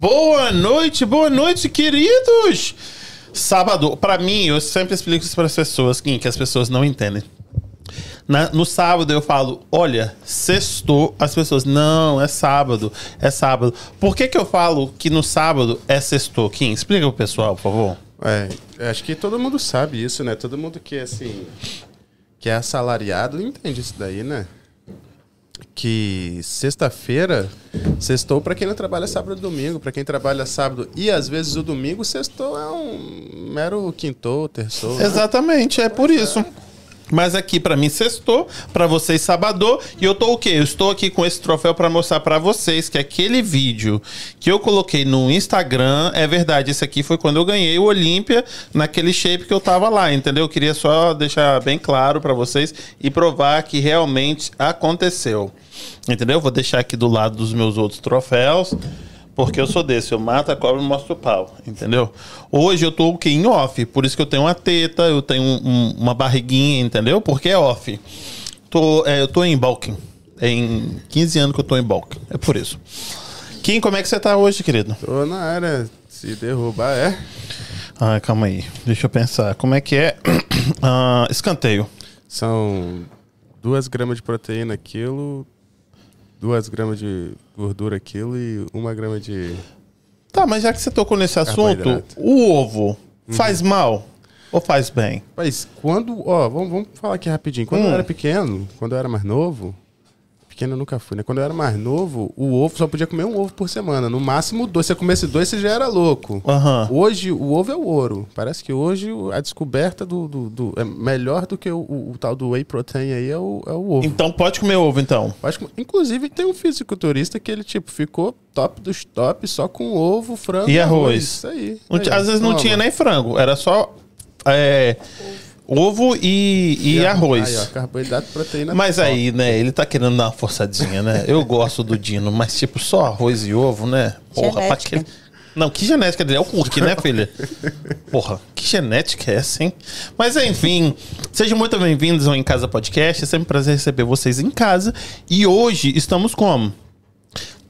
Boa noite, boa noite, queridos. Sábado, pra mim, eu sempre explico isso pras pessoas, Kim, que as pessoas não entendem. Na- no sábado eu falo, olha, sextou, as pessoas, não, é sábado, é sábado. Por que que eu falo que no sábado é sextou, Kim? Explica pro pessoal, por favor. É, acho que todo mundo sabe isso, né? Todo mundo que, assim, que é assalariado entende isso daí, né? Que sexta-feira, sextou pra quem não trabalha sábado e domingo. Pra quem trabalha sábado e às vezes o domingo, sextou é um mero quintou, terçou. né? Exatamente, é por isso. Mas aqui pra mim sextou, pra vocês sabadou, e eu tô o quê? Eu estou aqui com esse troféu pra mostrar pra vocês que aquele vídeo que eu coloquei no Instagram é verdade. Esse aqui foi quando eu ganhei o Olímpia naquele shape que eu tava lá, entendeu? Eu queria só deixar bem claro pra vocês e provar que realmente aconteceu. Entendeu? Eu Vou deixar aqui do lado dos meus outros troféus. Porque eu sou desse, eu mato a cobra e mostro o pau, entendeu? Hoje eu tô o quê? Em off, por isso que eu tenho uma teta, eu tenho um- um- uma barriguinha, entendeu? Porque é off. Tô, é, eu tô em bulking. É em 15 anos que eu tô em bulking, é por isso. Kim, como é que você tá hoje, querido? Tô na área, se derrubar é. Ah, calma aí, deixa eu pensar. Como é que é? Ah, escanteio. São 2 gramas de proteína quilo, 2 gramas de gordura quilo e 1 grama de... Tá, mas já que você tocou nesse assunto, Carboidrato. o ovo faz mal ou faz bem? Mas quando, ó, vamos, vamos falar aqui rapidinho. Quando Hum. eu era pequeno, quando eu era mais novo, pequeno eu nunca fui, né? Quando eu era mais novo, o ovo só podia comer um ovo por semana, no máximo dois. Se eu comesse dois, você já era louco. Aham. Hoje, o ovo é o ouro. Parece que hoje o- a descoberta do, do, do- é melhor do que o, o- o tal do whey protein aí é o, é o ovo. Então pode comer ovo, então. Eu Acho que, inclusive, tem um fisiculturista que ele, tipo, ficou top dos top só com ovo, frango E arroz. Isso aí. Não Aí, ti- ó. às vezes não é. Toma. tinha nem frango, era só é, ovo e, e arroz. Aí, ó, carboidrato, proteína. mas top. aí, né, ele tá querendo dar uma forçadinha, né? Eu gosto do Dino, mas tipo, só arroz e ovo, né? Porra, pra Genética. que... Não, que genética dele? É o Kurk, né, filha? Porra, que genética é essa, hein? Mas enfim, sejam muito bem-vindos ao Em Casa Podcast. É sempre um prazer receber vocês em casa. E hoje estamos como?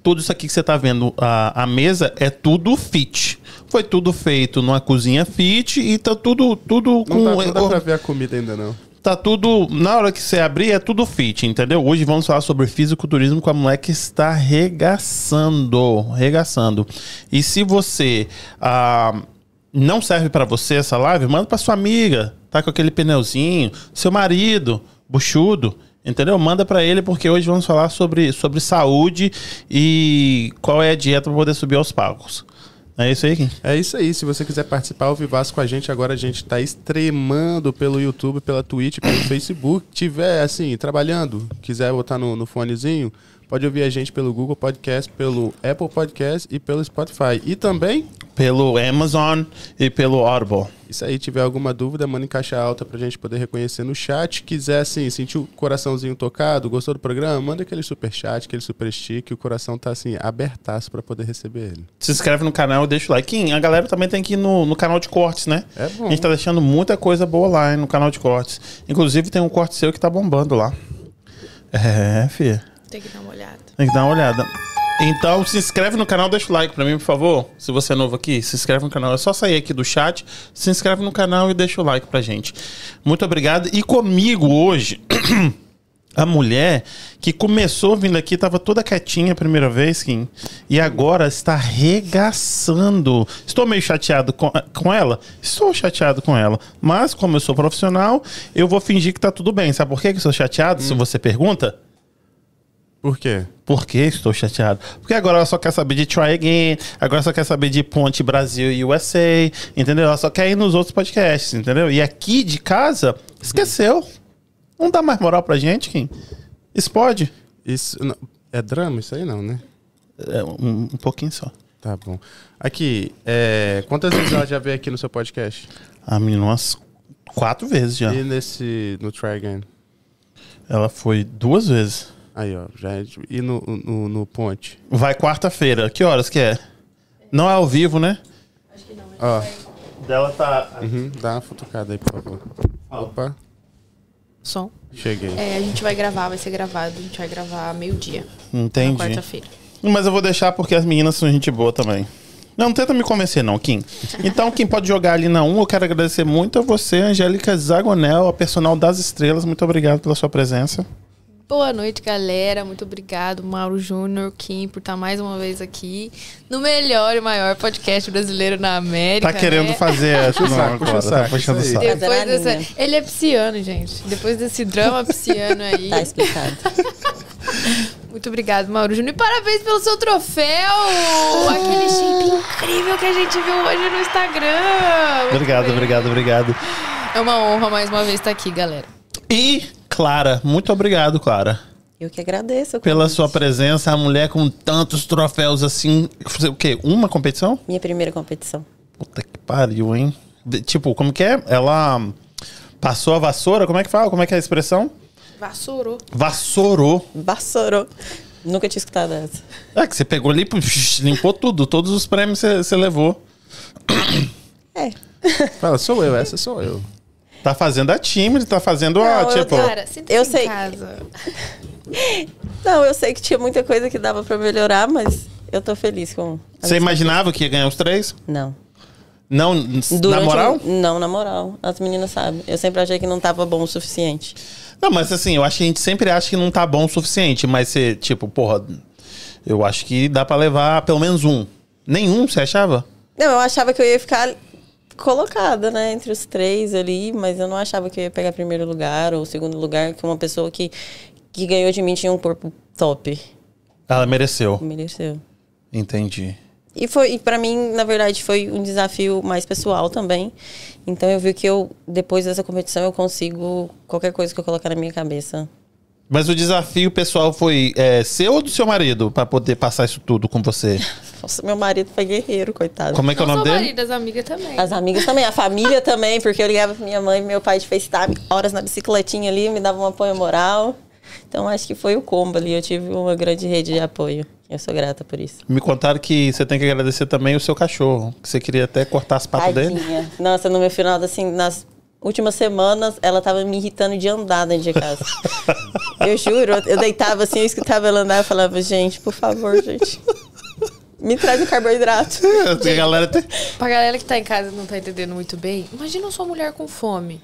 Tudo isso aqui que você tá vendo, a, a mesa, é tudo fit. Foi tudo feito numa cozinha fit e tá tudo, tudo com. Não, dá, não dá pra ver a comida ainda, não. Tá tudo. Na hora que você abrir, é tudo fit, entendeu? Hoje vamos falar sobre fisiculturismo com a mulher que está regaçando. Regaçando. E se você ah, não serve pra você essa live, manda pra sua amiga. Tá com aquele pneuzinho, seu marido, buchudo. Entendeu? Manda pra ele porque hoje vamos falar sobre, sobre saúde e qual é a dieta pra poder subir aos palcos. É isso aí, Kim? É isso aí. Se você quiser participar ao Vivaço com a gente, agora a gente tá extremando pelo YouTube, pela Twitch, pelo Facebook. Tiver, assim, trabalhando, quiser botar no, no fonezinho, pode ouvir a gente pelo Google Podcast, pelo Apple Podcast e pelo Spotify. E também, Pelo Amazon e pelo Audible. isso aí, tiver alguma dúvida, manda em caixa alta pra gente poder reconhecer no chat. Quiser, assim, sentir o coraçãozinho tocado, gostou do programa, manda aquele super chat, aquele super stick. O coração tá, assim, abertaço pra poder receber ele. Se inscreve no canal e deixa o like. Kim, a galera também tem que ir no, no canal de cortes, né? É bom. A gente tá deixando muita coisa boa lá, hein, no canal de cortes. Inclusive tem um corte seu que tá bombando lá. É, filha. Tem que dar uma olhada. Tem que dar uma olhada. Então, se inscreve no canal, deixa o like pra mim, por favor. Se você é novo aqui, se inscreve no canal. É só sair aqui do chat, se inscreve no canal e deixa o like pra gente. Muito obrigado. E comigo hoje, a mulher que começou vindo aqui, tava toda quietinha a primeira vez, Kim, e agora está arregaçando. Estou meio chateado com, com ela? Estou chateado com ela. Mas, como eu sou profissional, eu vou fingir que tá tudo bem. Sabe por que que eu sou chateado? Se você pergunta. Por quê? Por que estou chateado? Porque agora ela só quer saber de Try Again, agora só quer saber de Ponte Brasil e USA, entendeu? Ela só quer ir nos outros podcasts, entendeu? E aqui de casa, esqueceu. Não dá mais moral pra gente, Kim? Isso pode? Isso não- é drama isso aí não, né? É, um, um pouquinho só. Tá bom. Aqui, é, quantas vezes ela já veio aqui no seu podcast? A menina umas quatro vezes já. E nesse no Try Again? Ela foi duas vezes. Aí, ó, já é de- e no, no, no Ponte. Vai quarta-feira. Que horas que é? Não é ao vivo, né? Ó, Dela tá. uhum, dá uma futucada aí, por favor. Opa, Som. cheguei. É, a gente vai gravar, vai ser gravado. A gente vai gravar meio-dia. Na Entendi. quarta-feira. Mas eu vou deixar porque as meninas são gente boa também. Não, não tenta me convencer, não, Kim. Então, quem pode jogar ali na 1, eu quero agradecer muito a você, Angélica Zagonel, a personal das estrelas. Muito obrigado pela sua presença. Tá Boa noite, galera. Muito obrigado, Mauro Júnior, Kim, por estar mais uma vez aqui no melhor e maior podcast brasileiro na América. Tá querendo né? fazer essa Puxa o saco, não, puxa o agora, tá saco, puxando o isso aí. saco. Depois dessa- Adoraria. Ele é pisciano, gente. Depois desse drama pisciano aí. Tá explicado. Muito obrigado, Mauro Júnior. E parabéns pelo seu troféu! Aquele shape incrível que a gente viu hoje no Instagram. Muito Obrigado, bem. obrigado, obrigado. É uma honra mais uma vez estar aqui, galera. E Clara, muito obrigado, Clara, Eu que agradeço. o pela convite. sua presença. A mulher com tantos troféus assim. O quê? Uma competição? Minha primeira competição. Puta que pariu, hein? De- tipo, como que é? Ela passou a vassoura? Como é que fala? Como é que é a expressão? Vassourou. Vassourou. Vassourou. Nunca tinha escutado essa. É que você pegou ali, pux, limpou tudo. Todos os prêmios você você levou. É. Fala, sou eu, essa sou eu. Tá fazendo a tímide, tá fazendo a, Não, eu- tipo... Cara, sinta-se Eu tá em sei. casa. Não, eu sei que tinha muita coisa que dava pra melhorar, mas eu tô feliz com. a Você minha- imaginava que ia ganhar os três? Não. Não, n- na moral? um- Não, na moral. As meninas sabem. Eu sempre achei que não tava bom o suficiente. Não, mas assim, eu acho que a gente sempre acha que não tá bom o suficiente, mas você, tipo, porra, eu acho que dá pra levar pelo menos um. Nenhum, você achava? Não, eu achava que eu ia ficar colocada, né, entre os três ali, mas eu não achava que eu ia pegar primeiro lugar ou segundo lugar, que uma pessoa que, que ganhou de mim tinha um corpo top. Ela mereceu. Mereceu. Entendi. E foi, e para mim, na verdade, foi um desafio mais pessoal também. Então eu vi que eu depois dessa competição eu consigo qualquer coisa que eu colocar na minha cabeça. Mas o desafio pessoal foi é, seu ou do seu marido pra poder passar isso tudo com você? Nossa, meu marido foi guerreiro, coitado. Como é que é Não o nome sou dele? marido, as amigas também. As amigas também, a família também, porque eu ligava pra minha mãe e meu pai de FaceTime, horas na bicicletinha ali, me dava um apoio moral. Então acho que foi o combo ali, eu tive uma grande rede de apoio. Eu sou grata por isso. Me contaram que você tem que agradecer também o seu cachorro, que você queria até cortar as patas dele. Tadinha. Nossa, no meu final, assim, nas últimas semanas, ela tava me irritando de andar dentro de casa. eu juro, eu deitava assim, eu escutava ela andar, eu falava, gente, por favor, gente, me traz o carboidrato. A galera tem... Pra galera que tá em casa e não tá entendendo muito bem, imagina sua mulher com fome.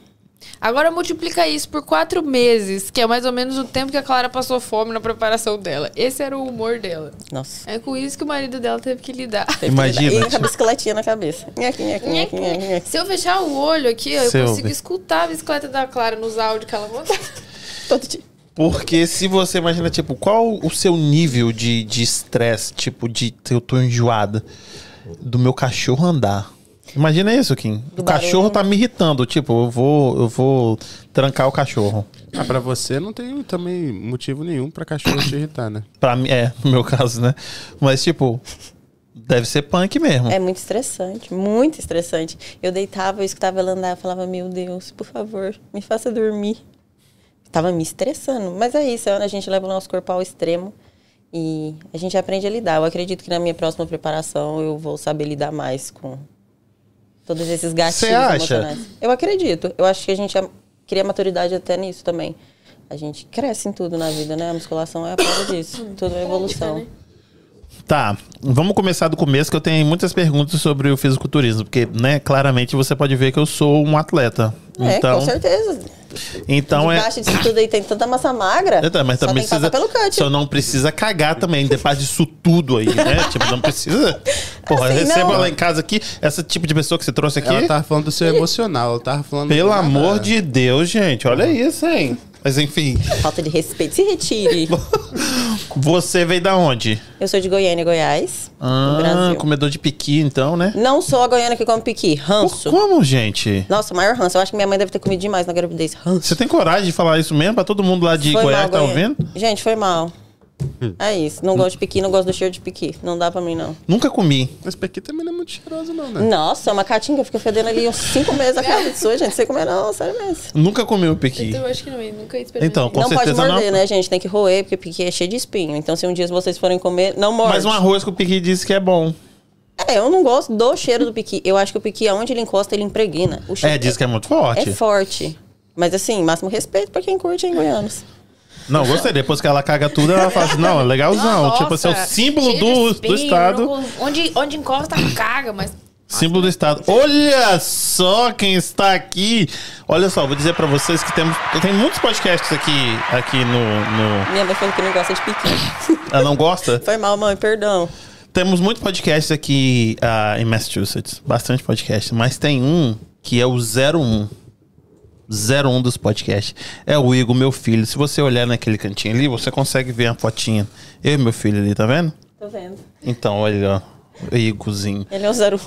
Agora multiplica isso por quatro meses, que é mais ou menos o tempo que a Clara passou fome na preparação dela. Esse era o humor dela. Nossa. É com isso que o marido dela teve que lidar. Imagina, E com a tipo- bicicletinha na cabeça. Nhaque, nhaque, nhaque, nhaque, nhaque. Se eu fechar o olho aqui, ó, eu Você consigo ouve. escutar a bicicleta da Clara nos áudios que ela manda. Todo dia. Porque se você imagina, tipo, qual o seu nível de de estresse, tipo, de eu tô enjoada do meu cachorro andar. Imagina isso, Kim. o barulho. cachorro tá me irritando, tipo, eu vou, eu vou trancar o cachorro. Ah, pra você não tem também motivo nenhum pra cachorro te irritar, né? Pra mim, é, no meu caso, né? Mas tipo, deve ser punk mesmo. É muito estressante, muito estressante. Eu deitava, eu escutava ela andar, eu falava, meu Deus, por favor, me faça dormir. Tava me estressando, mas é isso, é onde a gente leva o nosso corpo ao extremo e a gente aprende a lidar. Eu acredito que na minha próxima preparação eu vou saber lidar mais com todos esses gatilhos Cê acha? emocionais. Eu acredito. Eu acho que a gente am- cria maturidade até nisso também. A gente cresce em tudo na vida, né? A musculação é a prova disso. Tudo é evolução. Tá, vamos começar do começo, que eu tenho muitas perguntas sobre o fisiculturismo, porque, né, claramente você pode ver que eu sou um atleta. É, então, com certeza. então é Debaixo disso tudo aí tem tanta massa magra. É, tá, mas só também tem que precisa, passar pelo cut. só não precisa cagar também, depois disso tudo aí, né? tipo, não precisa. Porra, Assim, eu recebo não. ela em casa aqui, essa tipo de pessoa que você trouxe aqui. Ela tava falando do seu emocional, ela tava falando. Pelo nada. Uhum. amor de Deus, gente, olha isso, hein? Mas enfim, Falta de respeito. Se retire. você veio da onde? Eu sou de Goiânia, Goiás. no Ah, Brasil. comedor de piqui, então, né? Não sou a goiana que come piqui. Ranço. Como, gente? Nossa, maior ranço. Eu acho que minha mãe deve ter comido demais na gravidez. Ranço. Você tem coragem de falar isso mesmo pra todo mundo lá de Goiás que tá Goiânia. ouvindo? Gente, foi mal. É isso. Não gosto de piqui, não gosto do cheiro de piqui. Não dá pra mim, não. Nunca comi. Esse pequi também não é muito cheiroso, não, né? Nossa, uma catinga fica fedendo ali uns cinco meses a casa sua, gente. Não sei comer, não. Sério mesmo. Nunca comi o piqui. Então eu acho que não, eu nunca experimentei. Então, com não pode certeza morder, não. né, gente? Tem que roer, porque piqui é cheio de espinho. Então, se um dia vocês forem comer, não morde. Mas um arroz que o piqui disse que é bom. É, eu não gosto do cheiro do piqui. Eu acho que o piqui, aonde ele encosta, ele impregna. O cheiro É, diz que é muito forte. é forte. Mas assim, máximo respeito pra quem curte, hein, goianos. Não, gostei. Depois que ela caga tudo, ela fala assim, não, é legalzão. Nossa, tipo assim, é o símbolo cheio do, de espinho, do Estado. no- Onde, onde encosta, caga, mas. Símbolo do Estado. Olha só quem está aqui. Olha só, vou dizer pra vocês que temos, tem muitos podcasts aqui, aqui no, no- Minha mãe falou que não gosta de piqui. Ela não gosta? Foi mal, mãe, perdão. Temos muitos podcasts aqui ah, em Massachusetts. Bastante podcast. Mas tem um que é o 01. 01 dos podcasts. É o Igor, meu filho. Se você olhar naquele cantinho ali, você consegue ver a fotinha. Eu e meu filho ali, tá vendo? Tô vendo. Então, olha, ó. O Igorzinho. Ele é o 01.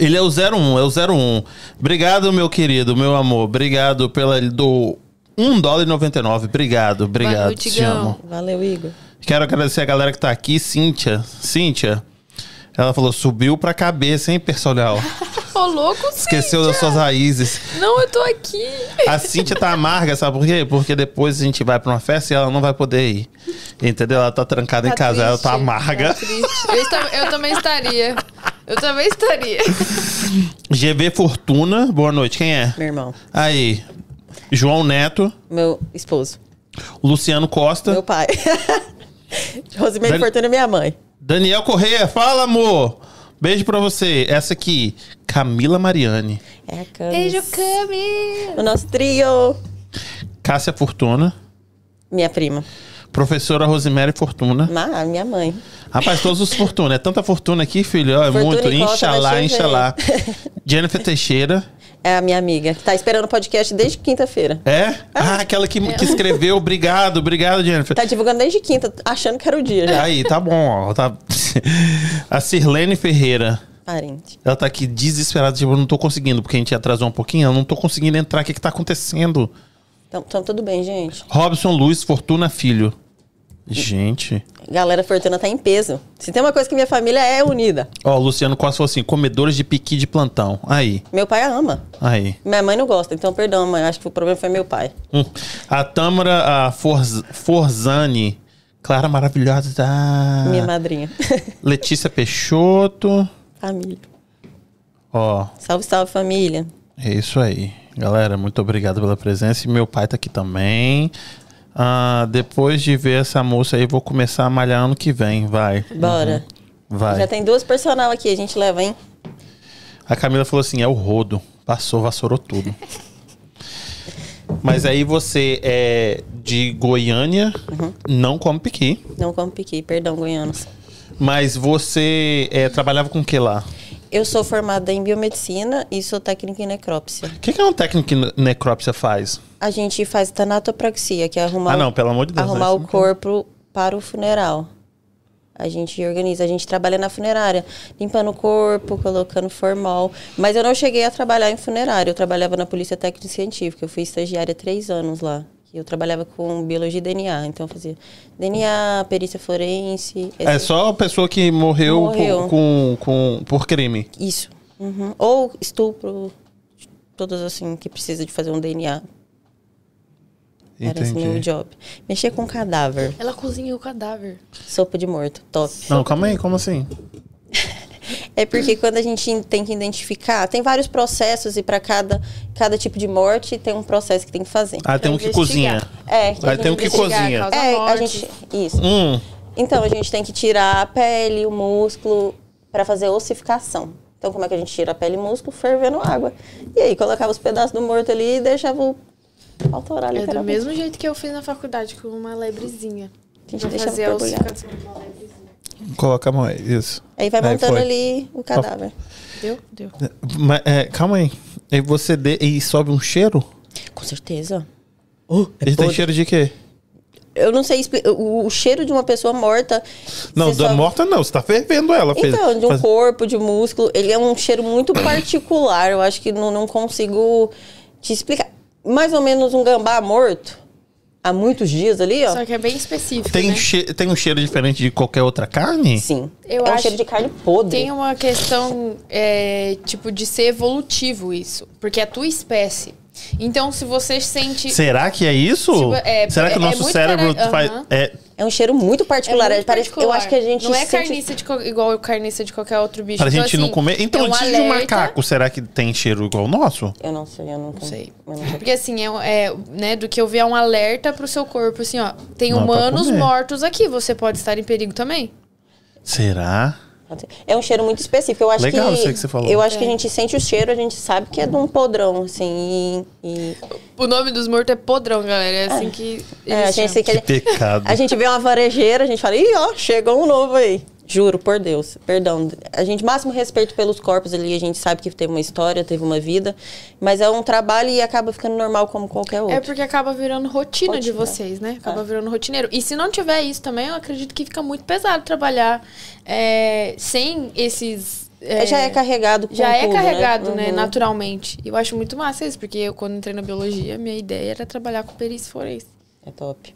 Ele é o 01, é o 01. Obrigado, meu querido, meu amor. Obrigado pela do 1 dólar e 99. Obrigado, obrigado. noite, Te Igão. amo. Valeu, Igor. Quero agradecer a galera que tá aqui, Cíntia. Cíntia, ela falou, subiu pra cabeça, hein, pessoal? Ô, louco, sim. Esqueceu das suas raízes. Não, eu tô aqui. A Cíntia tá amarga, sabe por quê? Porque depois a gente vai pra uma festa e ela não vai poder ir. Entendeu? Ela tá trancada em Tá casa, ela tá triste, amarga. tá triste. Eu, esta- eu também estaria. Eu também estaria. GV Fortuna, boa noite. Quem é? Meu irmão. Aí, João Neto, Meu esposo. Luciano Costa. Meu pai. Rosemary Velho- Fortuna é minha mãe. Daniel Correia, fala, amor! Beijo pra você. Essa aqui, Camila Mariani. É a Camis. Beijo, Cami. O nosso trio. Cássia Fortuna. Minha prima. Professora Rosemary Fortuna. Ma, minha mãe. Rapaz, todos os Fortuna. É tanta fortuna aqui, filho. ó, É Fortuna muito. e cota, Inxalá, vai chover. inxalá. Jennifer Teixeira. É a minha amiga. que Tá esperando o podcast desde quinta-feira. É? Ah, aquela que, que escreveu. Obrigado, obrigado, Jennifer. Tá divulgando desde quinta, achando que era o dia já. Aí, tá bom. Ó, tá... A Sirlene Ferreira. Parente. Ela tá aqui desesperada, tipo, eu não tô conseguindo, porque a gente atrasou um pouquinho, eu não tô conseguindo entrar. O que que tá acontecendo? Então, então tudo bem, gente. Robson Luiz Fortuna Filho. Gente. Galera Fortuna tá em peso. Se tem uma coisa que minha família é unida. Ó, o Luciano Costa falou assim: comedores de piqui de plantão. Aí, Meu pai a ama. aí. Minha mãe não gosta, então perdão, mãe. Acho que o problema foi meu pai. Hum. A Tâmara a Forz- Forzani. Clara maravilhosa. Ah. Minha madrinha. Letícia Peixoto. família. Ó, Salve, salve, família. é isso aí. Galera, muito obrigado pela presença. E meu pai tá aqui também. Ah, depois de ver essa moça aí, vou começar a malhar ano que vem. Vai. Bora. Uhum. Vai. Já tem duas personal aqui, a gente leva, hein? A Camila falou assim: é o rodo. Passou, vassourou tudo. Mas aí você é de Goiânia, Uhum. não come piqui. Não como piqui, perdão, goianos. Mas você é, trabalhava com o que lá? Eu sou formada em biomedicina e sou técnica em necrópsia. O que, que é um técnico que ne- necrópsia faz? A gente faz tanatopraxia, que é arrumar, Ah, o- não, pelo amor de Deus, arrumar né? o corpo para o funeral. A gente organiza, a gente trabalha na funerária, limpando o corpo, colocando formol. Mas eu não cheguei a trabalhar em funerária, eu trabalhava na Polícia Técnica e Científica, eu fui estagiária três anos lá. E Eu trabalhava com biologia e DNA, então eu fazia DNA, perícia forense. É esse- só a pessoa que morreu, Morreu. Por, com, com- por crime. Isso. Uhum. Ou estupro, todas assim, que precisa de fazer um DNA. Era assim meu Entendi. job. Mexer com cadáver, Ela cozinha o cadáver. sopa de morto, top. Não, calma aí, como assim? É porque quando a gente tem que identificar, tem vários processos e para cada, cada tipo de morte tem um processo que tem que fazer. Ah, tem um que cozinha. investigar. É, que a Aí tem um gente que investiga- investigar cozinha. a causa. É, a morte. gente. Isso. Hum, Então a gente tem que tirar a pele, o músculo para fazer ossificação. Então como é que a gente tira a pele e músculo fervendo água? E aí colocava os pedaços do morto ali e deixava o autorar ali. É do mesmo jeito que eu fiz na faculdade com uma lebrezinha. A gente Pra deixava fazer a borbulhar. ossificação. coloca a mão aí, isso. Aí vai montando foi. ali o cadáver. Deu? Deu. Mas, é, calma aí. Aí você dê, e sobe um cheiro? Com certeza. Oh, é Ele tem cheiro de quê? Eu não sei explicar. O, o cheiro de uma pessoa morta. Não, você da só- morta não, você tá fervendo ela. fez- Então, de um faz- corpo, de músculo. Ele é um cheiro muito particular. Eu acho que não, não consigo te explicar. Mais ou menos um gambá morto. Há muitos dias ali, ó. Só que é bem específico, tem, né? che- tem um cheiro diferente de qualquer outra carne? Sim. Eu é um acho- cheiro de carne podre. Tem um uma questão, é, tipo, de ser evolutivo isso. Porque é a tua espécie. Então, se você sente... Será que é isso? Tipo, é, Será que é- o é nosso muito cérebro cara- faz. Aham. É, É um cheiro muito particular. É muito parece, particular. Eu acho que a gente Não é sente- carniça de co- igual carniça de qualquer outro bicho. Pra Então, gente não assim, comer. Então, é um diz de alerta. macaco, será que tem cheiro igual o nosso? Eu não sei, eu não, Não sei. eu não sei. Porque assim, é, é, né, do que eu vi é um alerta pro seu corpo, assim, ó. Tem Não é pra humanos comer. mortos aqui, você pode estar em perigo também. Será? É um cheiro muito específico. Eu acho Legal que, isso aí que você falou. Eu acho que É. a gente sente o cheiro, a gente sabe que é de um podrão, assim. E, O nome dos mortos é podrão, galera. É assim que. e- é, a, eles gente, chamam. que ele- Pecado. a gente vê uma varejeira, a gente fala, ih, ó, chegou um novo aí. Juro, por Deus, perdão. A gente, máximo respeito pelos corpos ali, a gente sabe que teve uma história, teve uma vida, mas é um trabalho e acaba ficando normal como qualquer outro. É porque acaba virando rotina, de Rotina. vocês, né? Acaba É. virando rotineiro. E se não tiver isso também, eu acredito que fica muito pesado trabalhar é, sem esses. é, já é carregado com Já é tudo, carregado, né? Uhum. Naturalmente. E eu acho muito massa isso, porque eu, quando entrei na biologia, minha ideia era trabalhar com perícia forense. É top.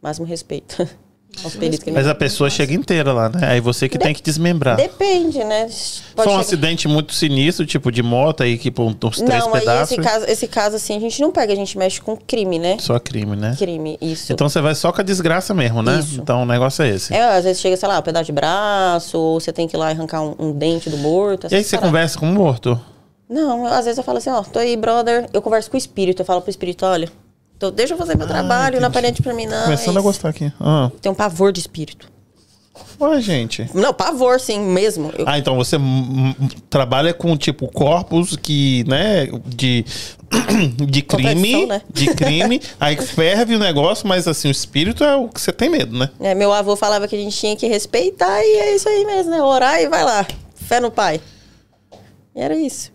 Máximo respeito. Aos peritos que Mas a pessoa chega inteira lá, né? Aí você que tem que desmembrar. Depende, né? Foi um chegar- acidente muito sinistro, tipo de moto aí que pô, uns três não, pedaços. aí esse caso, esse caso assim, a gente não pega, a gente mexe com crime, né? Só crime, né? Crime, isso. Então você vai só com a desgraça mesmo, né? Isso. Então o negócio é esse. É, às vezes chega, sei lá, um pedaço de braço, ou você tem que ir lá arrancar um, um dente do morto. e aí essas você paradas. conversa com o morto. Não, eu- às vezes eu falo assim, ó, tô aí, brother. Eu converso com o espírito, eu falo pro espírito, olha, tô- deixa eu fazer meu trabalho, não aparente pra mim, não. Ah, Começando é a gostar aqui. Ah. Tem um pavor de espírito. Ué, gente. Não, pavor, sim, mesmo. Eu- Ah, então você hum, hum, trabalha com, tipo, corpos que, né, de, de crime, Confecção, né? de crime, aí ferve o negócio, mas assim, o espírito é o que você tem medo, né? né, meu avô falava que a gente tinha que respeitar e é isso aí mesmo, né? Orar e vai lá. Fé no pai. E era isso.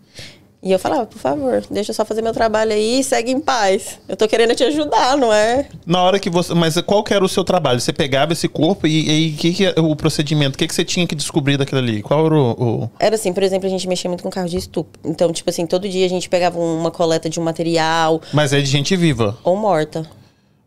E eu falava, por favor, deixa eu só fazer meu trabalho aí e segue em paz. Eu tô querendo te ajudar, não é? Na hora que você. Mas qual que era o seu trabalho? Você pegava esse corpo e aí que que é o procedimento? O que, que você tinha que descobrir daquilo ali? Qual era o. o- Era assim, por exemplo, a gente mexia muito com carro de estupro. Então, tipo assim, todo dia a gente pegava uma coleta de um material Mas é de gente viva. ou morta.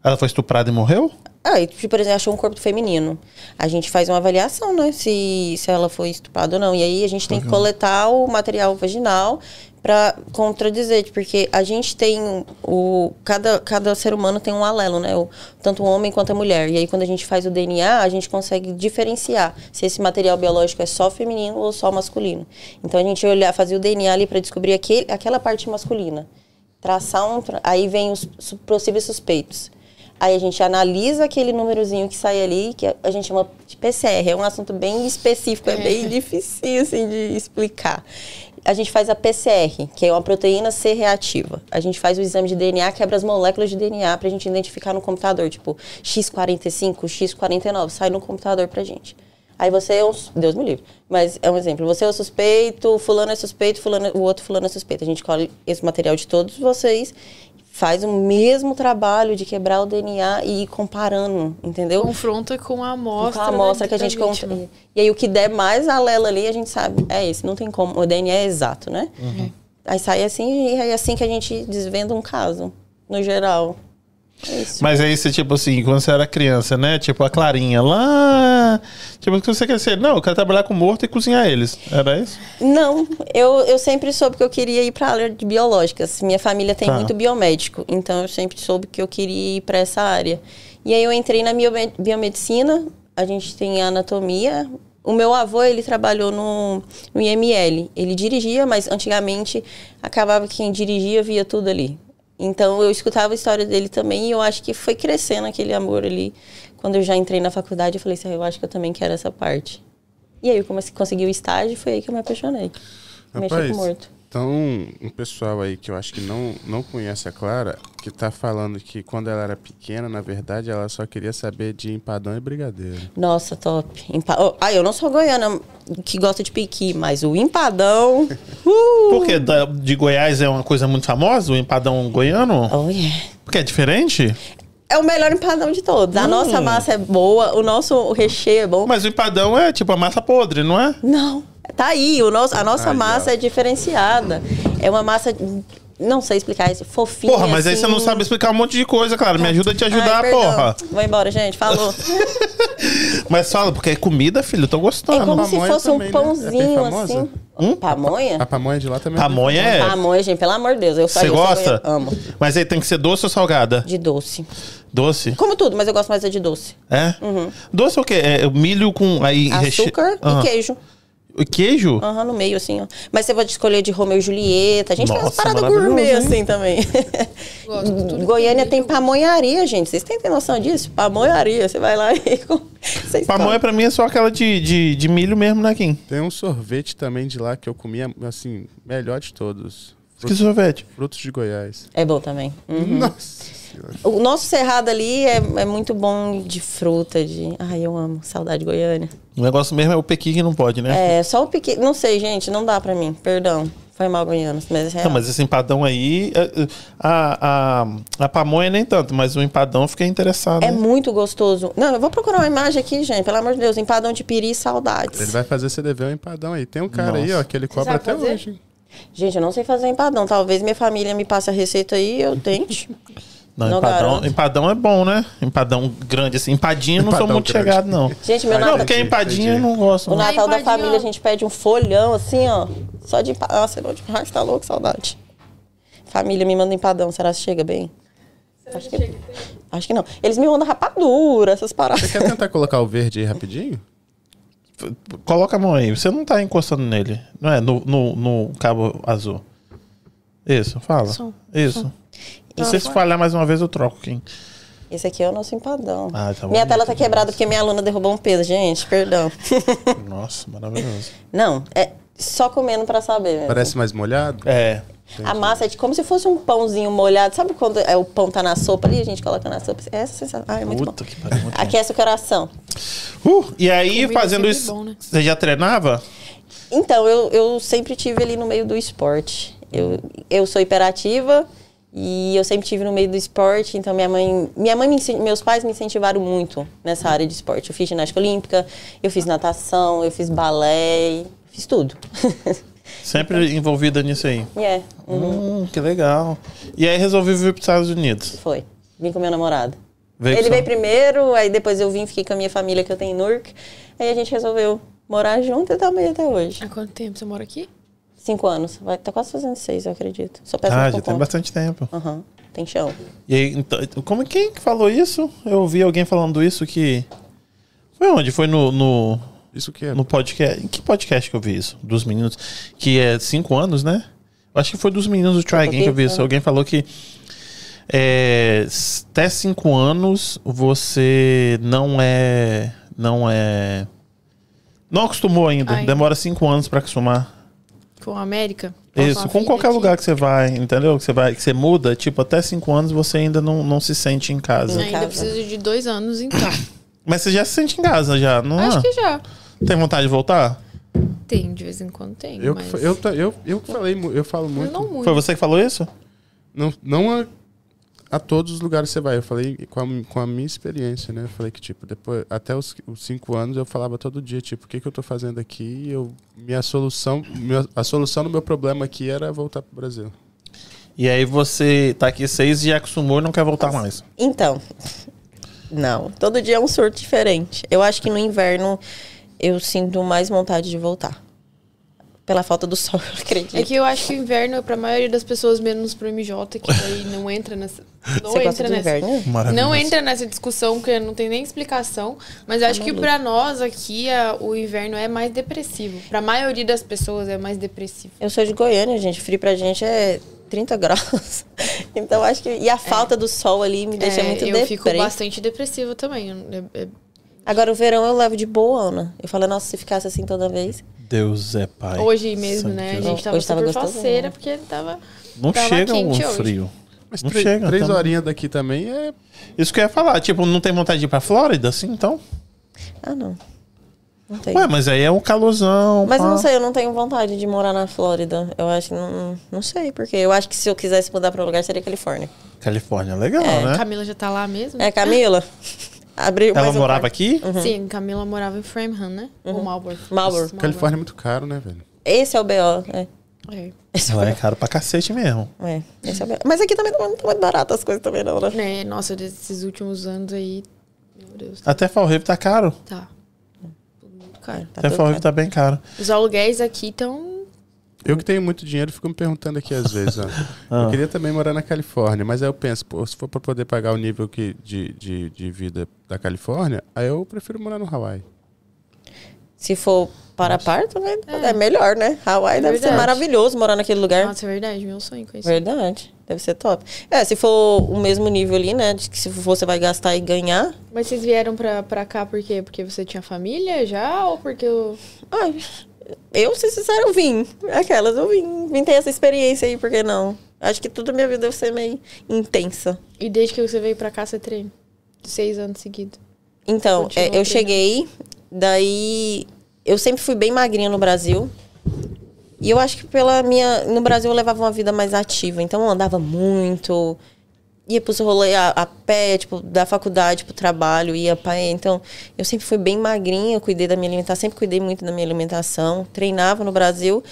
Ela foi estuprada e morreu? Ah, e, tipo, por exemplo, achou um corpo feminino. A gente faz uma avaliação, né? Se, se ela foi estuprada ou não. E aí a gente tem que coletar o material vaginal pra contradizer, tipo, porque a gente tem o cada, cada ser humano tem um alelo, né? O- tanto o homem quanto a mulher. E aí quando a gente faz o DNA, a gente consegue diferenciar se esse material biológico é só feminino ou só masculino. Então a gente olhar, fazer o DNA ali pra descobrir aquele, aquela parte masculina. Traçar um, tra- aí vem os su- possíveis suspeitos. Aí a gente analisa aquele númerozinho que sai ali, que a- a gente chama de PCR. É um assunto bem específico, é, bem difícil assim, de explicar. A gente faz a PCR, que é uma proteína C reativa. A gente faz o exame de DNA, quebra as moléculas de DNA pra gente identificar no computador, tipo X45, X49, sai no computador pra gente. Aí você é um. sus- Deus me livre. Mas é um exemplo. Você é o suspeito, fulano é suspeito, fulano, é- o outro fulano é suspeito. A gente colhe esse material de todos vocês faz o mesmo trabalho de quebrar o DNA e ir comparando, entendeu? Confronta com a com amostra. né, a amostra da- que a da né, gente né? vítima. conta. E aí o que der mais alela ali, a gente sabe. É esse, não tem como. O DNA é exato, né? Aí sai assim e é assim que a gente desvenda um caso, no geral. É isso. Mas aí você, tipo assim, quando você era criança, né? Tipo a Clarinha lá. Tipo, o que você quer ser? Não, eu quero trabalhar com morto e cozinhar eles. Era isso? Não, eu, eu sempre soube que eu queria ir para a área de biológicas. Minha família tem Tá. muito biomédico, então eu sempre soube que eu queria ir para essa área. E aí eu entrei na biome- biomedicina, a gente tem a anatomia. O meu avô, ele trabalhou no, no IML. Ele dirigia, mas antigamente acabava que quem dirigia via tudo ali. Então eu escutava a história dele também e eu acho que foi crescendo aquele amor ali. Quando eu já entrei na faculdade, eu falei assim, "Ah, eu acho que eu também quero essa parte. E aí eu comecei, consegui o estágio e foi aí que eu me apaixonei. Mexer Rapaz, com morto. Então, um pessoal aí que eu acho que não, não conhece a Clara, que tá falando que quando ela era pequena, na verdade, ela só queria saber de empadão e brigadeiro. Nossa, top. Empa... Oh, ah, eu não sou goiana que gosta de piqui, mas o empadão. Uh! Porque da- de Goiás é uma coisa muito famosa, o empadão goiano? Oh, yeah. Porque é diferente? É o melhor empadão de todos. A nossa massa é boa, o nosso recheio é bom. Hum. Mas o empadão é tipo a massa podre, não é? Não, tá aí. O nosso, a nossa Aí, ó. massa é diferenciada. É uma massa Não sei explicar isso. Fofinha. Porra, mas aí assim. você não sabe explicar um monte de coisa, claro. Me ajuda a te ajudar, Ai, perdão. porra. Vou embora, gente. Falou. Mas fala, porque é comida, filho, eu tô É gostando. como se pamonha fosse um também, né? É bem pãozinho, famosa? assim. Hum? Pamonha? A pamonha de lá também. é bem Pamonha é. né? Pamonha, gente, pelo tá, amor de Deus. Eu só- Você eu só- gosta? eu amo. Mas aí tem que ser doce ou salgada? De doce. Doce. Como tudo, mas eu gosto mais da de doce. É? Doce é o quê? É o milho com. Aí, reche- Ah. Uhum. Açúcar Aham. e queijo. E Queijo? Aham, no meio, assim, ó. Mas você pode escolher de Romeu e Julieta. A gente tem umas Nossa, paradas maravilhoso, gourmet, hein? assim, também. Gosto de tudo que Goiânia tem tem pamonharia, gente. Vocês têm noção disso? Pamonharia. Você vai lá e... Vocês Pamonha pra mim é só aquela de, de, de milho mesmo, né, Kim? Tem um sorvete também de lá que eu comia, assim, melhor de todos. Que Frutos, sorvete. frutos de Goiás. É bom também. Uhum. Nossa senhora. O nosso cerrado ali é, é muito bom de fruta, de... Ai, eu amo. Saudade de Goiânia. O negócio mesmo é o pequi que não pode, né? É, só o pequeno... Não sei, gente. Não dá pra mim. Perdão. Foi mal, goianos. Mas é real. Não, mas esse empadão aí, é, é, a, a, a pamonha nem tanto, mas o empadão eu fiquei interessado. É né? muito gostoso. Não, eu vou procurar uma imagem aqui, gente. Pelo amor de Deus. Empadão de piri, Ele saudades. vai fazer você dever um empadão aí. Tem um cara aí, Nossa. ó, que ele cobra sabe até fazer? hoje. hein? Gente, eu não sei fazer empadão. Talvez minha família me passe a receita aí e eu tente. Não, Não empadão, garanto. empadão é bom, né? Empadão grande, assim. Empadinho eu não sou Empadão muito grande. chegado, não. Gente, meu Não, Natal... porque Entendi, empadinho eu entendi. não gosto. O Não. Natal da empadinho. família a gente pede um folhão, assim, ó. Só de empadão. Nossa, é bom demais. Tá louco, saudade. Família me manda empadão. Será que chega bem? Acho que, acho que não. Eles me mandam rapadura, essas paradas. Quer tentar colocar o verde aí rapidinho? Coloca a mão aí. Você não tá encostando nele, não é? No, no, no cabo azul. Isso, fala. Som, Isso. E se você falhar mais uma vez, eu troco, Kim. Esse aqui é o nosso empadão. Ah, tá bom. minha tela tá quebrada porque minha aluna derrubou um peso. Gente, perdão. Nossa, maravilhoso. não, é só comendo pra saber. mesmo. Parece mais molhado? É. A massa é de como se fosse um pãozinho molhado. Sabe quando é, o pão tá na sopa ali? A gente coloca na sopa. É essa sensação. Ah, é muito Puta bom. é que pariu. muito bom. Aquece o coração. Uh, e aí, é Comida fazendo sempre isso, bom, né? você já treinava? Então, eu, eu sempre tive ali no meio do esporte. Eu, eu sou hiperativa e eu sempre tive no meio do esporte. Então, minha mãe, minha mãe me incen- meus pais me incentivaram muito nessa área de esporte. Eu fiz ginástica olímpica, eu fiz natação, eu fiz balé, fiz tudo. Sempre Então. envolvida nisso aí. E é, Hum, que legal. E aí resolvi vir para os Estados Unidos. foi. Vim com meu namorado. Veio com Ele sua- veio primeiro, aí depois eu vim, fiquei com a minha família que eu tenho em Newark. Aí a gente resolveu morar junto e também até hoje. Há quanto tempo você mora aqui? Cinco anos. Vai, tá quase fazendo seis, eu acredito. Sou Ah, péssima com já tem conta. bastante tempo. Aham, tem chão. E aí, então, como quem que falou isso? Eu ouvi alguém falando isso que. Foi onde? Foi no, no, Isso que é. no podcast. Em que podcast que eu vi isso? Dos meninos. Que é cinco anos, né? Eu Acho que foi dos meninos do Try Again que eu vi Uhum. isso. Alguém falou que. é, s- até cinco anos você não é. Não é. Não acostumou ainda. Ainda. Demora cinco anos pra acostumar. Com a América? Isso, com qualquer lugar que você vai, entendeu? Que você vai, que você muda, tipo, até cinco anos você ainda não, não se sente em casa. Não. Ainda Casa. preciso de dois anos, então. Mas você já se sente em casa, já, não Acho é? que já. Tem vontade de voltar? Tem, de vez em quando tem. Eu, que mas... fa- eu, ta- eu, eu que falei, mu- eu falo Mas muito. não muito. Foi você que falou isso? Não, não a, a todos os lugares que você vai. Eu falei com a, com a minha experiência, né? Eu falei que, tipo, depois, até os, os cinco anos eu falava todo dia, tipo, o que, que eu tô fazendo aqui? E eu, minha solução, minha- a solução do meu problema aqui era voltar pro Brasil. E aí você tá aqui seis e já acostumou e não quer voltar mais. Então, não. Todo dia é um surto diferente. Eu acho que no inverno eu sinto mais vontade de voltar. Pela falta do sol, eu acredito. É que eu acho que o inverno é pra maioria das pessoas, menos pro MJ, que daí não entra nessa. Não Você gosta entra do nessa. inverno? Maravilhoso. Não entra nessa discussão, porque não tem nem explicação. Mas Tá acho que pra nós aqui a- o inverno é mais depressivo. Pra maioria das pessoas é mais depressivo. Eu sou de Goiânia, gente. Frio pra gente é 30 graus. Então acho que. E a falta do sol ali me deixa É, muito eu deprê. fico bastante depressiva também. É- é- Agora o verão eu levo de boa, Ana. Eu falo, nossa, se ficasse assim toda vez. Deus é pai. Hoje mesmo, né? A Santo Jesus. gente tava Hoje tava super gostosinho, faceira, né? porque tava. Não tava chega um quente hoje. frio. Mas Não três- chega, três tá? horinhas daqui também é. Isso que eu ia falar, tipo, não tem vontade de ir pra Flórida, assim, então? Ah, não. Não tem. Ué, mas aí é um calorzão. Mas eu pá. não sei, eu não tenho vontade de morar na Flórida. Eu acho que não, não sei, porque eu acho que se eu quisesse mudar pra um lugar seria Califórnia. Califórnia, legal, né? Camila já tá lá mesmo? É, Camila? Abriu Ela mais um morava quarto. aqui? Sim, Camila morava em Framingham, né? Ou Marlborough. Uhum. Marlborough. Califórnia é muito caro, né, velho? Esse é o BO. É. É. Ela é caro pra cacete mesmo. É, esse é o meu- Mas aqui também não tá muito barato as coisas também, não, né? Né, Nossa, desses últimos anos aí. Meu Deus, tá. Até Fall River tá caro. tá. Tudo muito caro. Tá Até tudo Fall River caro. tá bem caro. Os aluguéis aqui estão. Eu que tenho muito dinheiro, fico me perguntando aqui às vezes. ó. Ah. Eu queria também morar na Califórnia, mas aí eu penso, pô, se for pra poder pagar o nível que, de, de, de vida da Califórnia, aí eu prefiro morar no Hawaii. Se for para parto, né? É, melhor, né? Hawaii deve ser Verdade. maravilhoso morar naquele lugar. Nossa, é verdade, meu sonho com isso. Verdade. Deve ser top. É, se for o mesmo nível ali, né? De que se for você vai gastar e ganhar. Mas vocês vieram pra, pra cá por quê? Porque você tinha família já? Ou porque eu. Ai, eu, se sincero, eu vim. Aquelas, eu vim. Vim ter essa experiência aí, por que não? Acho que toda a minha vida deve ser meio intensa. E desde que você veio pra cá, você treina? Seis anos seguidos. Então, Continua é, eu treinando. cheguei, daí eu sempre fui bem magrinha no Brasil. E eu acho que pela minha. No Brasil eu levava uma vida mais ativa. Então eu andava muito. Ia pros rolês a, a pé, tipo, da faculdade pro trabalho, ia a pé. Então, eu sempre fui bem magrinha, eu cuidei da minha alimentação, sempre cuidei muito da minha alimentação. Treinava no Brasil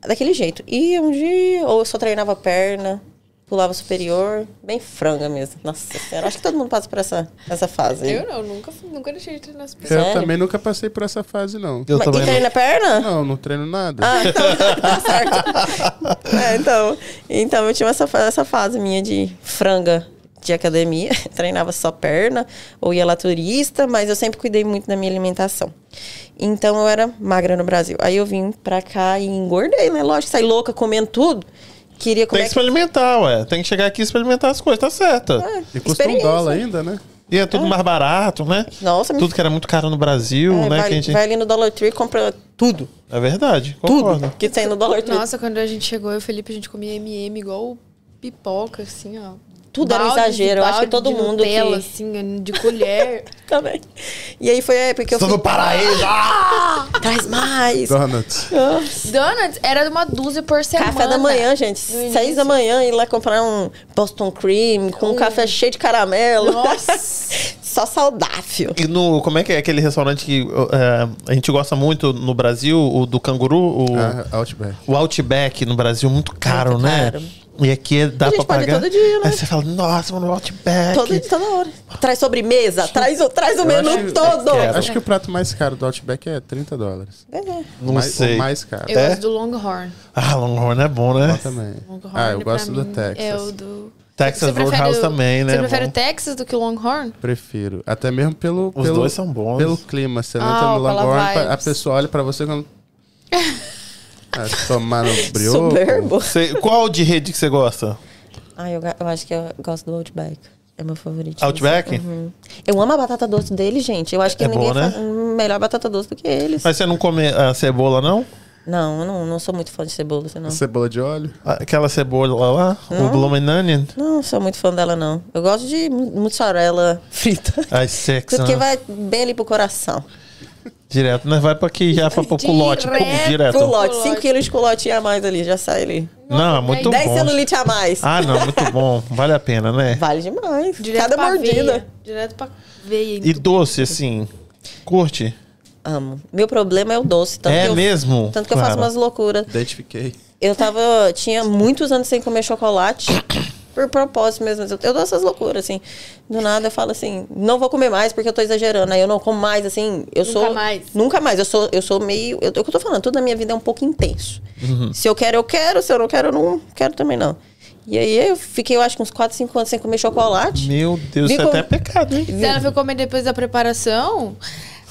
daquele jeito. E um dia, ou eu só treinava perna, pulava superior, bem franga mesmo. Nossa senhora, acho que todo mundo passa por essa, essa fase. aí. Eu não, nunca, fui- nunca deixei de treinar as pessoas. Eu Sério? também nunca passei por essa fase, não. Eu Mas- também e não. treina perna? Não, não treino nada. Ah, então, tá certo. É, então, então eu tinha essa, fa- essa fase minha de franga de academia, treinava só perna, ou ia lá turista, mas eu sempre cuidei muito da minha alimentação. Então eu era magra no Brasil. Aí eu vim pra cá e engordei, né? Lógico, saí louca comendo tudo. Queria Tem comer. que experimentar, ué. Tem que chegar aqui e experimentar as coisas, tá certa. É. e custa um dólar ainda, né? E é tudo mais barato, né? Nossa, me- Tudo que era muito caro no Brasil, É, né? vai, que a gente... vai ali no Dollar Tree e compra tudo. É verdade, Tudo concordo. que tem no Dollar Tree. Nossa, quando a gente chegou, eu e o Felipe, a gente comia MM igual pipoca, assim, ó. Tudo era um Balde de exagero, eu acho que balde todo de mundo Nutella, que- assim, de colher. Também. E aí foi a época que eu Estou no fui... paraíso! Ah! Traz mais! Donuts. Donuts era de uma dúzia por semana. Café da manhã, gente. No início. Seis da manhã, ir lá comprar um Boston Cream com um café cheio de caramelo. Nossa. Só saudável. E no. Como é que é aquele restaurante que é, a gente gosta muito no Brasil, o do canguru? O, Ah, Outback. o Outback no Brasil, muito caro, Muito né? caro. E aqui dá A gente pra pode ir pagar. todo dia, né? Aí você fala, nossa, mano, o Outback. Toda, toda hora. Traz sobremesa, traz o, traz o Eu menu acho- todo. Quero. Acho que o prato mais caro do Outback é 30 dólares. Não mais, sei. O mais caro. Eu É? gosto do Longhorn. Ah, Longhorn é bom, né? Eu também. Longhorn Ah, eu pra gosto do mim, Texas. É o do... Texas Você prefere Roadhouse o- também, né? Você É prefere Bom. o Texas do que o Longhorn? Prefiro. Até mesmo pelo. Os pelo- dois são bons. Pelo clima. Você Ah, entra no pela Longhorn, pa- a vibes. pessoa olha pra você quando. Ah, tomar no brioco. Soberbo. Você- qual de rede que você gosta? Ai, eu, ga- eu acho que eu gosto do Outback. É meu favorito. Outback? Uhum. Eu amo a batata doce deles, gente. Eu acho que É ninguém boa, né? faz hum, melhor batata doce do que eles. Mas você não come a cebola, não? Não, eu não, não sou muito fã de cebola, não. Cebola de óleo. Aquela cebola lá? O Blooming Onion? Não sou muito fã dela, não. Eu gosto de mu- mussarela frita. Ai, sexy. Tudo que né? vai bem ali pro coração. Direto, né? Vai pra aqui já pra pro culote. pô, Direto. Direto. Culote, Culote. 5 quilos de culotinha a mais ali, já sai ali. Não, é muito Dez 10 bom. celulite a mais. Ah, não, muito bom. Vale a pena, né? Vale demais. Direto Cada pra mordida. veia. Direto pra veia. então. E doce, assim. Curte? Amo. Meu problema é o doce. Tanto é que eu, mesmo? Tanto que eu faço Clara? umas loucuras. Identifiquei. Eu tava. Tinha muitos anos sem comer chocolate. Por propósito mesmo. Eu, eu dou essas loucuras, assim. Do nada eu falo assim, não vou comer mais porque eu tô exagerando. Aí eu não como mais, assim. Eu Nunca sou. mais. Nunca mais. Eu sou, eu sou meio. Eu, é o que eu tô falando, tudo na minha vida é um pouco intenso. Se eu quero, eu quero. Se eu não quero, eu não quero também, não. E aí eu fiquei, eu acho, que uns 4, 5 anos sem comer chocolate. Meu Deus, isso Viu é até como- pecado, hein? Se ela foi comer depois da preparação.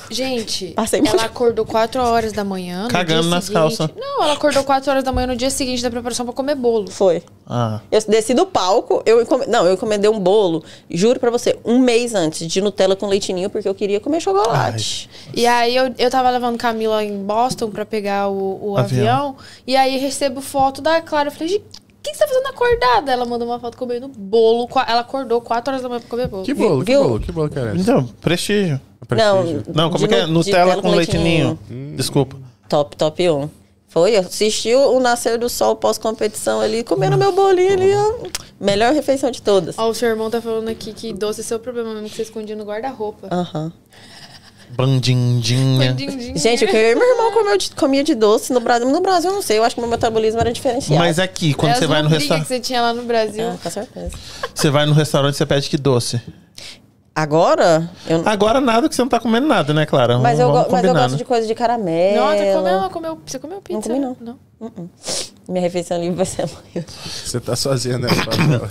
Gente, Passei mal. ela acordou 4 horas da manhã. no Cagando dia nas seguinte- calças. Não, ela acordou 4 horas da manhã no dia seguinte da preparação pra comer bolo. Foi. Ah. Eu desci do palco, eu encom... não, eu encomendei um bolo, juro pra você, um mês antes, de Nutella com leitinho, porque eu queria comer chocolate. E aí eu, eu tava levando Camila em Boston pra pegar o, o Avião. avião. E aí recebo foto da Clara. Eu falei, gente, o que que você tá fazendo acordada? Ela mandou uma foto comendo bolo. qua- Ela acordou 4 horas da manhã pra comer bolo. Que bolo, que Viu? bolo, que bolo que era esse? Então, prestígio. Prestígio. Não, como de é que é? nu- Nutella de com leitinho. Desculpa. um Top, top 1. Foi, eu assisti o o nascer do sol pós-competição ali, comendo meu bolinho ali, ó. Melhor refeição de todas. Ah, Ó, o seu irmão tá falando aqui que doce é seu problema mesmo, que você escondia no guarda-roupa. Aham. Bandindinha. Gente, o que eu e meu irmão comeu de- comia de doce no Brasil. No Brasil, eu não sei. Eu acho que meu metabolismo era diferenciado. Mas é aqui, É quando você vai no que restaurante, você tinha lá no Brasil. Ah, com certeza. você vai no restaurante, você pede que doce. Agora, eu não. Agora nada que você não tá comendo nada, né, Clara? mas, eu Ah, Vamos go- mas eu combinar, gosto né? de coisa de caramelo. Nossa, comeu, ela comeu, você comeu pizza? comi, É. não. Minha refeição livre vai ser amanhã. Você tá sozinha nessa favela.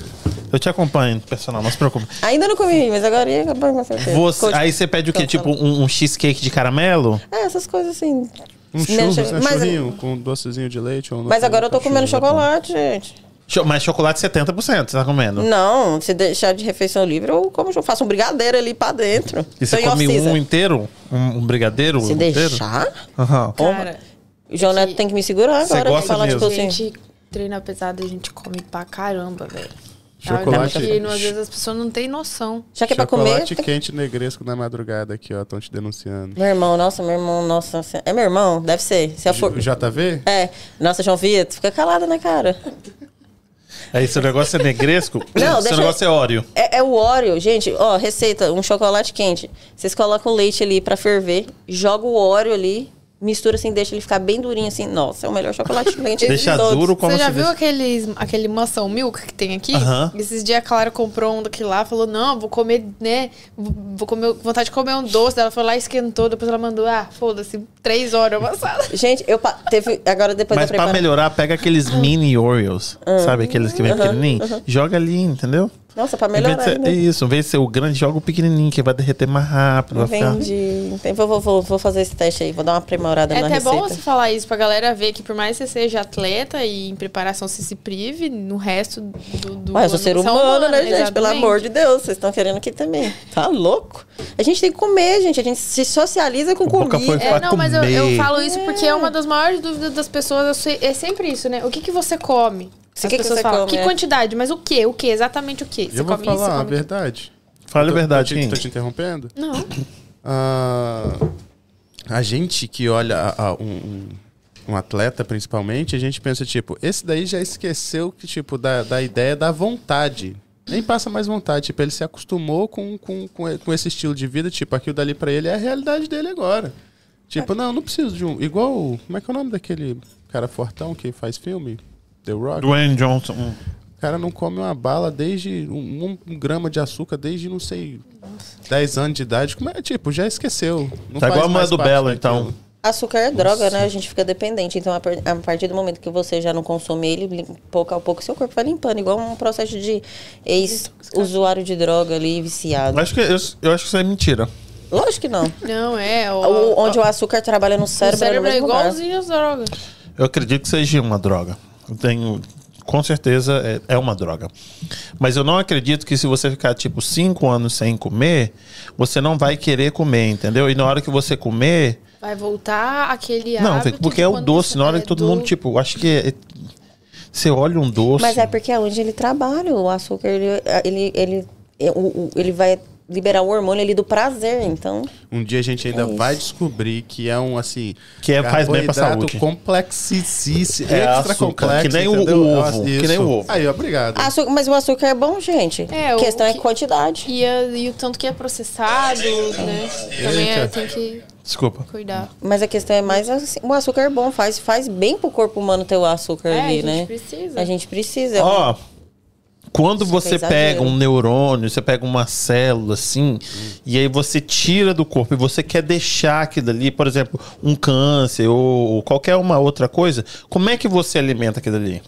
Eu te acompanho, personal, não se preocupe. Ainda não comi, mas agora ia acabar com certeza. Você, Coach- aí você pede o quê? Tipo Cancela. um, um cheesecake de caramelo? É, essas coisas assim. Um Né, churros, né? mas- Churrinho com um docezinho de leite. Ou um Mas agora eu tô comendo né? chocolate, gente. Cho- Mas chocolate 70% você tá comendo. Não, se deixar de refeição livre, eu como, eu faço um brigadeiro ali pra dentro. E você Tô em come off-season. um inteiro? Um, um brigadeiro? Se inteiro? deixar, Aham. Cara, o Joneto tem que me segurar Você agora. gosta de falar, mesmo? tipo a assim. gente treina pesado, a gente come pra caramba, velho. Chocolate- Que, às vezes as pessoas não têm noção. Já que é pra comer. Chocolate tem que- quente negresco na madrugada aqui, ó. Estão te denunciando. Meu irmão, nossa, meu irmão, nossa. se- É meu irmão? Deve ser. Se eu for. O JV? É, nossa, João Vitor, fica calado, né, cara? Aí seu negócio é negresco? Não, seu deixa- negócio é óleo. É, é o Oreo, gente, ó, receita, um chocolate quente. Vocês colocam o leite ali pra ferver, joga o Oreo ali, mistura assim, deixa ele ficar bem durinho assim. Nossa, é o melhor chocolate quente Deixa de todos. duro como você já se viu fosse- aqueles, aquele maçã milk que tem aqui? Aham. Esses dias a Clara comprou um daqui lá, falou, não, vou comer, né, vou comer, vontade de comer um doce. Ela foi lá, esquentou, depois ela mandou, ah, foda-se, três horas amassada. Gente, eu pa- teve agora depois Mas da pra prepara... melhorar, pega aqueles Ah. mini Oreos, sabe? Aqueles que vem pequenininho. Joga ali, entendeu? Nossa, pra Em vez de melhorar. né? ser- é ainda. isso, em vez de ser o grande, joga o pequenininho, que vai derreter mais rápido. Vai ficar... Entendi. Então, Vou, vou, vou, vou fazer esse teste aí, vou dar uma aprimorada É na até bom receita. você falar isso pra galera ver que por mais que você seja atleta e em preparação você se prive, no resto do... do Mas ano eu sou ser você é humano, né, gente? Pelo exatamente. amor de Deus, vocês estão querendo aqui também. Tá louco? A gente tem que comer, gente. A gente se socializa com boca comida. foi- É, Pra não, mas eu, comer. eu falo isso porque é uma das maiores dúvidas das pessoas. eu sei- é sempre isso, né? O que, que você come? As que que pessoas você falam, come, que é? quantidade? Mas o que? O que? Exatamente o que? Você eu vou come isso? falar a come aquilo? verdade. Fala a Tô- verdade, tô te- Kim. Tô te interrompendo? Não. Ah, a gente que olha a- a um, um- um atleta, principalmente, a gente pensa, tipo, esse daí já esqueceu que, tipo, da, da ideia da vontade. Nem passa mais vontade. Tipo, ele se acostumou com, com, com, e- com esse estilo de vida. Tipo, aquilo dali pra ele é a realidade dele agora. Tipo, não, não preciso de um. Igual. o- Como é que é o nome daquele cara fortão que faz filme? The Rock? Dwayne Johnson. O cara não come uma bala desde um, um grama de açúcar desde não sei 10 anos de idade. Como é? Tipo, já esqueceu. Não Tá faz igual a mais Mano parte né? Bela, daquilo. então. Açúcar é droga, né? A gente fica dependente. Então, a par- a partir do momento que você já não consome ele, lim- pouco a pouco, seu corpo vai limpando. Igual um processo de ex-usuário de droga ali, viciado. Acho que, eu, eu acho que isso é mentira. Lógico que não. Não, é. O, O- onde o açúcar trabalha no o cérebro, cérebro é no é mesmo lugar. igualzinho às drogas. Eu acredito que seja uma droga. Eu tenho. Com certeza é, é uma droga. Mas eu não acredito que se você ficar, tipo, cinco anos sem comer, você não vai querer comer, entendeu? E na hora que você comer. Vai voltar aquele não, hábito Vic, porque é de o quando doce. você Na hora é que todo do- mundo, tipo, acho que. é- você olha um doce. Mas é porque é onde ele trabalha. O açúcar, ele, ele, ele, é o- o- ele vai liberar o hormônio ali do prazer. Então, Um dia a gente ainda É isso. vai descobrir que é um, assim... Que é- faz bem pra carboidrato saúde. complexíssimo, É extra açúcar, complexo, que nem o- entendeu? o ovo, que Isso. nem o ovo. Aí, obrigado. açúcar, mas o açúcar é bom, gente. É, a o questão que- é quantidade. E, a- e o tanto que é processado, né? Também é, tem que Desculpa. cuidar. Mas a questão é mais assim, o açúcar é bom, faz, faz bem pro corpo humano ter o açúcar É, a ali, gente né? precisa. A gente precisa. Ó, quando você é exagero. Hum. pega um neurônio, você pega uma célula assim, e aí você tira do corpo e você quer deixar aquilo ali, por exemplo, um câncer ou, ou qualquer uma outra coisa, como é que você alimenta aquilo ali?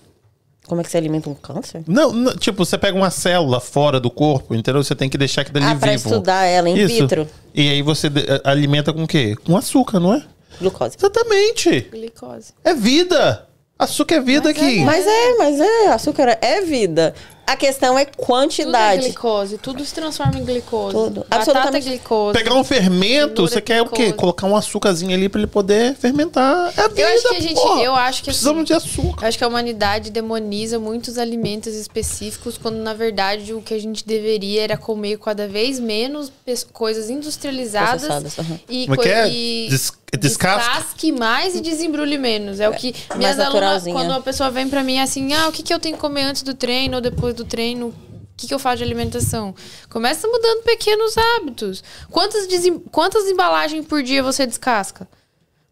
Como é que você alimenta um câncer? Não, não, tipo, você pega uma célula fora do corpo, entendeu? Você tem que deixar aquilo ali Ah, vivo. pra estudar ela in um- Isso. vitro. E aí você de- a- alimenta com o quê? Com açúcar, não é? Glucose. Exatamente. Glicose. É vida. Açúcar é vida aqui. Mas é, mas é, açúcar é vida. A questão é Tudo é quantidade. glicose. Tudo se transforma em glicose. Tudo. Batata é Absolutamente. glicose. Pegar um fermento, Gordura você quer o quê? glicose. Colocar um açúcarzinho ali pra ele poder fermentar. É a vida, Eu acho que a gente- porra. eu acho que Precisamos assim- de açúcar. Eu acho que a humanidade demoniza muitos alimentos específicos, quando na verdade o que a gente deveria era comer cada vez menos pes- coisas industrializadas Processadas, aham. e, Como é coi- que é? e Des- descasque? descasque mais e desembrulhe menos. É o que minhas alunas, naturalzinha. é quando a pessoa vem pra mim assim, ah, o que, que eu tenho que comer antes do treino ou depois do treino? que, que eu falo de alimentação? Começa mudando pequenos hábitos. Quantas, desem- quantas embalagens por dia você descasca?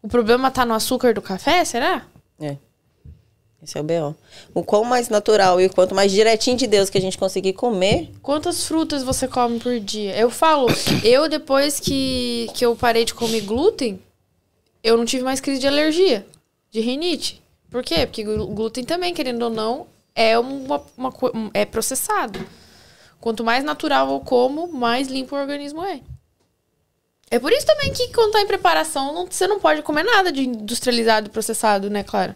O problema tá no açúcar do café, será? É. Esse é o B.O. O quão mais natural e o quanto mais direitinho de Deus que a gente conseguir comer, Quantas frutas você come por dia? Eu falo, eu depois que, que eu parei de comer glúten, eu não tive mais crise de alergia, de rinite. Por quê? Porque o glúten também, querendo ou não, é, uma, uma co- um- é processado. Quanto mais natural eu como, mais limpo o organismo é. É por isso também que quando tá em preparação, não- você não pode comer nada de industrializado e processado, né, Clara?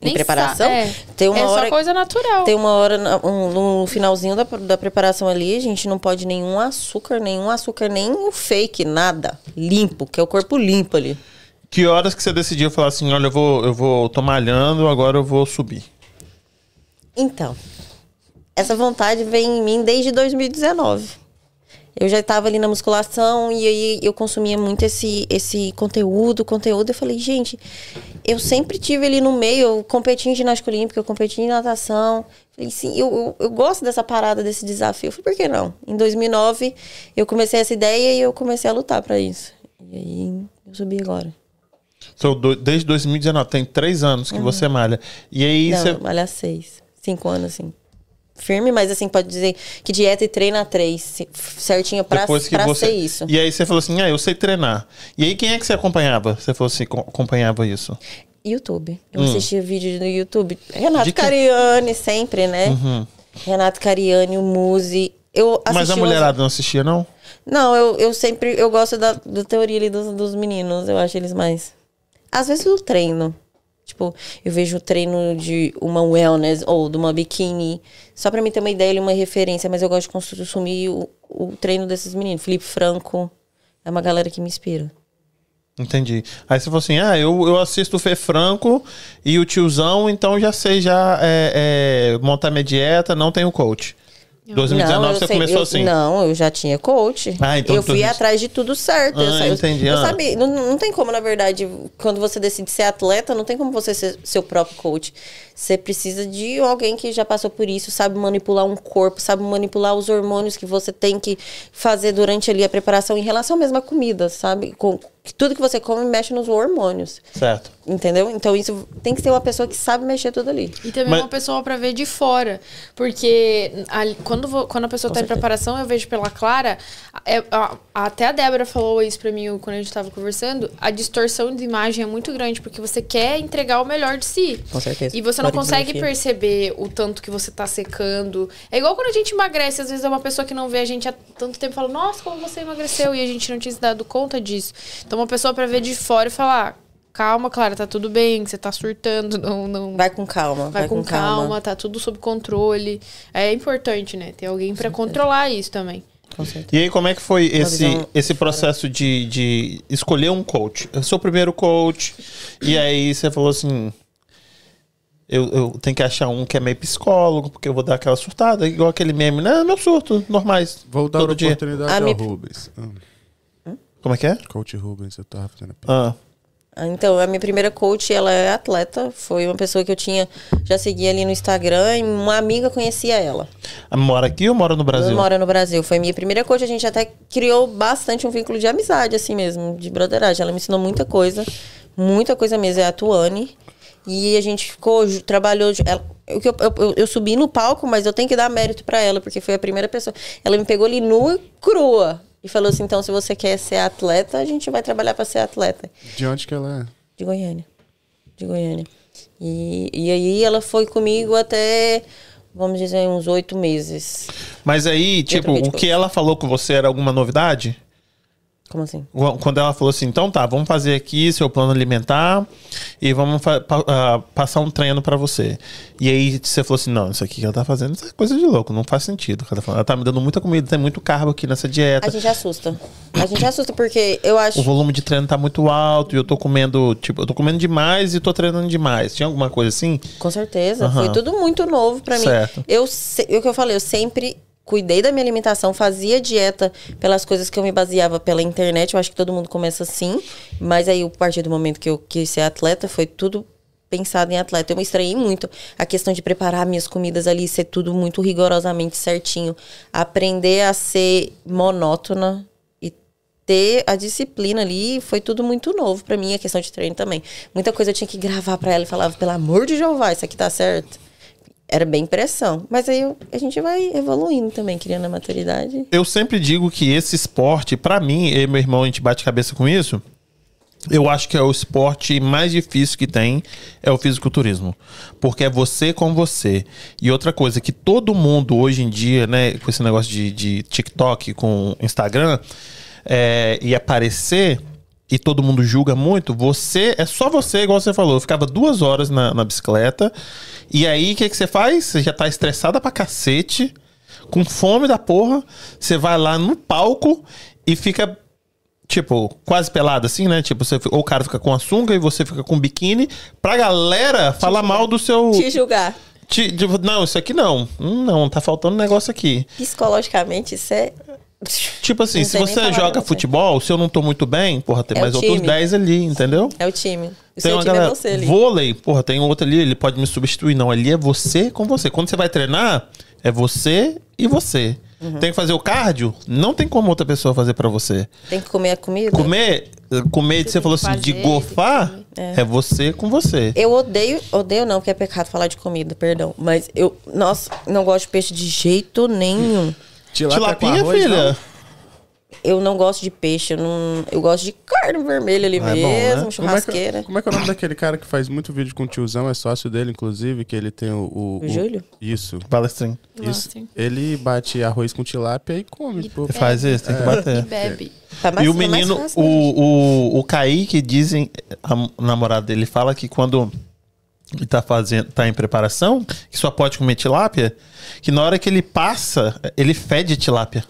Em Nem sa- preparação? É, Tem uma é hora- só coisa natural. tem uma hora na- um- no finalzinho da, da preparação ali, a gente não pode nenhum açúcar, nenhum açúcar, nem o fake, nada. Limpo, que é o corpo limpo ali. Que horas que você decidiu falar assim, olha, eu vou, eu vou, tô malhando, agora eu vou subir. Então, essa vontade vem em mim desde 2019. Eu já estava ali na musculação e aí eu consumia muito esse, esse conteúdo, conteúdo. Eu falei, gente, eu sempre tive ali no meio, eu competi em ginástica olímpica, eu competi em natação. Falei, sim, eu, eu, eu gosto dessa parada, desse desafio. Eu falei, por que não? Em 2009, eu comecei essa ideia e eu comecei a lutar para isso. E aí, eu subi agora. Então, do- desde 2019, tem três anos Uhum. que você malha. E aí Não, você. malhar seis. Cinco anos, assim. Firme, mas assim, pode dizer que dieta e treina a três. se- Certinho pra, Depois que pra você. ser isso. E aí você falou assim, ah, eu sei treinar. E aí quem é que você acompanhava? Você falou assim, co- acompanhava isso. YouTube. Eu assistia vídeo no YouTube. Renato Hum. De quem? Cariani, sempre, né? Renato Cariani, o Muzi. Eu Mas a assisti umas- mulherada não assistia, não? Não, eu, eu sempre. Eu gosto da, da teoria ali dos, dos meninos. Eu acho eles mais. Às vezes eu treino. Tipo, eu vejo o treino de uma wellness ou de uma biquíni. Só pra mim ter uma ideia ali, uma referência. Mas eu gosto de consumir o, o treino desses meninos. Felipe Franco. É uma galera que me inspira. Entendi. Aí você falou assim, ah, eu, eu assisto o Fê Franco e o tiozão, então já sei já é, é, montar minha dieta, não tenho coach. 2019 Não, eu você sei- começou eu- assim. Não, eu já tinha coach. Ah, então eu fui tudo isso. atrás de tudo certo. eu Ah, sa- eu- entendi, eu ah. sabe- não, não tem como, na verdade, quando você decide ser atleta, não tem como você ser seu próprio coach. Você precisa de alguém que já passou por isso, sabe manipular um corpo, sabe manipular os hormônios que você tem que fazer durante ali a preparação em relação mesmo à comida, sabe? Com, que tudo que você come mexe nos hormônios. Certo. Entendeu? Então isso tem que ser uma pessoa que sabe mexer tudo ali. E também Mas- uma pessoa pra ver de fora. Porque ali- quando, vo- quando a pessoa Com tá certeza. em preparação, eu vejo pela Clara. é- a- até a Débora falou isso pra mim quando a gente tava conversando. A distorção de imagem é muito grande, porque você quer entregar o melhor de si. Com certeza. E você não Fora de consegue desafio. perceber o tanto que você tá secando. É igual quando a gente emagrece, às vezes é uma pessoa que não vê a gente há tanto tempo e fala, nossa, como você emagreceu, e a gente não tinha se dado conta disso. Então uma pessoa pra ver de fora e falar, "Ah, calma, Clara, tá tudo bem, você tá surtando, não, não, Vai com calma. Vai, com, calma, tá tudo sob controle. É importante, né? Ter alguém pra controlar isso também. Com certeza. E aí, como é que foi esse, visão esse processo de, de escolher um coach? Eu sou o primeiro coach, e aí você falou assim: eu, eu tenho que achar um que é meio psicólogo, porque eu vou dar aquela surtada, igual aquele meme, né? Meu surto, normais. Vou dar todo dia. oportunidade Ah, ao me- Rubens. Hum, Como é que é? coach Rubens, eu tava fazendo a piada. Ah, Ah, Então, a minha primeira coach, ela é atleta. Foi uma pessoa que eu tinha, já seguia ali no Instagram e uma amiga conhecia ela. mora aqui ou mora no Ela Brasil? mora no Brasil. Foi minha primeira coach. A gente até criou bastante um vínculo de amizade, assim mesmo, de brotheragem. Ela me ensinou muita coisa, muita coisa mesmo. É a Tuane. E a gente ficou, ju- trabalhou. ju- ela- eu, eu, eu, eu subi no palco, mas eu tenho que dar mérito pra ela, porque foi a primeira pessoa. Ela me pegou ali nua e crua. E falou assim: então, se você quer ser atleta, a gente vai trabalhar pra ser atleta. De onde que ela é? De Goiânia. De Goiânia. E, e aí ela foi comigo até, vamos dizer, uns oito meses. Mas aí, tipo, troquei de o coach. que ela falou com você era alguma novidade? Como assim? Qu- Quando ela falou assim, então tá, vamos fazer aqui seu plano alimentar e vamos fa- pa- ah, passar um treino pra você. E aí você falou assim, não, isso aqui que ela tá fazendo isso é coisa de louco, não faz sentido. o que Ela, tá falando. Ela tá me dando muita comida, tem muito carbo aqui nessa A dieta. gente assusta. A gente assusta porque eu O acho. volume de treino tá muito alto e eu tô comendo, tipo, eu tô comendo demais e tô treinando demais. Tinha alguma coisa assim? Com certeza. Aham. Foi tudo muito novo pra mim. Certo. Eu, se- é o que eu falei, eu sempre cuidei da minha alimentação, fazia dieta pelas coisas que eu me baseava pela internet. Eu acho que todo mundo começa assim. Mas aí, a partir do momento que eu quis ser atleta, foi tudo pensado em atleta. Eu me estranhei muito a questão de preparar minhas comidas ali, ser tudo muito rigorosamente certinho. Aprender a ser monótona e ter a disciplina ali foi tudo muito novo pra mim, a questão de treino também. Muita coisa eu tinha que gravar pra ela e falava, pelo amor de Jeová, isso aqui tá certo. Era bem pressão. Mas aí eu- a gente vai evoluindo também, criando a maturidade. Eu sempre digo que esse esporte, pra mim, eu e meu irmão, a gente bate cabeça com isso. Eu acho que é o esporte mais difícil que tem é o fisiculturismo. Porque é você com você. E outra coisa que todo mundo hoje em dia, né, com esse negócio de, de TikTok, com Instagram, é, e aparecer, e todo mundo julga muito, você é só você, igual você falou. Eu ficava duas horas na, na bicicleta. E aí, o que, que você faz? Você já tá estressada pra cacete, com fome da porra. Você vai lá no palco e fica Tipo, quase pelado assim, né? Tipo, você, ou o cara fica com a sunga e você fica com um biquíni. Pra galera falar mal do seu. Te julgar. Ti- tipo, não, isso aqui não. Hum, não, tá faltando um negócio aqui. Psicologicamente, isso é. Tipo assim, Não se sei nem você falar joga pra você. futebol, se eu não tô muito bem, porra, tem É mais o outros time. 10 ali, entendeu? É o time. O Tem seu uma time galera. é você ali. Vôlei, porra, tem um outro ali, ele pode me substituir. Não, ali é você com você. Quando você vai treinar, é você e você. Uhum. Tem que fazer o cardio? Não tem como outra pessoa fazer pra você. Tem que comer a comida. Comer, comer, você, tem falou que assim, de fazer, gofar, tem é. você com você. Eu odeio, odeio não, porque é pecado falar de comida, perdão. Mas eu, nossa, não gosto de peixe de jeito nenhum. Tilapinha, filha. Eu não gosto de peixe, eu, não, eu gosto de carne vermelha ali Ah, é bom, mesmo, né? Como é, churrasqueira. que, como é que é o nome daquele cara que faz muito vídeo com o tiozão? É sócio dele, inclusive, que ele tem o. O, O Júlio? Ah, Isso. Palestrinho. isso. Nossa. Ele bate arroz com tilápia e come. pô. Faz isso, tem que E bater. bebe. Tá mais- É. E o tá mais menino, fácil, né, gente? o, o, o Kaique dizem, a m- namorada dele fala que quando ele tá fazendo, tá em preparação, que só pode comer tilápia, que na hora que ele passa, ele fede tilápia.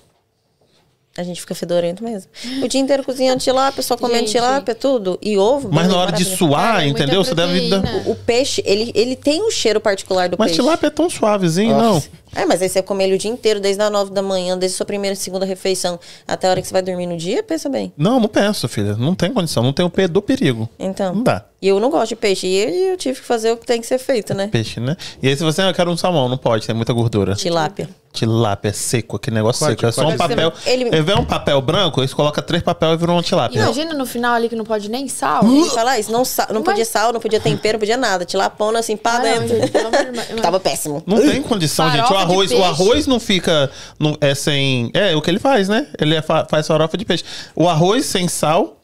A gente fica fedorento mesmo. O dia inteiro cozinhando tilápia, só comendo Gente. tilápia, tudo. E ovo. Mas na bem hora de maravilha. suar, Cara, é muita entendeu? Você deve dar... proteína. O peixe, ele, ele tem um cheiro particular do Mas peixe. tilápia é tão suavezinho, não. É, mas aí você come ele o dia inteiro, desde as nove da manhã, desde a sua primeira e segunda refeição, até a hora que você vai dormir no dia, pensa bem. Não, não penso, filha. Não tem condição. Não tem o pé do perigo. Então. Não dá. E eu não gosto de peixe. E eu, eu tive que fazer o que tem que ser feito, né? Peixe, né? E aí, se você ah, eu quero um salmão, não pode, tem muita gordura. Tilápia. Tilápia seco, aquele negócio Corte, seco. É só um corte. papel. Ele- Ele... vê um papel branco, eles colocam três papéis e um viram uma tilápia. Imagina no final ali que não pode nem sal. Uh! Ele fala "Ah, isso, não, sa- não podia sal, não podia tempero, não podia nada. Tilapona assim, pá Ah, não, dentro. gente, pelo amor de Deus. Tava péssimo. Não tem condição, gente. O Farofa de arroz, o peixe. arroz não fica. Não, é sem. É o que ele faz, né? Ele é fa- faz farofa de peixe. O arroz sem sal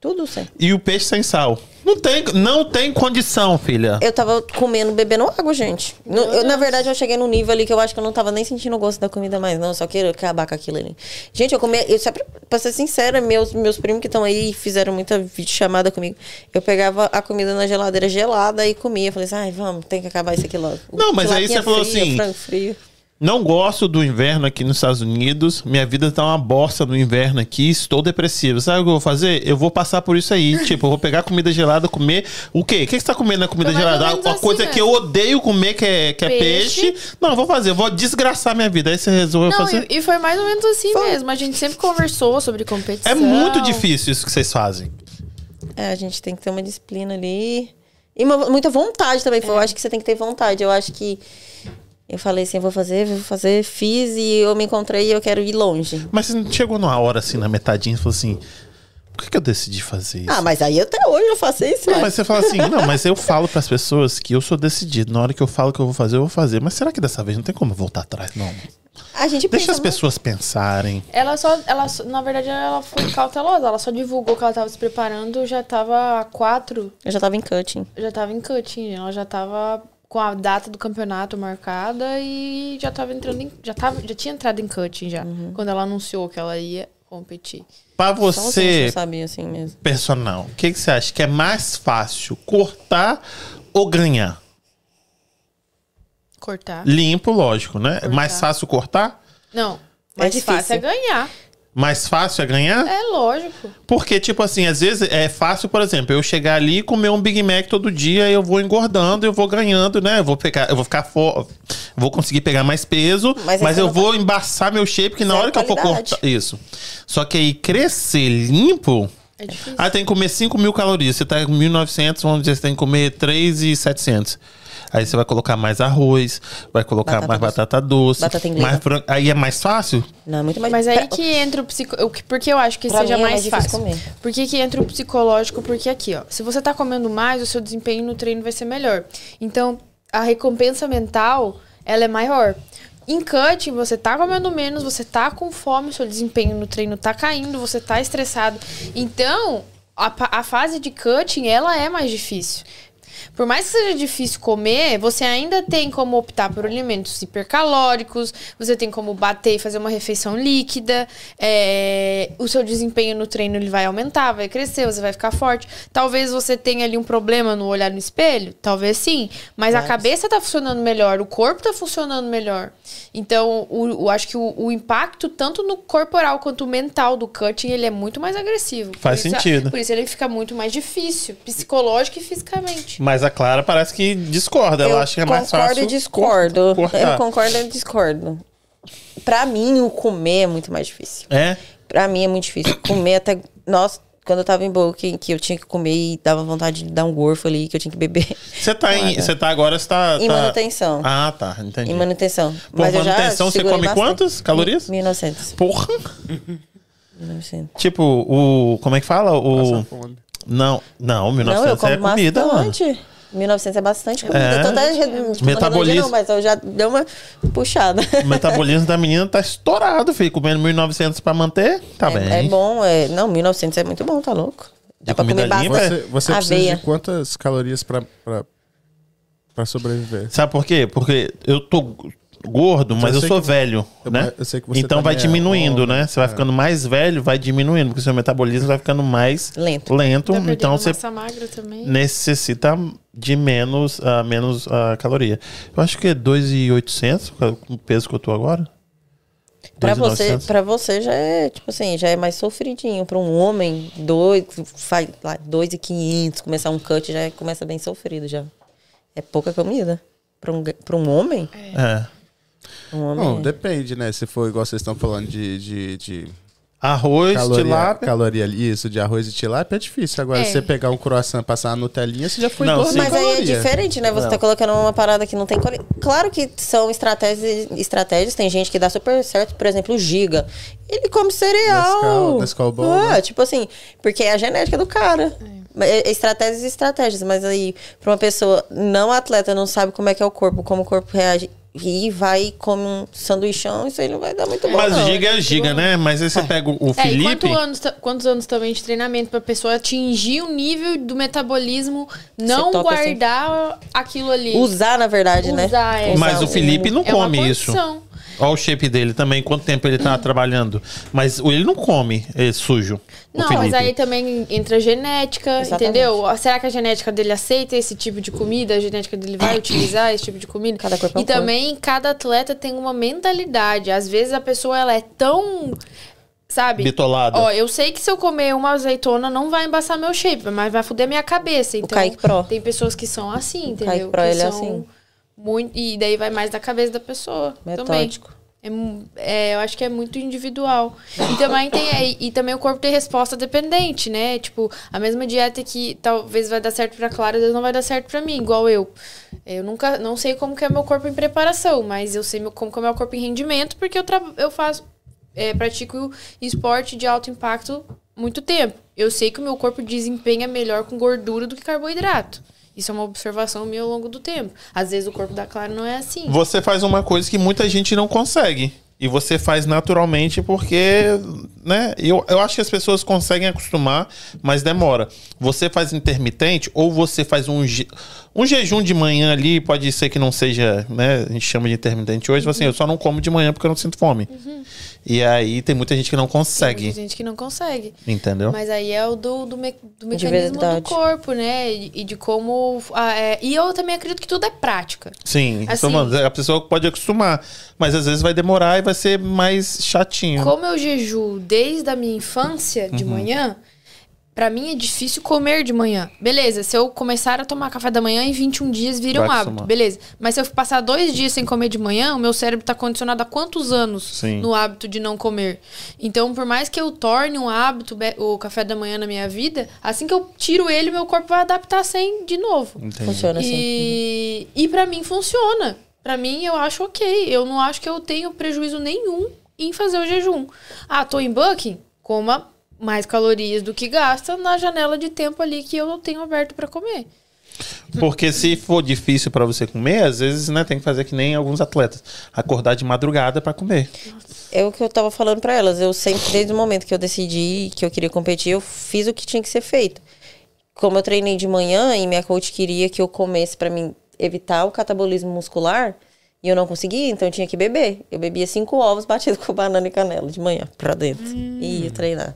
Tudo sem. e o peixe sem sal. Não tem, não tem condição, filha. Eu tava comendo, bebendo água, gente. No- eu, na verdade, eu cheguei num nível ali que eu acho que eu não tava nem sentindo o gosto da comida mais, não. Eu só queria acabar com aquilo ali. Gente, eu comia. Eu, só pra, pra ser sincera, meus, meus primos que estão aí fizeram muita videochamada comigo. Eu pegava a comida na geladeira gelada e comia. Eu Falei assim, ai, vamos, tem que acabar isso aqui logo. Não, mas aí Tilapinha você falou fria, assim, frango frio. Não gosto do inverno aqui nos Estados Unidos. Minha vida tá uma bosta no inverno aqui. Estou depressivo. Sabe o que eu vou fazer? Eu vou passar por isso aí. tipo, eu vou pegar comida gelada, comer. O quê? O que que você tá comendo na comida Foi mais gelada? ou Uma menos assim coisa que eu odeio comer, que é, que é peixe. Peixe. Não, eu vou fazer. Eu vou desgraçar minha vida. Aí você resolveu Não, fazer. e, e foi mais ou menos assim mesmo. A gente sempre conversou sobre competição. É muito difícil isso que vocês fazem. É, a gente tem que ter uma disciplina ali. E uma- muita vontade também. Eu acho que você tem que ter vontade. Eu acho que. Eu falei assim, eu vou fazer, vou fazer, fiz e eu me encontrei e eu quero ir longe. Mas você não chegou numa hora assim, na metadinha, e falou assim: por que, que eu decidi fazer isso? Ah, mas aí até hoje eu faço isso. Não, né? ué. mas você fala assim, não, mas eu falo pras pessoas que eu sou decidido. Na hora que eu falo que eu vou fazer, eu vou fazer. Mas será que dessa vez não tem como voltar atrás, não? a gente Deixa pensa, as pessoas pensarem. Ela só, ela, só- na verdade, ela foi cautelosa. Ela só divulgou que ela tava se preparando, já tava a quatro, "Não, Eu já tava em cutting. já tava em cutting. Ela já tava com a data do campeonato marcada e já tava entrando em, já tava, já tinha entrado em cutting já, Uhum. quando ela anunciou que ela ia competir. Pra Só os outros você, não sabia assim mesmo. personal, o que, que você acha que é mais fácil? Cortar ou ganhar? Cortar. Limpo, lógico, né? Mais fácil cortar? Não, mais difícil. fácil é ganhar. Mais fácil é ganhar? É lógico. Porque, tipo assim, às vezes é fácil, por exemplo, eu chegar ali e comer um Big Mac todo dia, eu vou engordando, eu vou ganhando, né? Eu vou pegar, eu vou ficar fo... vou conseguir pegar mais peso, Mas mas, aí você eu não tá- vou embaçar meu shape, que na Zero hora que eu for qualidade. cortar. Isso. Só que aí crescer limpo É difícil. Ah, tem que comer 5 mil calorias. Você tá com 1.900, vamos dizer, você tem que comer 3.700. Aí você vai colocar mais arroz, vai colocar Batata mais doce. batata doce. Batata inglesa. mais fran- Aí é mais fácil? Não, é muito mais. Mas aí pra- que entra o psicológico. Porque eu acho que Pra seja mim é mais mais, difícil fácil. comer. Por que, que entra o psicológico? Porque aqui, ó. Se você tá comendo mais, o seu desempenho no treino vai ser melhor. Então, a recompensa mental, ela é maior. Em cutting, você tá comendo menos, você tá com fome, seu desempenho no treino tá caindo, você tá estressado. Então, a, pa- a fase de cutting, ela é mais difícil. Por mais que seja difícil comer, você ainda tem como optar por alimentos hipercalóricos, você tem como bater e fazer uma refeição líquida, é, o seu desempenho no treino ele vai aumentar, vai crescer, você vai ficar forte. Talvez você tenha ali um problema no olhar no espelho, talvez sim, mas a Vários. cabeça tá funcionando melhor, o corpo tá funcionando melhor. Então, o, o- acho que o, o impacto, tanto no corporal quanto mental do cutting, ele é muito mais agressivo. Por Faz isso- sentido. Por isso ele fica muito mais difícil, psicológico e fisicamente. Mas a Clara parece que discorda. eu Ela acha que é mais concordo fácil. e discordo. cortar. Eu concordo e discordo. Pra mim, o comer é muito mais difícil. É? Pra mim é muito difícil. Comer até. Nossa, quando eu tava em Booking, que eu tinha que comer e dava vontade de dar um gorfo ali, que eu tinha que beber. Você tá em. Olha. Você tá agora, você tá. Em tá- manutenção. Ah, tá. Entendi. Em manutenção. Por Mas eu já manutenção, você segurei come bastante. quantas calorias? 1900. Porra! 1900. Tipo, o. Como é que fala? O. Passa fome. Não, não, Não, eu 1900 é como comida, mano. bastante. 1900 é bastante comida. É. Tanto é, tipo, Metabolismo. Não, mas eu já dei uma puxada. O metabolismo da menina tá estourado, filho. Comendo 1.900 pra manter, tá é, bem. é bom. É... Não, 1900 é muito bom, tá louco? Dá E pra comer comida limpa? bastante. Você, você precisa Aveia. de quantas calorias pra, pra, pra sobreviver? Sabe por quê? Porque eu tô gordo, mas eu eu, sei sou que- velho, eu- né? eu sei que você então tá vai meio- diminuindo, oh, né? Você vai ficando mais velho, vai diminuindo, porque seu metabolismo vai ficando mais Lento. é lento então você massa magra também. necessita de menos, ah, menos ah, caloria. Eu acho que é 2,800 com o peso que eu tô agora. Pra você, 2.900. pra você já é, tipo assim, já é mais sofridinho. Pra um homem, dois, faz lá, dois e quinhentos, começar um cut já é- começa bem sofrido já. É pouca comida. Pra um, ga- pra um homem, É. um homem Bom, é- depende, né? Se for igual vocês estão falando de, de, de Arroz, caloria, tilápia. caloria, isso, de arroz e tilápia é difícil. Agora, É. se você pegar um croissant e passar uma Nutelinha, você já foi Não, duas sim. mil Mas aí é calorias. diferente, né? Você tá colocando uma parada que não tem quali- Claro que são estratégias, estratégias, tem gente que dá super certo, por exemplo, o Giga. Ele come cereal. Nescau- Nescau Ball, Ah, né? tipo assim, porque é a genética do cara. Mas é- é Estratégias e estratégias, mas aí pra uma pessoa não atleta não sabe como é que é o corpo, como o corpo reage e vai e come um sanduichão, isso aí não vai dar muito bom. Mas não. giga é giga, né? Mas aí você pega o- o É, e Felipe. quanto anos ta- quantos anos também de treinamento pra pessoa atingir o nível do metabolismo, não toca assim. guardar aquilo ali? Usar, na verdade, né? Usar, é. é Mas o Felipe não é come uma isso. condição. Hum. Olha o shape dele também, quanto tempo ele tá trabalhando. Mas o- ele não come é, sujo. o Não, Felipe. mas aí tá também entra a genética, Exatamente. entendeu? Ah, Será que a genética dele aceita esse tipo de comida? A genética dele vai utilizar esse tipo de comida? Cada corpo é um e também cada atleta tem uma mentalidade. Às vezes a pessoa ela é tão, sabe? Bitolada. Ó, eu sei que se eu comer uma azeitona não vai embaçar meu shape, mas vai foder minha cabeça. Então, Kaique Pro. tem pessoas que são assim, entendeu? Kaique Pro, que ele é são assim. Muito, e daí vai mais da cabeça da pessoa. Também. Metódico. É mu- é, eu acho que é muito individual. E também, tem, é, e também o corpo tem resposta dependente, né? Tipo, a mesma dieta que talvez vai dar certo pra Clara, às vezes não vai dar certo pra mim, igual eu. É, Eu nunca, não sei como que é meu corpo em preparação, mas eu sei meu- como que é meu corpo em rendimento, porque eu, tra- eu faço, é, pratico esporte de alto impacto muito tempo. Eu sei que o meu corpo desempenha melhor com gordura do que carboidrato. Isso é uma observação minha ao longo do tempo. Às vezes o corpo da Clara não é assim. Você faz uma coisa que muita gente não consegue. E você faz naturalmente porque, né? Eu, eu acho que as pessoas conseguem acostumar, mas demora. Você faz intermitente ou você faz um, je- um jejum de manhã ali, pode ser que não seja, né? A gente chama de intermitente hoje, assim, eu Uhum. só não como de manhã porque eu não sinto fome. E aí tem muita gente que não Tem consegue, muita gente que não consegue. entendeu? Mas aí é o do, do, me- do mecanismo do verdade. corpo, né? E, e de como. ah, é, e eu também acredito que tudo é prática. Sim, Assim- então, mano, a pessoa pode acostumar, mas às vezes vai demorar e vai ser mais chatinho. Uhum. Como eu jejuo desde a minha infância, de manhã, Pra mim é difícil comer de manhã. Beleza, se eu começar a tomar café da manhã, em 21 dias vira Vai um hábito. acostumar. Beleza. Mas se eu passar dois dias sem comer de manhã, o meu cérebro tá condicionado há quantos anos Sim. no hábito de não comer? Então, por mais que eu torne um hábito be- o café da manhã na minha vida, assim que eu tiro ele, meu corpo vai adaptar sem de novo. Entendi. Funciona assim. E, e para mim funciona. Pra mim eu acho ok. Eu não acho que eu tenho prejuízo nenhum em fazer o jejum. Ah, tô em bucking? Coma mais calorias do que gasta na janela de tempo ali que eu tenho aberto pra comer. Porque se for difícil pra você comer, às vezes, né, tem que fazer que nem alguns atletas. Acordar de madrugada pra comer. É o que eu tava falando pra elas. Eu sempre, desde o momento que eu decidi que eu queria competir, eu fiz o que tinha que ser feito. Como eu treinei de manhã e minha coach queria que eu comesse pra mim evitar o catabolismo muscular, e eu não conseguia, então eu tinha que beber. Eu bebia cinco ovos batidos com banana e canela de manhã, pra dentro. Hum. E ia treinar.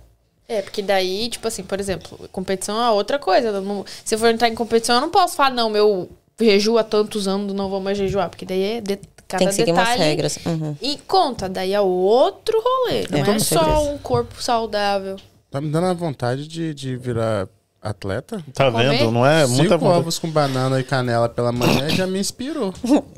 É, porque daí, tipo assim, por exemplo, competição é outra coisa. Eu não- se eu for entrar em competição, eu não posso falar, não, meu jejum há tantos anos, não vou mais jejuar. Porque daí é de, cada Tem que seguir detalhe umas regras. Uhum. E conta, daí é outro rolê. Não É, é, com só certeza. um corpo saudável. Tá me dando a vontade de, de virar atleta? Tá Comer? vendo? Não é muita Cinco vontade. ovos com banana e canela pela manhã já me inspirou.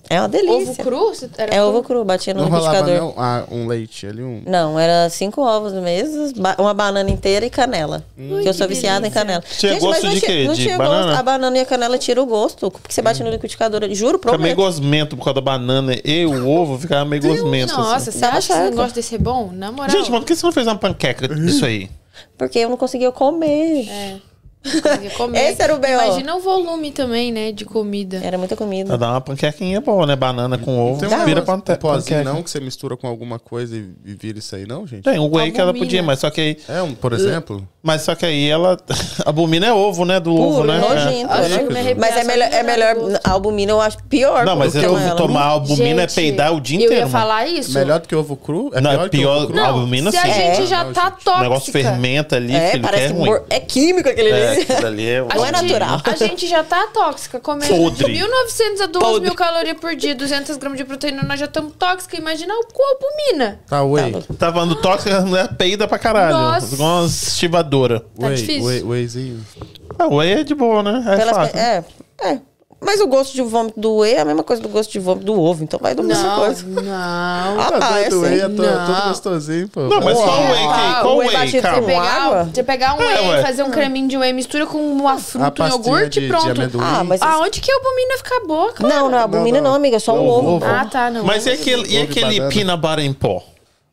É Ovo uma delícia. cru? Você- Era É ovo cru, Um batia no Não rolava liquidificador. não ah, um leite ali, um... Não, era cinco ovos mesmo, ba- uma banana inteira e canela. que eu Hum. que sou viciada em delícia. canela. Tinha Gente, gosto mas não de tinha- quê? Não De tinha banana? Hum. gosto. A banana e a canela tira o gosto, porque você bate no liquidificador. eu Juro, Fica meio prometo. gosmento por causa da banana e o ovo, ficava meio gosmento. assim. Nossa, você Dava acha que esse certo. negócio desse é bom? Na moral. Gente, mas por que você não fez uma panqueca disso aí? Porque eu não conseguia comer. É. Consegui comer. Esse era o É. B.O. Imagina o volume também, né? De comida. Era muita Pra comida. dar uma panquequinha boa, né? Banana com ovo, Tem um vira negócio, pante- um pozinho panqueca. não que você mistura com alguma coisa e, e vira isso aí não, gente? Tem, o whey que ela podia, Albumina. mas só que aí... É, um, por exemplo? Mas só que aí ela... Albumina é ovo, né? Do ovo, Puro, né? É. nojento. Acho que né? eu me arrepiar Mas só é de melhor, é lembrar melhor do gosto. a albumina eu acho pior Não, mas do que eu com ela. tomar albumina Gente, é peidar o dia Eu inteiro, ia falar isso. Melhor do que ovo cru? É Não, pior- pior, que ovo cru? Não, albumina, se a sim. gente É. já Não, tá gente. O tóxica. negócio fermenta ali, É, filho, parece que é que ruim. mor- é químico aquele É, ali. aquilo ali é A Não é horrível. gente- natural. A gente já tá tóxica, comendo Podre. de 1.900 a 2.000 Podre. calorias por dia, 200 gramas de proteína, nós já estamos tóxica. Imagina o com albumina. Tá, whey. Tá Tá falando tóxica, a mulher peida pra caralho. Nossa. Igual uma estivadora. Tá whey, difícil. whey, wheyzinho. Ah, whey é de boa, né? É Pelas fácil. pe- é, é. Mas o gosto de vômito do whey é a mesma coisa do gosto de vômito do ovo, então vai do mesmo coisa. não. Ah, Tá ah, é doido, whey é assim. to- Não. todo gostosinho, pô. Não, mas qual whey? Uau. Que, qual O Ah, whey whey? batido Calma. com água? Pegar, você pegar um É, whey, ué. fazer um creminho de whey, mistura com uma A fruta, um pastinha iogurte de, pronto. de amendoim. Ah, mas Aonde que a albumina fica a boca? Não, não, a albumina Não, não, não. amiga, é só Não, o ovo. ovo. Ah, tá, não. Mas e aquele, e Ovo e aquele banana. peanut butter em pó?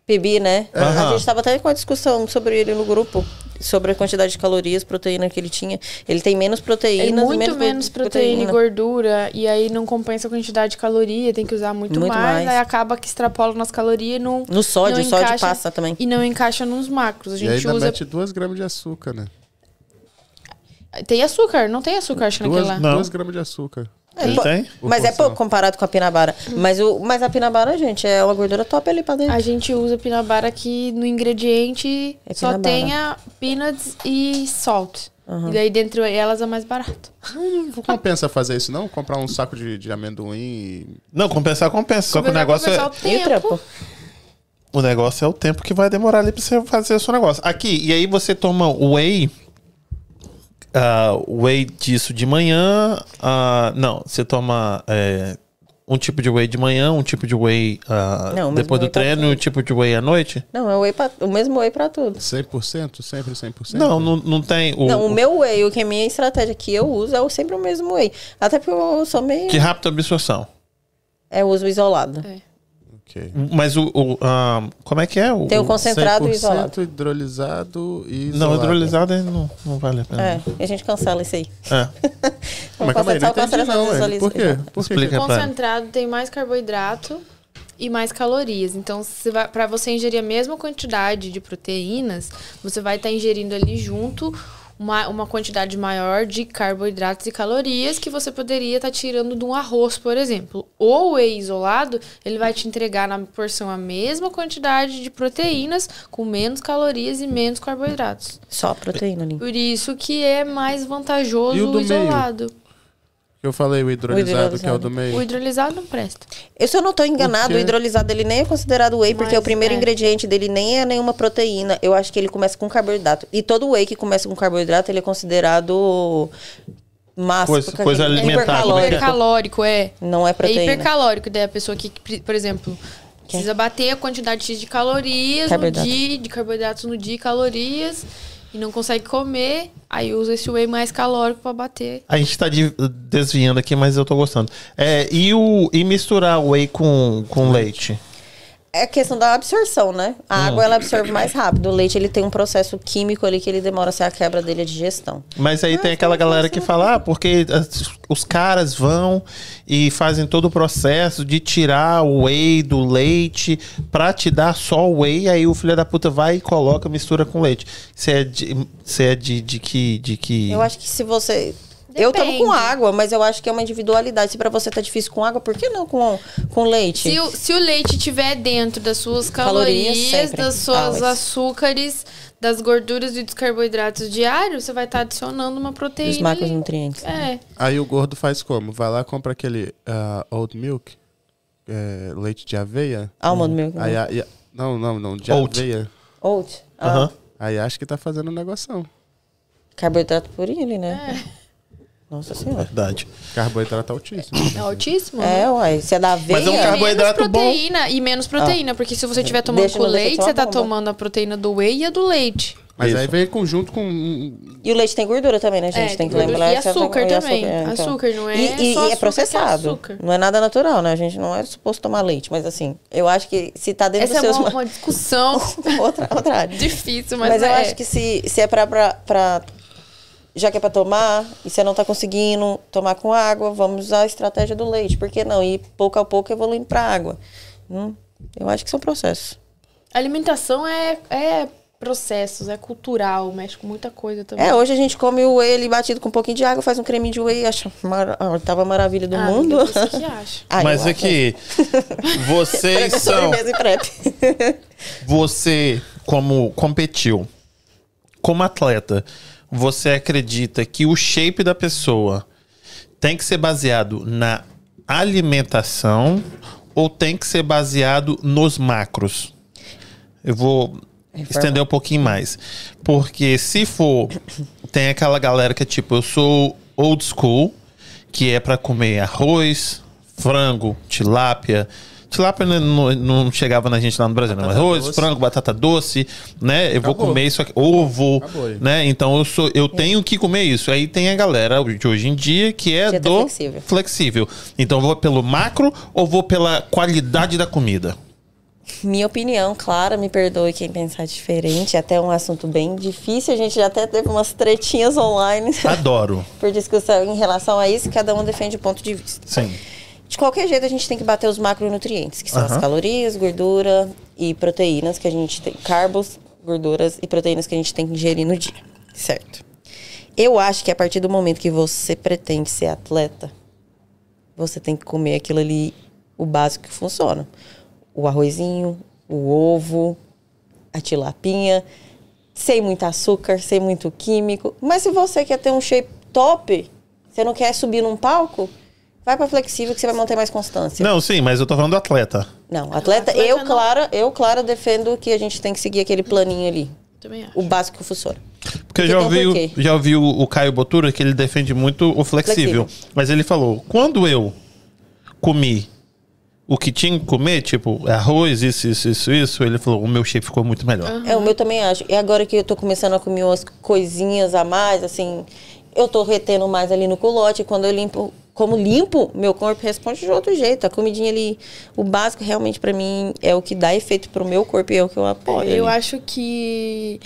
Pibi, né? Aham. A gente tava até com a discussão sobre ele no grupo, sobre a quantidade de calorias, proteína que ele tinha. Ele tem menos É proteína. muito menos proteína e gordura, e aí não compensa a quantidade de caloria, tem que usar muito, Muito mais, mais. aí acaba que extrapola nas calorias e não. No sódio, não o sódio encaixa- passa também. E não encaixa nos macros. A E aí gente ainda usa. mete 2 gramas de açúcar, né? Tem açúcar, não tem açúcar, acho, naquele lá. Não. 2 gramas de açúcar. Ele pô- tem? Mas é Proporção. pouco comparado com a pinabara. Mas, o, mas a pinabara, gente, é uma gordura top ali pra dentro. A gente usa pinabara que no ingrediente É só Pinabara. tenha peanuts e salt. E daí, dentre elas, a mais barata. Ah, Não compensa fazer isso, não? Comprar um saco de, de amendoim e... Não, compensar, compensa. Só que o negócio, é, E o trampo? o negócio é o tempo que vai demorar ali pra você fazer o seu negócio. Aqui, e aí você toma whey. ah, whey disso de manhã. ah, não, você toma é, um tipo de whey de manhã, um tipo de whey ah, Não, mas tá depois do whey pra treino e um tipo de whey à noite? Não, é o, whey pra, o mesmo whey pra tudo. 100%? Sempre 100%? Não, não, não tem. O, Uhum. Não, o meu whey, o que é minha estratégia que eu uso é o- sempre o mesmo whey. Até porque eu sou meio. De rápida absorção. É o uso isolado. É. Ok. Mas o. o, ah, como é que é? O, Tem o concentrado e isolado. 100% hidrolisado e Não, isolado. hidrolisado aí não, não vale a É, pena. e a gente cancela isso aí. É. Ah. Mas calma aí, não entendi não, ué. Por quê? Por quê? Explica. Repara. Concentrado tem mais carboidrato e mais calorias. Então, você vai- pra você ingerir a mesma quantidade de proteínas, você vai estar ingerindo ali junto uma, uma quantidade maior de carboidratos e calorias que você poderia estar tirando de um arroz, por exemplo. Ou whey isolado, ele vai te entregar na porção a mesma quantidade de proteínas com menos calorias e menos carboidratos. Só a proteína, Lin. Por isso que é mais vantajoso E o o do meio? isolado. Eu falei o hidrolisado, que é o hidrolisado. do O meio. hidrolisado não presta. Eu, se eu não tô enganado, o quê? hidrolisado ele nem é considerado whey, porque Mas o primeiro é. ingrediente dele nem é nenhuma proteína. Eu acho que ele começa com carboidrato. E todo whey que começa com carboidrato, ele é considerado massa. Coisa- porque coisa aquele- alimentar, como é que é? hipercalórico. Hipercalórico, é. Não é É proteína. é? hipercalórico, daí a pessoa que, por exemplo, precisa bater a quantidade X de calorias no Carboidrato. dia, de carboidratos no dia, e calorias, e não consegue comer, aí usa esse whey mais calórico pra bater. A gente tá de- desviando aqui, mas eu tô gostando. É, e, o, e misturar whey com, com leite? É questão da absorção, né? A Ah. água ela absorve mais rápido. O leite ele tem um processo químico ali que ele demora a ser a quebra dele a digestão. Mas Ah, aí tem é aquela galera que fala, ah, porque as- os caras vão e fazem todo o processo de tirar o whey do leite pra te dar só o whey, aí o filho da puta vai e coloca, mistura com leite. Você é de, você é de, de que... De que... Eu acho que se você. Eu tomo com Depende. água, mas eu acho que é uma individualidade. Se pra você tá difícil com água, por que não com, com leite? Se o, se o leite tiver dentro das suas Calorias calorias, sempre. das suas Always. açúcares, das gorduras e dos carboidratos diários, você vai estar adicionando uma proteína. Dos macronutrientes. ali. É. Aí o gordo faz como? Vai lá, compra aquele ah, oat milk, é, leite de aveia. Almond Ah, milk. né? Aí, a- e a- não, não, não, de Oat. aveia. Oat. Ah, Aham. Aí acho que tá fazendo um negoção. Carboidrato por ele, né? Nossa senhora. Verdade. Carboidrato altíssimo. É altíssimo. né? É, uai. Se é da veia. Mas é um carbo- carboidrato menos proteína e menos proteína, porque se você estiver tomando Ah. Deixa eu com ver se eu leite, tomo você tá uma. tomando a proteína do whey e a do leite. Mas aí Isso. vem conjunto com um- E o leite tem gordura também, né, gente? É, tem que é tem gordura. lembrar. E essa- açúcar e também. Açúcar não é então. E, e- só e açúcar que é é processado. açúcar. não é nada natural, né? A gente não é suposto tomar leite. Mas assim, eu acho que se tá dentro Essa dos é seus... uma, uma discussão outra, outra área. difícil, mas, Mas, eu é. acho que se, se é pra, pra, pra- Já que é pra tomar, e você não tá conseguindo tomar com água, vamos usar a estratégia do leite. Por que não? E pouco a pouco evoluindo pra água. Hum, eu acho que são processos. Alimentação é, é processos, é cultural, mexe com muita coisa também. É, hoje a gente come o whey ali batido com um pouquinho de água, faz um creme de whey, acha mara- a oitava maravilha do Ah, mundo. amiga, por isso que acha. Ah, eu Mas acho. é que vocês Prega são... sobremesa e crepe. Você, como competiu, como atleta, você acredita que o shape da pessoa tem que ser baseado na alimentação ou tem que ser baseado nos macros? Eu vou estender um pouquinho mais. Porque se for, tem aquela galera que é tipo, eu sou old school, que é pra comer arroz, frango, tilápia. Tilápia não, não- é, não chegava na gente lá no Brasil, né? Mas Batata arroz, doce. frango, batata doce, né? Eu vou Acabou. comer isso aqui, ovo, Acabou É. aí. né? Então eu sou, eu tenho que comer isso. Aí tem a galera de hoje em dia que é Dieta do flexível. flexível. Então eu vou pelo macro ou vou pela qualidade da comida? Minha opinião, claro, me perdoe quem pensar diferente. É até um assunto bem difícil. A gente já até teve umas tretinhas online Adoro. por discussão em relação a isso. Cada um defende o ponto de vista. Sim. De qualquer jeito, a gente tem que bater os macronutrientes, que são as Aham. calorias, gordura e proteínas que a gente tem. Carbos, gorduras e proteínas que a gente tem que ingerir no dia. Certo. Eu acho que a partir do momento que você pretende ser atleta, você tem que comer aquilo ali, o básico que funciona. O arrozinho, o ovo, a tilapinha, sem muito açúcar, sem muito químico. Mas se você quer ter um shape top, você não quer subir num palco, vai pra flexível que você vai manter mais constância. Não, sim, mas eu tô falando do atleta. Não, atleta, atleta eu, não. Clara, eu, Clara, defendo que a gente tem que seguir aquele planinho ali. Também acho. O básico que funciona. Porque eu Porque já tem um ouvi, porquê. o- já ouvi o, o Caio Botura que ele defende muito o flexível. Flexível. Mas ele falou: quando eu comi o que tinha que comer, tipo arroz, isso, isso, isso, isso, ele falou: o meu shape ficou muito melhor. É, o meu também acho. E agora que eu tô começando a comer umas coisinhas a mais, assim, eu tô retendo mais ali no culote. Quando eu limpo, como limpo, meu corpo responde de outro jeito. A comidinha ali, o básico realmente pra mim é o que dá efeito pro meu corpo e é o que eu apoio. eu ali. acho que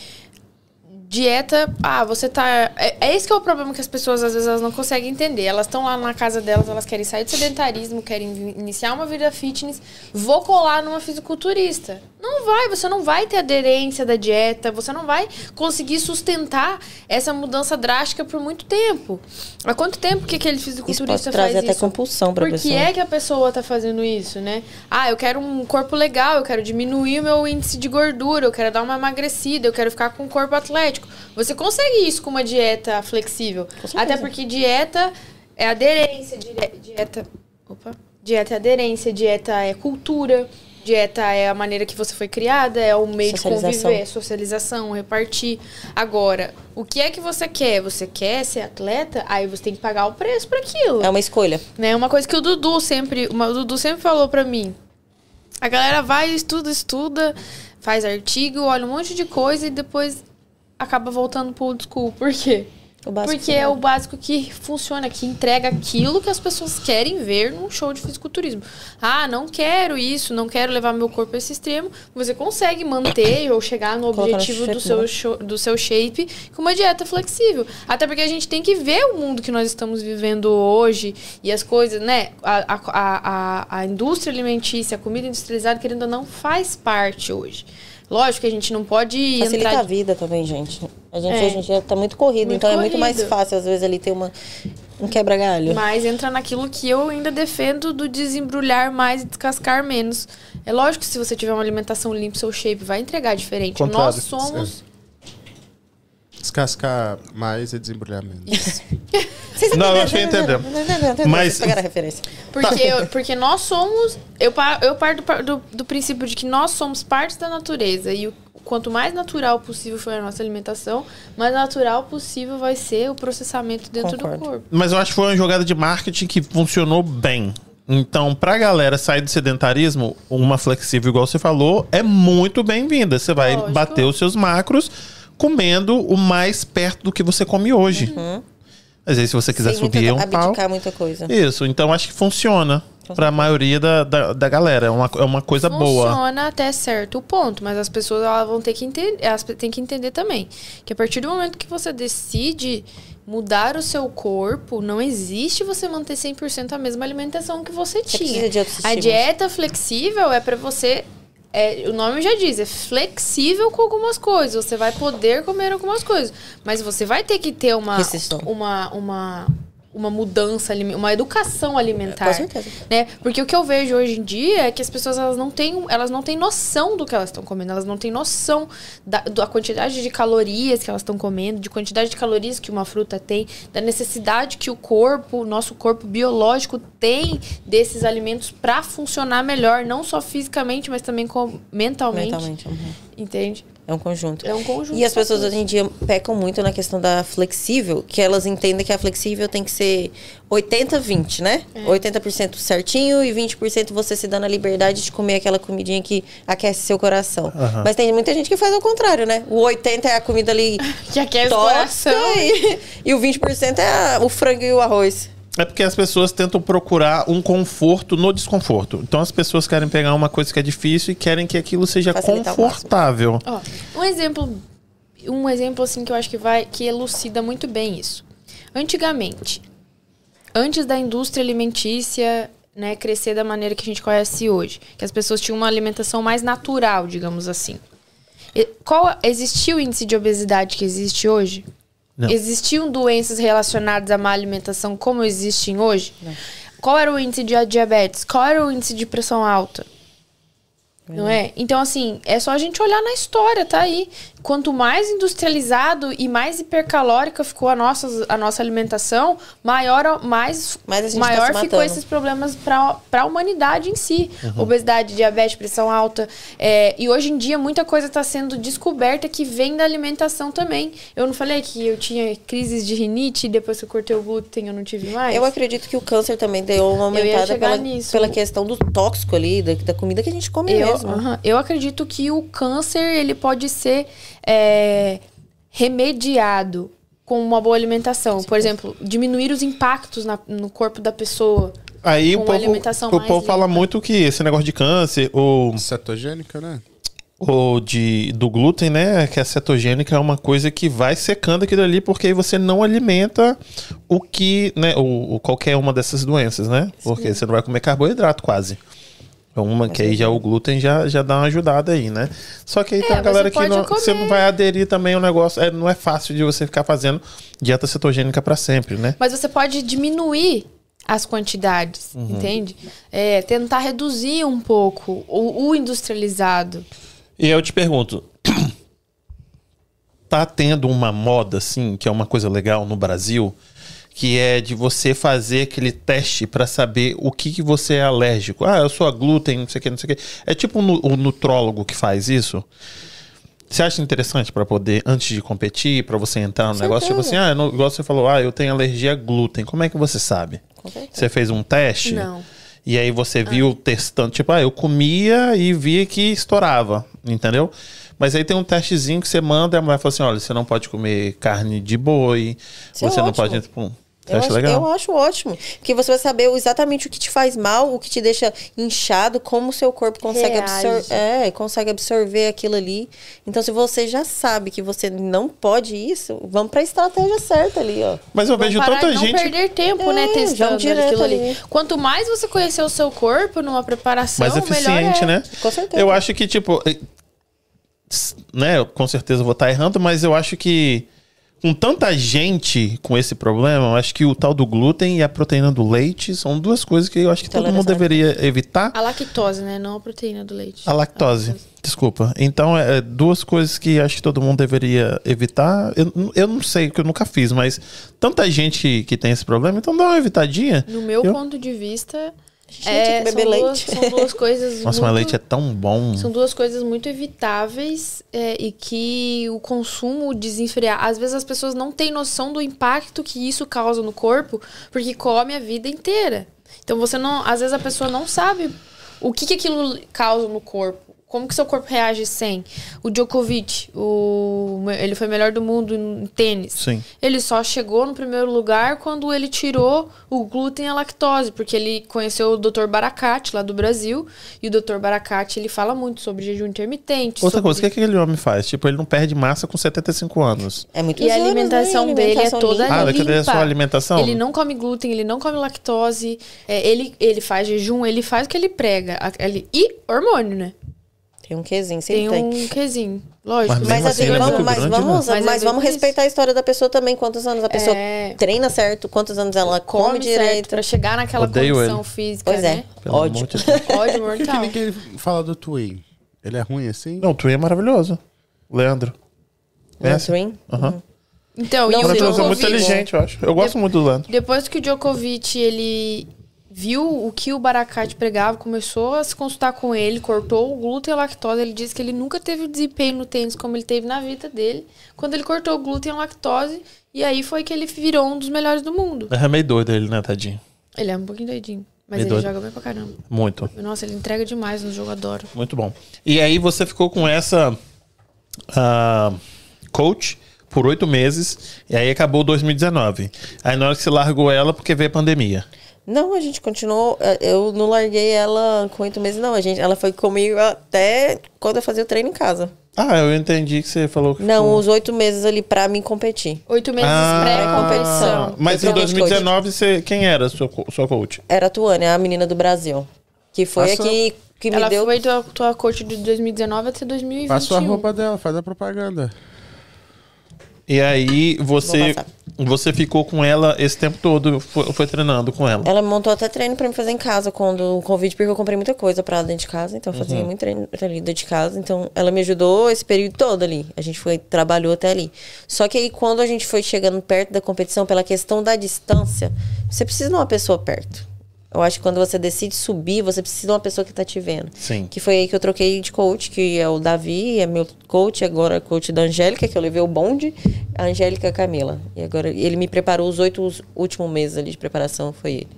dieta, ah, você tá, é, é esse que é o problema que as pessoas às vezes elas não conseguem entender. Elas estão lá na casa delas, elas querem sair do sedentarismo, querem vi- iniciar uma vida fitness, vou colar numa fisiculturista. Não vai, você não vai ter aderência da dieta, você não vai conseguir sustentar essa mudança drástica por muito tempo. Há quanto tempo que aquele Isso fisiculturista pode trazer faz até isso? compulsão pra Por que pessoa. é que a pessoa tá fazendo isso, né? Ah, eu quero um corpo legal, eu quero diminuir o meu índice de gordura, eu quero dar uma emagrecida, eu quero ficar com um corpo atlético. Você consegue isso com uma dieta flexível. certeza. Até porque dieta É aderência, dire- dieta. Opa. Dieta é aderência, dieta é cultura, dieta é a maneira que você foi criada, é o meio de Socialização. conviver, é socialização, repartir. Agora, o que é que você quer? Você quer ser atleta? Aí você tem que pagar o preço para aquilo. É uma escolha. Né? Uma coisa que o Dudu sempre, uma- o Dudu sempre falou pra mim. A galera vai, estuda, estuda, faz artigo, olha um monte de coisa e depois acaba voltando pro old school. Por quê? O básico Porque é o básico que funciona, que entrega aquilo que as pessoas querem ver num show de fisiculturismo. Ah, não quero isso, não quero levar meu corpo a esse extremo. Você consegue manter ou chegar no Colocar no objetivo do shape, seu, né? sho- do seu shape com uma dieta flexível. Até porque a gente tem que ver o mundo que nós estamos vivendo hoje e as coisas, né? A, a, a, a- a indústria alimentícia, a comida industrializada, querendo ou não, faz parte hoje. Lógico que a gente não pode Facilita entrar a vida também, gente. A gente É. hoje em dia tá muito corrido, Muito então é muito mais corrido. fácil, às vezes, ali ter uma, um quebra-galho. Mas entra naquilo que eu ainda defendo do desembrulhar mais e descascar menos. É lógico que se você tiver uma alimentação limpa, seu shape vai entregar diferente. Contrário. Nós somos. Descascar mais e desembrulhar menos. Vocês Não, eu acho que entenderam, entendemos. não, não, não, não, não, Mas- vocês pegaram a referência. Porque, porque nós somos. Eu, pa- eu parto pa- do, do princípio de que nós somos partes da natureza. E o, quanto mais natural possível for a nossa alimentação, mais natural possível vai ser o processamento dentro Concordo. do corpo. Mas eu acho que foi uma jogada de marketing que funcionou bem. Então, pra galera sair do sedentarismo, uma flexível, igual você falou, é muito bem-vinda. Você vai Lógico. bater os seus macros comendo o mais perto do que você come hoje. Às vezes, se você quiser Uhum. Sem muita- subir, é um abdicar pau. muita coisa. Isso, então acho que funciona pra maioria da, da, da galera. É uma, é uma coisa boa. Funciona até certo ponto, mas as pessoas elas vão ter que entender, elas têm que entender também que a partir do momento que você decide mudar o seu corpo, não existe você manter 100% a mesma alimentação que você Você tinha. precisa de outros a estímulos. dieta flexível é pra você é, o nome já diz, é flexível com algumas coisas. Você vai poder comer algumas coisas. Mas você vai ter que ter uma, Restrição. uma, uma, uma mudança, alime- uma educação alimentar Com certeza. né? Porque o que eu vejo hoje em dia é que as pessoas elas não têm, elas não têm noção do que elas estão comendo, elas não têm noção da, da quantidade de calorias que elas estão comendo, de quantidade de calorias que uma fruta tem, da necessidade que o corpo, o nosso corpo biológico tem desses alimentos para funcionar melhor, não só fisicamente, mas também com- mentalmente, Mentalmente. uhum. entende? É um conjunto. É um conjunto. E as de pessoas fatores. hoje em dia pecam muito na questão da flexível, que elas entendem que a flexível tem que ser 80-20, né? É. 80% certinho e 20% você se dando a liberdade de comer aquela comidinha que aquece seu coração. Aham. Mas tem muita gente que faz ao contrário, né? O 80% é a comida ali que aquece É o tóxica coração. e, e o 20% é a- o frango e o arroz. É porque as pessoas tentam procurar um conforto no desconforto. Então as pessoas querem pegar uma coisa que é difícil e querem que aquilo seja Facilitar o máximo. confortável. Ó, um exemplo, um exemplo assim que eu acho que vai que elucida muito bem isso. Antigamente, antes da indústria alimentícia, né, crescer da maneira que a gente conhece hoje, que as pessoas tinham uma alimentação mais natural, digamos assim. E- Qual existia o índice de obesidade que existe hoje? Não. Existiam doenças relacionadas à má alimentação como existem hoje? Qual era o índice de diabetes? Qual era o índice de pressão alta? Não é? Então, assim, é só a gente olhar na história, tá aí. Quanto mais industrializado e mais hipercalórica ficou a nossa, a nossa alimentação, maior, mais, Mais a gente tá se maior ficou matando. esses problemas para a humanidade em si. Obesidade, diabetes, pressão alta. É, e hoje em dia, muita coisa está sendo descoberta que vem da alimentação também. Eu não falei que eu tinha crises de rinite e depois que eu cortei o glúten eu não tive mais? Eu acredito que o câncer também deu uma Eu ia aumentada chegar pela, nisso. pela questão do tóxico ali, da, da comida que a gente come Eu, mesmo. aham. eu acredito que o câncer ele pode ser é, remediado com uma boa alimentação. Por exemplo, diminuir os impactos na- no corpo da pessoa. Aí Com o povo, alimentação o mais povo fala limpa. muito que esse negócio de câncer ou, Cetogênica, né? ou de, do glúten, né? Que a cetogênica é uma coisa que vai secando aquilo ali, porque aí você não alimenta o que, né? Ou, ou qualquer uma dessas doenças, né? Porque você não vai comer carboidrato quase. É Uma que aí já o glúten já, já dá uma ajudada aí, né? Só que aí tem É, uma galera você que não, pode comer. você não vai aderir também ao negócio. É, não é fácil de você ficar fazendo dieta cetogênica pra sempre, né? Mas você pode diminuir as quantidades, Uhum. entende? É, tentar reduzir um pouco o, o industrializado. E eu te pergunto, tá tendo uma moda assim, que é uma coisa legal no Brasil, que é de você fazer aquele teste pra saber o que, que você é alérgico. Ah, eu sou a glúten, não sei o que, não sei o que. É tipo um nu- o nutrólogo que faz isso. Você acha interessante pra poder, antes de competir, pra você entrar no negócio, tipo assim, certeza. ah, eu não, igual você falou, ah, eu tenho alergia a glúten. Como é que você sabe? Com certeza. Você fez um teste? Não. E aí Ah. você viu testando, tipo, ah, eu comia e via que estourava, entendeu? Mas aí tem um testezinho que você manda e a mulher fala assim, olha, você não pode comer carne de boi, Isso é você não ótimo. pode... Tipo, você Eu acha acho, legal? eu acho ótimo. Porque você vai saber exatamente o que te faz mal, o que te deixa inchado, como o seu corpo consegue, Reage. absor é, consegue absorver aquilo ali. Então, se você já sabe que você não pode isso, vamos pra estratégia certa ali, ó. Mas eu Vamos vejo parar tanta de gente... Não perder tempo, É, né? já Testando vamos direto aquilo ali. ali. Quanto mais você conhecer o seu corpo numa preparação, mais eficiente, melhor é. né? Com certeza. Eu acho que, tipo, eh, s- né, eu com certeza vou estar errando, mas eu acho que com tanta gente com esse problema, eu acho que o tal do glúten e a proteína do leite são duas coisas que eu acho que todo mundo Intolerância à deveria evitar. A lactose, né? Não a proteína do leite. A lactose. Desculpa. Então, é, é, duas coisas que acho que todo mundo deveria evitar. Eu, n- eu não sei, porque eu nunca fiz, mas tanta gente que tem esse problema, então dá uma evitadinha. No meu Eu- ponto de vista, gente tem é, que beber são, duas, leite. são duas coisas Nossa, muito, mas leite é tão bom. são duas coisas muito evitáveis é, e que o consumo desenfrear. Às vezes as pessoas não têm noção do impacto que isso causa no corpo, porque come a vida inteira. Então você não, às vezes a pessoa não sabe o que, que aquilo causa no corpo. Como que seu corpo reage sem? O Djokovic, o, ele foi melhor do mundo em tênis. Sim. Ele só chegou no primeiro lugar quando ele tirou o glúten e a lactose, porque ele conheceu o Dr. Baracate lá do Brasil, e o Dr. Baracate ele fala muito sobre jejum intermitente. Outra sobre- coisa, o que aquele homem faz? Tipo, ele não perde massa com 75 anos. É muito E a alimentação dele é toda Ah, limpa. cadê a sua alimentação? Ele não come glúten, ele não come lactose, é, ele, ele faz jejum, ele faz o que ele prega. a- Ele, e hormônio, né? Tem um quezinho, sempre Tem tem. um quezinho, lógico. né? Mas Mas mesmo assim, assim, ele é vamos, muito mas grande, né? vamos, Mas mas, é bem por vamos isso. respeitar a história da pessoa também. Quantos anos a pessoa É. treina certo, quantos anos ela come, Come direito. direito pra chegar naquela Odeio condição ele. física, Pois é, né? Pelo ódio. amor de Deus. Ódio Por que, que mortal. ninguém fala do Twin? Ele é ruim assim? Não, o Twin é maravilhoso. Leandro. No Conhece? Twin? Aham. Então, Não, e O o sim. Leandro é muito Djokovic- inteligente, eu acho. Eu gosto muito do Leandro. Depois que o Djokovic, ele viu o que o Baracate pregava, começou a se consultar com ele, cortou o glúten e a lactose. Ele disse que ele nunca teve o desempenho no tênis como ele teve na vida dele, quando ele cortou o glúten e a lactose, e aí foi que ele virou um dos melhores do mundo. É meio doido ele, né, tadinho? Ele é um pouquinho doidinho, mas Meio ele doido. joga bem pra caramba. Muito. Nossa, ele entrega demais no jogo, adoro. Muito bom. E aí você ficou com essa ah, coach por oito meses, e aí acabou 2019. Aí na hora que você largou ela, porque veio a pandemia. Não, a gente continuou. eh, Eu não larguei ela com oito meses, não. A gente, ela foi comigo até quando eu fazia o treino em casa. Ah, eu entendi que você falou que Não, Hum. ficou... os oito meses ali pra mim competir. Oito meses pré-competição. Ah, Mas Eu em sou coach. 2019, você, quem era a sua, co- sua coach? Era a Tuane, a menina do Brasil. Que foi a Passou. que, que me Ela deu. foi tua, tua coach de 2019 até 2021. Passa a roupa dela, faz a propaganda. E aí você, Vou passar. você ficou com ela esse tempo todo, foi, foi treinando com ela. Ela montou até treino pra me fazer em casa quando o convite, porque eu comprei muita coisa pra ela dentro de casa, então eu fazia muito treino ali dentro de casa. Então ela me ajudou esse período todo ali. A gente foi, trabalhou até ali. Só que aí quando a gente foi chegando perto da competição, pela questão da distância, você precisa de uma pessoa perto. Eu acho que quando você decide subir, você precisa de uma pessoa que tá te vendo. Sim. Que foi aí que eu troquei de coach, que é o Davi, é meu coach, agora é coach da Angélica, que eu levei o bonde, a Angélica Camila. E agora ele me preparou os oito os últimos meses ali de preparação, foi ele.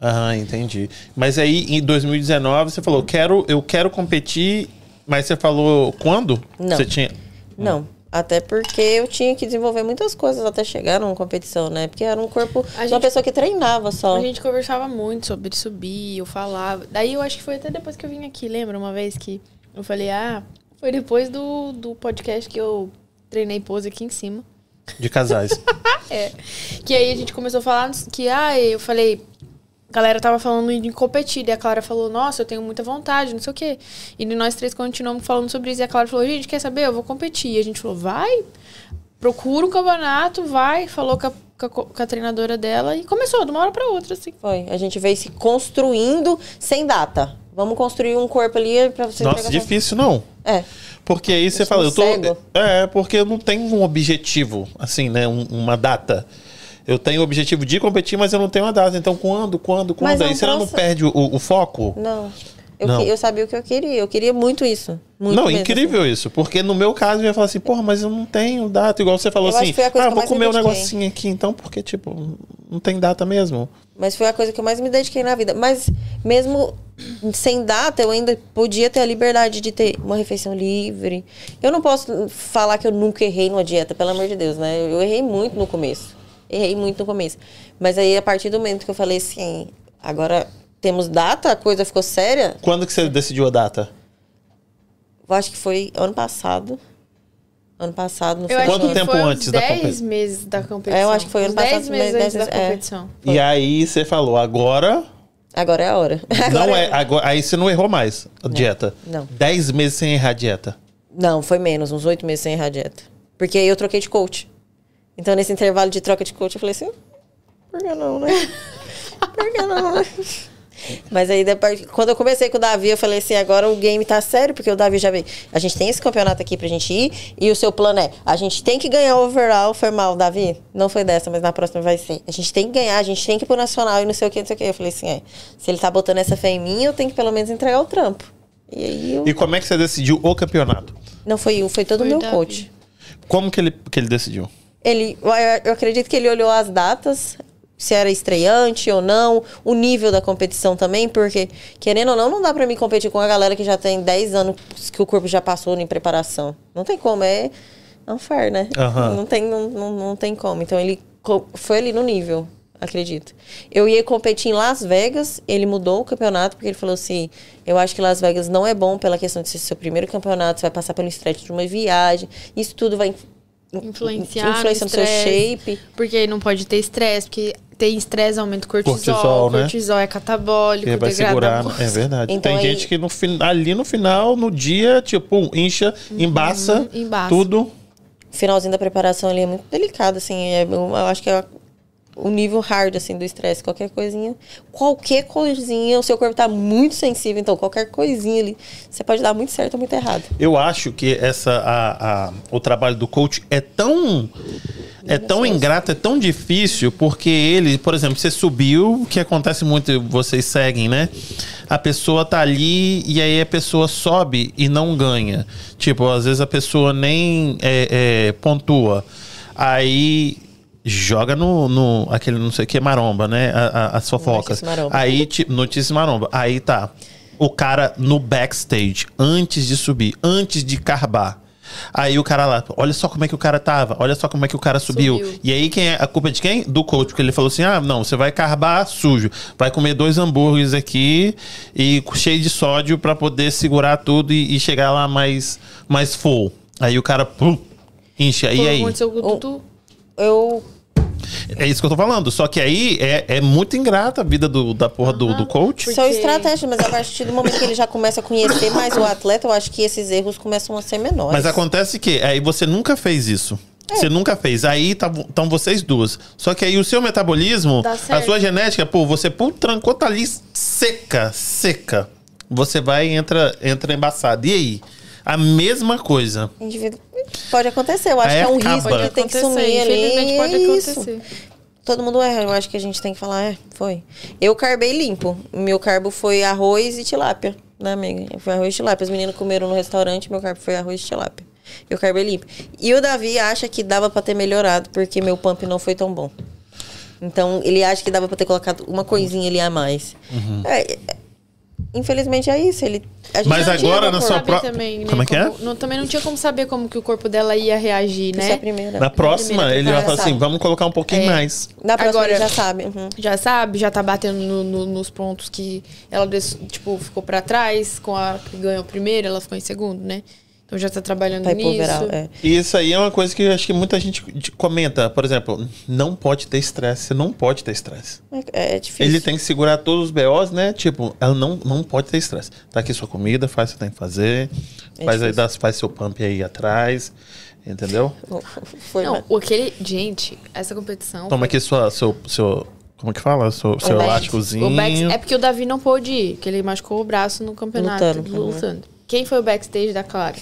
Ah, entendi. Mas aí em 2019 você falou, quero, eu quero competir, mas você falou quando? Não. Você tinha. Não. Até porque eu tinha que desenvolver muitas coisas até chegar numa competição, né? Porque era um corpo de uma gente- pessoa que treinava só. A gente conversava muito sobre subir, eu falava. Daí eu acho que foi até depois que eu vim aqui, lembra? Uma vez que eu falei, ah, foi depois do, do podcast que eu treinei pose aqui em cima. De casais. Que aí a gente começou a falar que, ah, eu falei. A galera tava falando de competir, e a Clara falou, nossa, eu tenho muita vontade, não sei o quê. E nós três continuamos falando sobre isso. E a Clara falou, gente, quer saber? Eu vou competir. E a gente falou, vai, procura um campeonato, vai. Falou com a, com a co- com a treinadora dela e começou, de uma hora pra outra, assim. Foi. A gente veio se construindo sem data. Vamos construir um corpo ali pra você Nossa, entregar- difícil não. É. Porque aí você sou fala, eu tô. cego. É, porque eu não tenho um objetivo, assim, né? um- uma data. Eu tenho o objetivo de competir, mas eu não tenho a data. Então, quando, quando, quando? Mas é um Aí você não processo- perde o, o foco? Não. Eu, Não. que- eu sabia o que eu queria. Eu queria muito isso. Muito não, mesmo, assim. incrível isso. Porque no meu caso, eu ia falar assim, porra, mas eu não tenho data. Igual você falou Eu acho assim, que foi a coisa ah, que eu vou mais me comer um dediquei. negocinho aqui, então, porque, tipo, não tem data mesmo. assim. Mas foi a coisa que eu mais me dediquei na vida. Mas mesmo sem data, eu ainda podia ter a liberdade de ter uma refeição livre. Eu não posso falar que eu nunca errei numa dieta, pelo amor de Deus, né? Eu errei muito no começo. Errei muito no começo. Mas aí, a partir do momento que eu falei assim, agora temos data, a coisa ficou séria, Quando que você decidiu a data? eu acho que foi ano passado. Ano passado, no Eu final acho do Quanto que ano. tempo foi uns antes da 10 competi- meses da competição. É, eu acho que foi ano Uns passado, 10 meses né, antes da dez meses, é. competição. E aí você falou, agora Agora é a hora. não Agora é. Agora, aí você não errou mais a dieta. não. Dez meses sem errar a dieta. Não, foi menos, uns oito meses sem errar a dieta. Porque aí eu troquei de coach. Então, nesse intervalo de troca de coach, eu falei assim, por que não, né? Por que não, né? Mas aí, depois, quando eu comecei com o Davi, eu falei assim, agora o game tá sério, porque o Davi já veio. A gente tem esse campeonato aqui pra gente ir, e o seu plano é, a gente tem que ganhar o overall, foi mal, Davi. Não foi dessa, mas na próxima vai ser. A gente tem que ganhar, a gente tem que ir pro nacional e não sei o que, não sei o que. Eu falei assim, é, se ele tá botando essa fé em mim, eu tenho que pelo menos entregar o trampo. E aí eu... E como é que você decidiu o campeonato? Não foi eu, foi todo o Foi meu Davi. coach. Como que ele, que ele decidiu? Ele, eu- eu acredito que ele olhou as datas, se era estreante ou não, o nível da competição também, porque, querendo ou não, não dá pra mim competir com a galera que já tem 10 anos que o corpo já passou em preparação. Não tem como, é unfair, né? Aham. Não, tem, não, não, não tem como. Então ele co- foi ali no nível, acredito. Eu ia competir em Las Vegas, ele mudou o campeonato, porque ele falou assim: eu acho que Las Vegas não é bom pela questão de ser seu primeiro campeonato, você vai passar pelo estresse de uma viagem, isso tudo vai Influenciar influencia no seu estresse, shape. Porque aí não pode ter estresse, porque tem estresse, aumenta o cortisol. Cortisol, Cortisol, né? é catabólico, Ele vai degrada segurar. muito. É verdade. Então Tem aí- gente que no, fin- ali no final, no dia, tipo, incha, Uhum, embaça, embaça. tudo. finalzinho da preparação ali é muito delicado, assim. é- eu, eu acho que é o nível hard, assim, do estresse. Qualquer coisinha, qualquer coisinha, o seu corpo tá muito sensível, então qualquer coisinha ali, você pode dar muito certo ou muito errado. Eu acho que essa, a- a- o trabalho do coach é tão. É tão ingrato, é tão difícil, porque ele, por exemplo, você subiu, o que acontece muito, vocês seguem, né? A pessoa tá ali e aí a pessoa sobe e não ganha. Tipo, às vezes a pessoa nem é, é, pontua. Aí joga no, no- aquele não sei o que maromba, né? A- a- as fofocas. Notícias maromba. Aí, tipo, notícias maromba. Aí tá. O cara no backstage, antes de subir, antes de carbar. Aí o cara lá, olha só como é que o cara tava, olha só como é que o cara subiu. Subiu. E aí quem é a culpa é de quem? Do coach, porque ele falou assim: "Ah, não, você vai carbar sujo, vai comer dois hambúrgueres aqui e cheio de sódio pra poder segurar tudo e, e chegar lá mais mais full". Aí o cara pum, enche. E aí? Aconteceu com o O- Tutu. Eu É isso que eu tô falando. Só que aí é, é muito ingrata a vida do, da porra do, do coach. sou Porque- estratégia, mas a partir do momento que ele já começa a conhecer mais o atleta, eu acho que esses erros começam a ser menores. Mas acontece que aí você nunca fez isso. É. Você nunca fez. Aí estão vocês duas. Só que aí o seu metabolismo, Dá a certo. sua genética, pô, você pum, trancou, tá ali seca, seca. Você vai e entra, entra embaçado. E aí? A mesma coisa. Indivíduo- Pode acontecer, eu acho Aí que é um acaba. risco Pode que tem que sumir ali. infelizmente e pode é isso. acontecer. Todo mundo erra, eu acho que a gente tem que falar, é, foi. Eu carbei limpo. Meu carbo foi arroz e tilápia, né, amiga? Foi arroz e tilápia. Os meninos comeram no restaurante, meu carbo foi arroz e tilápia. Eu carbei limpo. E o Davi acha que dava pra ter melhorado, porque meu pump não foi tão bom. Então, ele acha que dava pra ter colocado uma coisinha ali a mais. Uhum. É, é, infelizmente é isso. Ele, a gente Mas não tinha agora uma na cor. sua Saber pró- também, né, Como é que é? não, também não tinha como saber como que o corpo dela ia reagir, Isso é a né? primeira. Na próxima, primeira ele vai falar temporada, assim: sabe? vamos colocar um É. pouquinho mais. Na próxima Agora- ele já sabe. uhum. já sabe, já tá batendo no- no- nos pontos que ela des- tipo ficou pra trás com a que ganhou primeiro, ela ficou em segundo, né? Então já tá trabalhando Vai pro nisso. overall, é. E Isso aí é uma coisa que eu acho que muita gente de- comenta. Por exemplo, não pode ter estresse. Você não pode ter estresse. É, é difícil. Ele tem que segurar todos os BOs, né? Tipo, ela não, não pode ter estresse. Tá aqui sua comida, faz o que tem que fazer. É faz, aí, difícil. dá- faz seu pump aí atrás. Entendeu? Foi, Não, o aquele, gente, essa competição Toma aqui sua, seu, seu. Como que fala? Seu, seu Bax. elásticozinho. O back, é porque o Davi não pôde ir, que ele machucou o braço no campeonato. Lutando, Lutando. uhum. Quem foi o backstage da Clara?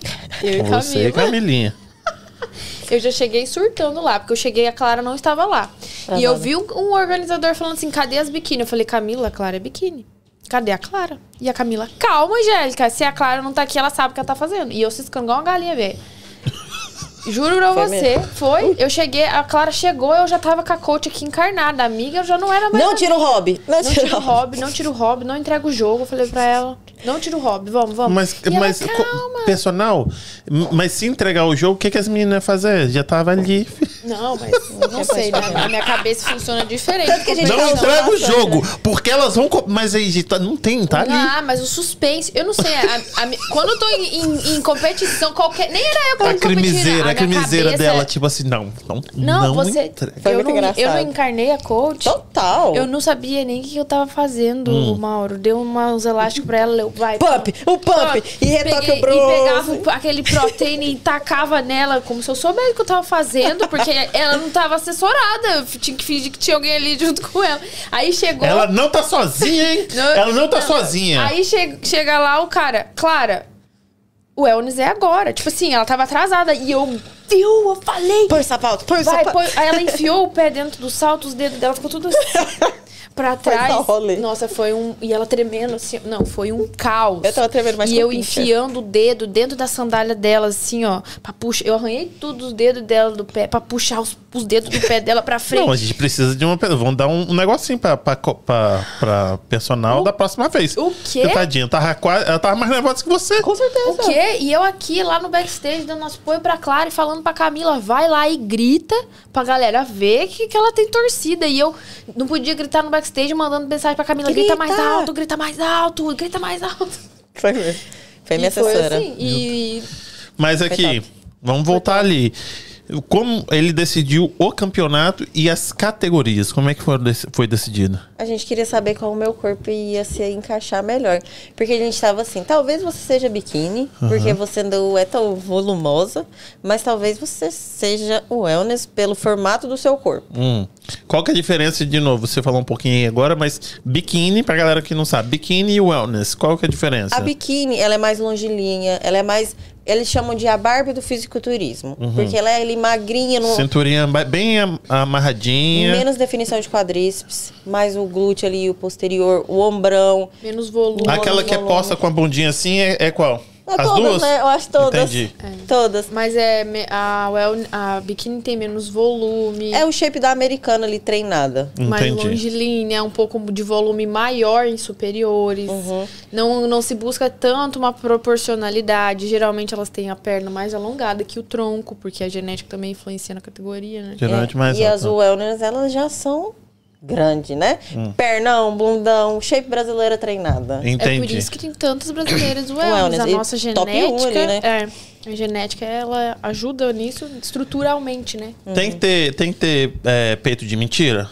Eu e Com você, Camila. Camilinha. Eu já cheguei surtando lá, porque eu cheguei a Clara não estava lá. E eu vi um, um organizador falando assim: cadê as biquíni? Eu falei: Camila, a Clara é biquíni. Cadê a Clara? E a Camila: calma, Angélica, se a Clara não tá aqui, ela sabe o que ela tá fazendo. E eu ciscando igual uma galinha, velho. Juro pra Foi você, foi. Eu cheguei, a Clara chegou, eu já tava com a coach aqui encarnada. A amiga eu já não era mais. Não amiga. tira o hobby. Não Não tira tira o o hobby. hobby, não tira o hobby, não entrega o jogo. Eu falei pra ela, não tira o hobby, vamos, vamos. Mas, E ela, mas co- calma. personal, m- mas se entregar o jogo, o que, que as meninas iam fazer? Já tava ali. Não, mas não sei, né? A minha cabeça funciona diferente. Tanto que a gente Não tá entrega o bastante, jogo, porque elas vão. co- Mas aí tá- não tem, tá ali. Ah, mas o suspense, eu não sei. a- a mi- quando eu tô em, em- em competição, qualquer. Nem era eu que A tava competindo. crimiseira, a minha crimiseira cabeça- é- dela, tipo assim, não, não, Não, não você. entrega. Foi Eu muito não, eu não engraçado. encarnei a coach. Total. Eu não sabia nem o que eu tava fazendo, Hum. Mauro. Deu uma- uns elásticos pra ela, eu vai. Pump, o pump, e retoque o E bronze. pegava o- aquele proteína e tacava nela, como se eu soubesse o que eu tava fazendo, porque ela não tava assessorada. Eu tinha que fingir que tinha alguém ali junto com ela. Aí chegou. Ela não tá sozinha, hein? Não, ela não tá não. sozinha. Aí che- chega lá o cara, Clara, o Elnis é agora. Tipo assim, ela tava atrasada. E eu, viu, eu falei. Põe o sapato, põe o Vai, sapato. põe- Aí ela enfiou o pé dentro do salto, os dedos dela ficou tudo assim. Pra trás. dar rolê. Nossa, foi um. E ela tremendo assim. Não, foi um caos. Eu tava tremendo mais E que o eu pincher. enfiando o dedo dentro da sandália dela, assim, ó. Pra puxar. Eu arranhei tudo os dedos dela do pé, pra puxar os, os dedos do pé dela pra frente. Não, a gente precisa de uma. pe- Vamos dar um, um negocinho pra, pra, co- pra, pra personal da próxima vez. o quê? Porque, Tadinha, tava quase, ela tava mais nervosa que você. Com certeza. O quê? E eu aqui, lá no backstage, dando nosso apoio pra Clara e falando pra Camila, vai lá e grita pra galera ver que, que ela tem torcida. E eu não podia gritar no backstage, mandando mensagem pra Camila, grita, Grita! mais alto, grita mais alto, grita mais alto. Foi mesmo. Foi É minha e foi assessora. assim, e Mas aqui, top. vamos voltar ali. Como ele decidiu o campeonato e as categorias? Como é que foi, dec- foi decidido? A gente queria saber qual o meu corpo ia se encaixar melhor. Porque a gente tava assim, talvez você seja biquíni, porque você não é tão volumosa, mas talvez você seja o wellness pelo formato do seu corpo. Hum. Qual que é a diferença, de novo, você falou um pouquinho aí agora, mas biquíni, pra galera que não sabe, biquíni e wellness, qual que é a diferença? A biquíni, ela é mais longilinha, ela é mais... Eles chamam de a Barbie do fisiculturismo. Porque ela é ali magrinha, não, Cinturinha ba- bem am- amarradinha. menos definição de quadríceps, mais o glúteo ali, o posterior, o ombrão. menos volume. Aquela que é posta com a bundinha assim é, é qual? É As todas, duas? né? Eu acho todas. Entendi. Todas. Mas é, me- a, well, a biquíni tem menos volume, É o shape da americana ali treinada. mais Entendi. longilínea, um pouco de volume maior em superiores. Uhum. Não, não se busca tanto uma proporcionalidade. Geralmente elas têm a perna mais alongada que o tronco, porque a genética também influencia na categoria, né? Geralmente É, mais e as alta. wellness, elas já são grandes, né? Hum. Pernão, bundão, shape brasileira treinada. É por Entendi. isso que tem tantas brasileiras wellness. Wellness, A e nossa top um ali, genética, né? é, a genética ela ajuda nisso estruturalmente, né? Tem que ter, tem que ter é, peito de mentira?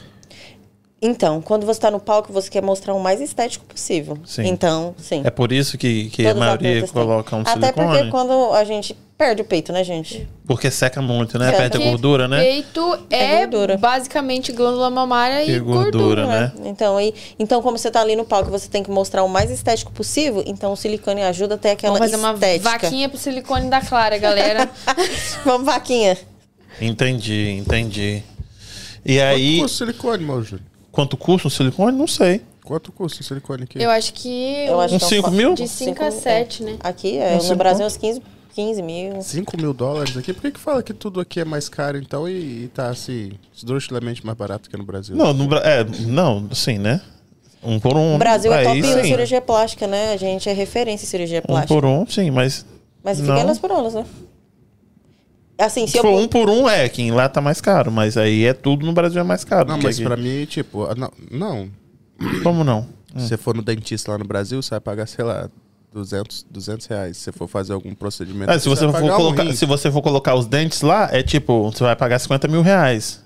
Então, quando você tá no palco, você quer mostrar o mais estético possível. Sim. Então, sim. É por isso que, que a Todas as maioria atletas têm. coloca um Até silicone? porque Porque, quando a gente perde o peito, né, gente? seca muito, né? Seca. Perde a Porque gordura, né? Peito é, É gordura. basicamente glândula mamária e, E gordura, gordura. né? Então, e, então, como você tá ali no palco, você tem que mostrar o mais estético possível, então o silicone ajuda até aquela Vamos fazer uma é estética. vaquinha pro silicone da Clara, galera. Vamos, vaquinha. Entendi, entendi. É, E aí, Quanto custa o silicone, Mauro Júlio? quanto custa um silicone? Não sei. Quanto custa o silicone aqui? Eu acho que Eu acho Uns que é um 5 fa- mil? de 5 cinco a mil, 7, né? Aqui, é, Um no silicone. Brasil, uns 15, 15 mil. 5 mil dólares aqui? Por que, que fala que tudo aqui é mais caro então e, e tá assim, esdrustilamente mais barato que no Brasil? Não, no, Bra- é, não, sim, né? Um por um. O Brasil é top aí, 1 em sim. cirurgia plástica, né? A gente é referência em cirurgia Um plástica. por um, sim, mas. Mas fica não. elas por elas, né? Assim, se Se eu... for um por um, é, que lá tá mais caro, mas aí é tudo no Brasil é mais caro. Não, Porque mas aqui- pra mim, tipo, ah, não. não. Como não? Se você for no dentista lá no Brasil, você vai pagar, sei lá, 200, 200 reais. Se você for fazer algum procedimento. Ah, se, você vai for pagar um colocar, rim. se você for colocar os dentes lá, é tipo, você vai pagar 50 mil reais.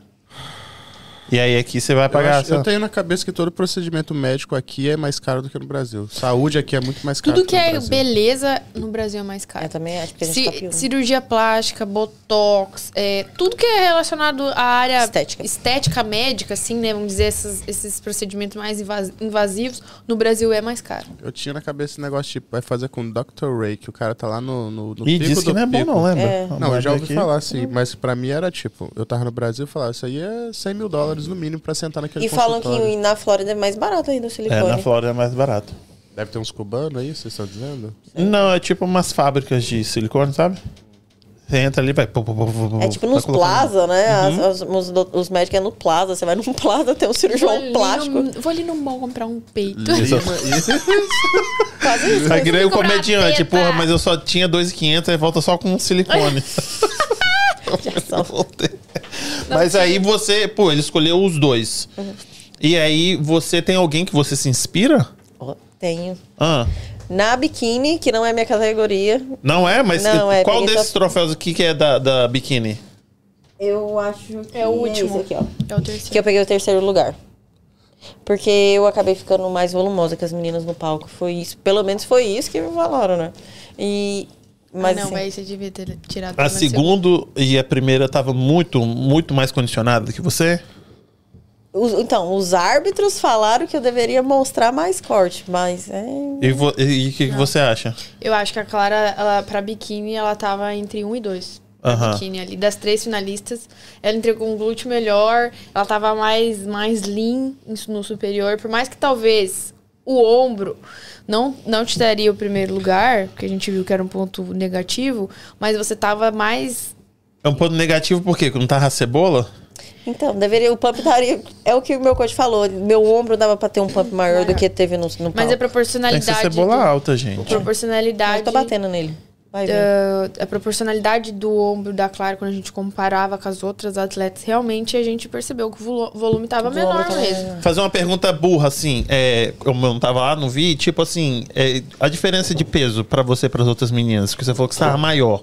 E aí aqui você vai Eu, pagar. acho- eu essa- tenho na cabeça que todo procedimento médico aqui é mais caro do que no Brasil. Saúde aqui é muito mais caro. Tudo que no é Brasil. beleza no Brasil é mais tá Eu caro. também acho que a gente tá Ci- pior. cirurgia plástica, botox, é, tudo que é relacionado à área Estética. estética médica, assim, né? Vamos dizer, esses, esses procedimentos mais invas- invasivos, no Brasil é mais caro. Eu tinha na cabeça esse negócio tipo, vai fazer com o Dr. Ray, que o cara tá lá no, no, no E pico diz que do não é bom, pico. não, lembra? É. A Não, eu já ouvi mulher aqui- falar assim, mas pra mim era tipo, eu tava no Brasil e falava, isso aí é 100 mil dólares no mínimo pra sentar naquele E falam consultório. que na Flórida é mais barato ainda É, o na silicone. Flórida é mais barato. Deve ter uns cubanos aí, vocês estão dizendo? Não, é tipo umas fábricas de silicone, sabe? Você entra ali, vai. pô, pô, pô, pô, pô, é tipo vai um- nos tá colocando. plaza, né? As- as- os, do- os médicos é no plaza. Você vai num plaza, tem um cirurgião ali plástico. no- vou ali no mall comprar um peito. Quase isso. Aí é que nem o Tem que comprar comediante, teta. porra, mas eu só tinha 2,500, aí volta só com um silicone. só. um- mas aí você, pô, ele escolheu os dois. Uhum. E aí você tem alguém que você se inspira? Ó, Tenho. Ah, Na biquíni, que não é minha categoria, não é? Mas Não, é, qual peguei desses só- troféus aqui que é da, da biquíni? eu acho que É o último. esse aqui, ó. É o terceiro. que eu peguei o terceiro lugar. Porque eu acabei ficando mais volumosa que as meninas no palco. Foi isso. Pelo menos foi isso que me falaram, né? E. Mas ah, não, assim, aí você devia ter tirado A mais cedo. segunda e a primeira tava muito, muito mais condicionada do que você? os- então, os árbitros falaram que eu deveria mostrar mais corte, mas é. E vo- e o que, que você acha? Eu acho que a Clara, ela, pra biquíni, ela tava entre um e dois. Pra Aham. biquíni ali. Das três finalistas, ela entregou um glúteo melhor, ela tava mais, mais lean em- no superior. Por mais que talvez o ombro não, não te daria o primeiro lugar, porque a gente viu que era um ponto negativo, mas você tava mais. É um ponto negativo por quê? Porque não tava a cebola? Então, deveria. O pump daria. É o que o meu coach falou. Meu ombro dava pra ter um pump maior do que teve no, no palco. Mas é a Tem que ser proporcionalidade. cebola do- alta, gente. Mas proporcionalidade. eu tô tá batendo nele. Vai ver. Ah, a proporcionalidade do ombro da Clara quando a gente comparava com as outras atletas, realmente a gente percebeu que o volu- volume tava O menor ombro tava mesmo. menor. Fazer uma pergunta burra, assim, é, como eu não tava lá, não vi, tipo assim, é, a diferença de peso pra você e pras outras meninas, que você falou que você tava maior,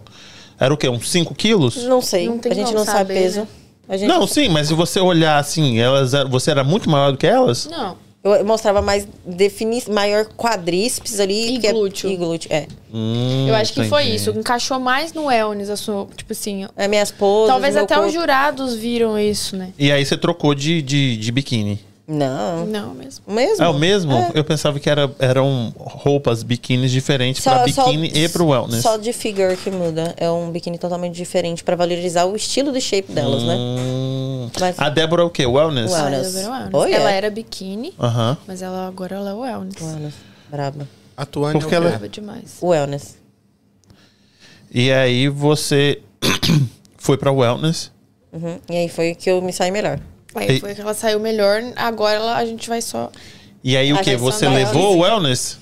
era o quê? Uns 5 quilos? Não sei. Não tem a gente como não sabe saber, peso. né? A gente Não, sim, mas se você olhar assim, elas, eram- você era muito maior do que elas? Não. Eu mostrava mais defini maior quadríceps ali. E que é- glúteo. e glúteo, é. Hum, Eu acho que foi entendi. isso. Encaixou mais no wellness, a sua, tipo assim. É minhas poses, Talvez meu até corpo. os jurados viram isso, né? E aí você trocou de, de, de biquíni. Não. Não mesmo. Mesmo? É o mesmo? É. Eu pensava que era, eram roupas, biquínis diferentes pra biquíni e pro wellness. Só de figure que muda. É um biquíni totalmente diferente pra valorizar o estilo de shape delas, né? Hum. Mas- A Débora é o quê? Wellness? Ué. Ela, Wellness. era wellness. Oh, yeah. ela era biquíni, Aham. mas ela agora ela é wellness. Wellness. Braba. Atuando Porque é o quê? ela- Brava demais. Wellness. E aí você foi pra wellness. Uhum. E aí foi que eu me saí melhor. Aí E- foi que ela saiu melhor, agora ela- a gente vai só. E aí o A quê? versão Você da levou o wellness?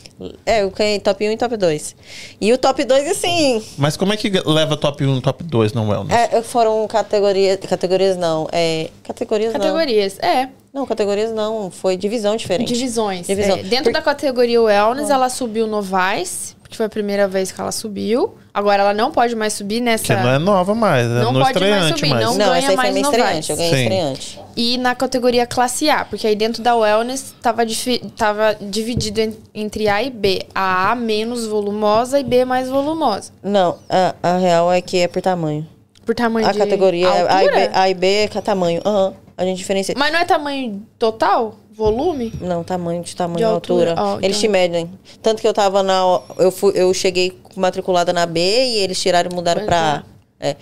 É, eu ganhei top 1 e top 2. E o top 2, assim, Mas como é que leva top 1 top 2 no wellness? é, foram categorias. Categorias não. É, categorias não. Categorias. É. Não, categorias não. Foi divisão diferente. Divisões. Divisão. É, dentro Por- da categoria Wellness, ela subiu no Vice, que foi a primeira vez que ela subiu. Agora ela não pode mais subir nessa. Porque não é nova mais, é Não no pode mais estreante subir, mais. não. tá. Não, ganha essa aí foi mais minha Novais. estreante. Eu ganhei Sim. estreante. E na categoria classe A, porque aí dentro da wellness tava, difi- tava dividido en- entre A e B. A A menos volumosa e B mais volumosa. Não, a, a real é que é por tamanho. Por tamanho a de categoria é A e, altura? B, a e B é ca- tamanho. Aham, a gente diferencia. Mas não é tamanho total? Volume? Não, tamanho de tamanho De e altura. altura, ó, eles então. te medem. Tanto que eu tava na. Eu, fui, eu cheguei matriculada na B e eles tiraram e mudaram Mas pra A. É.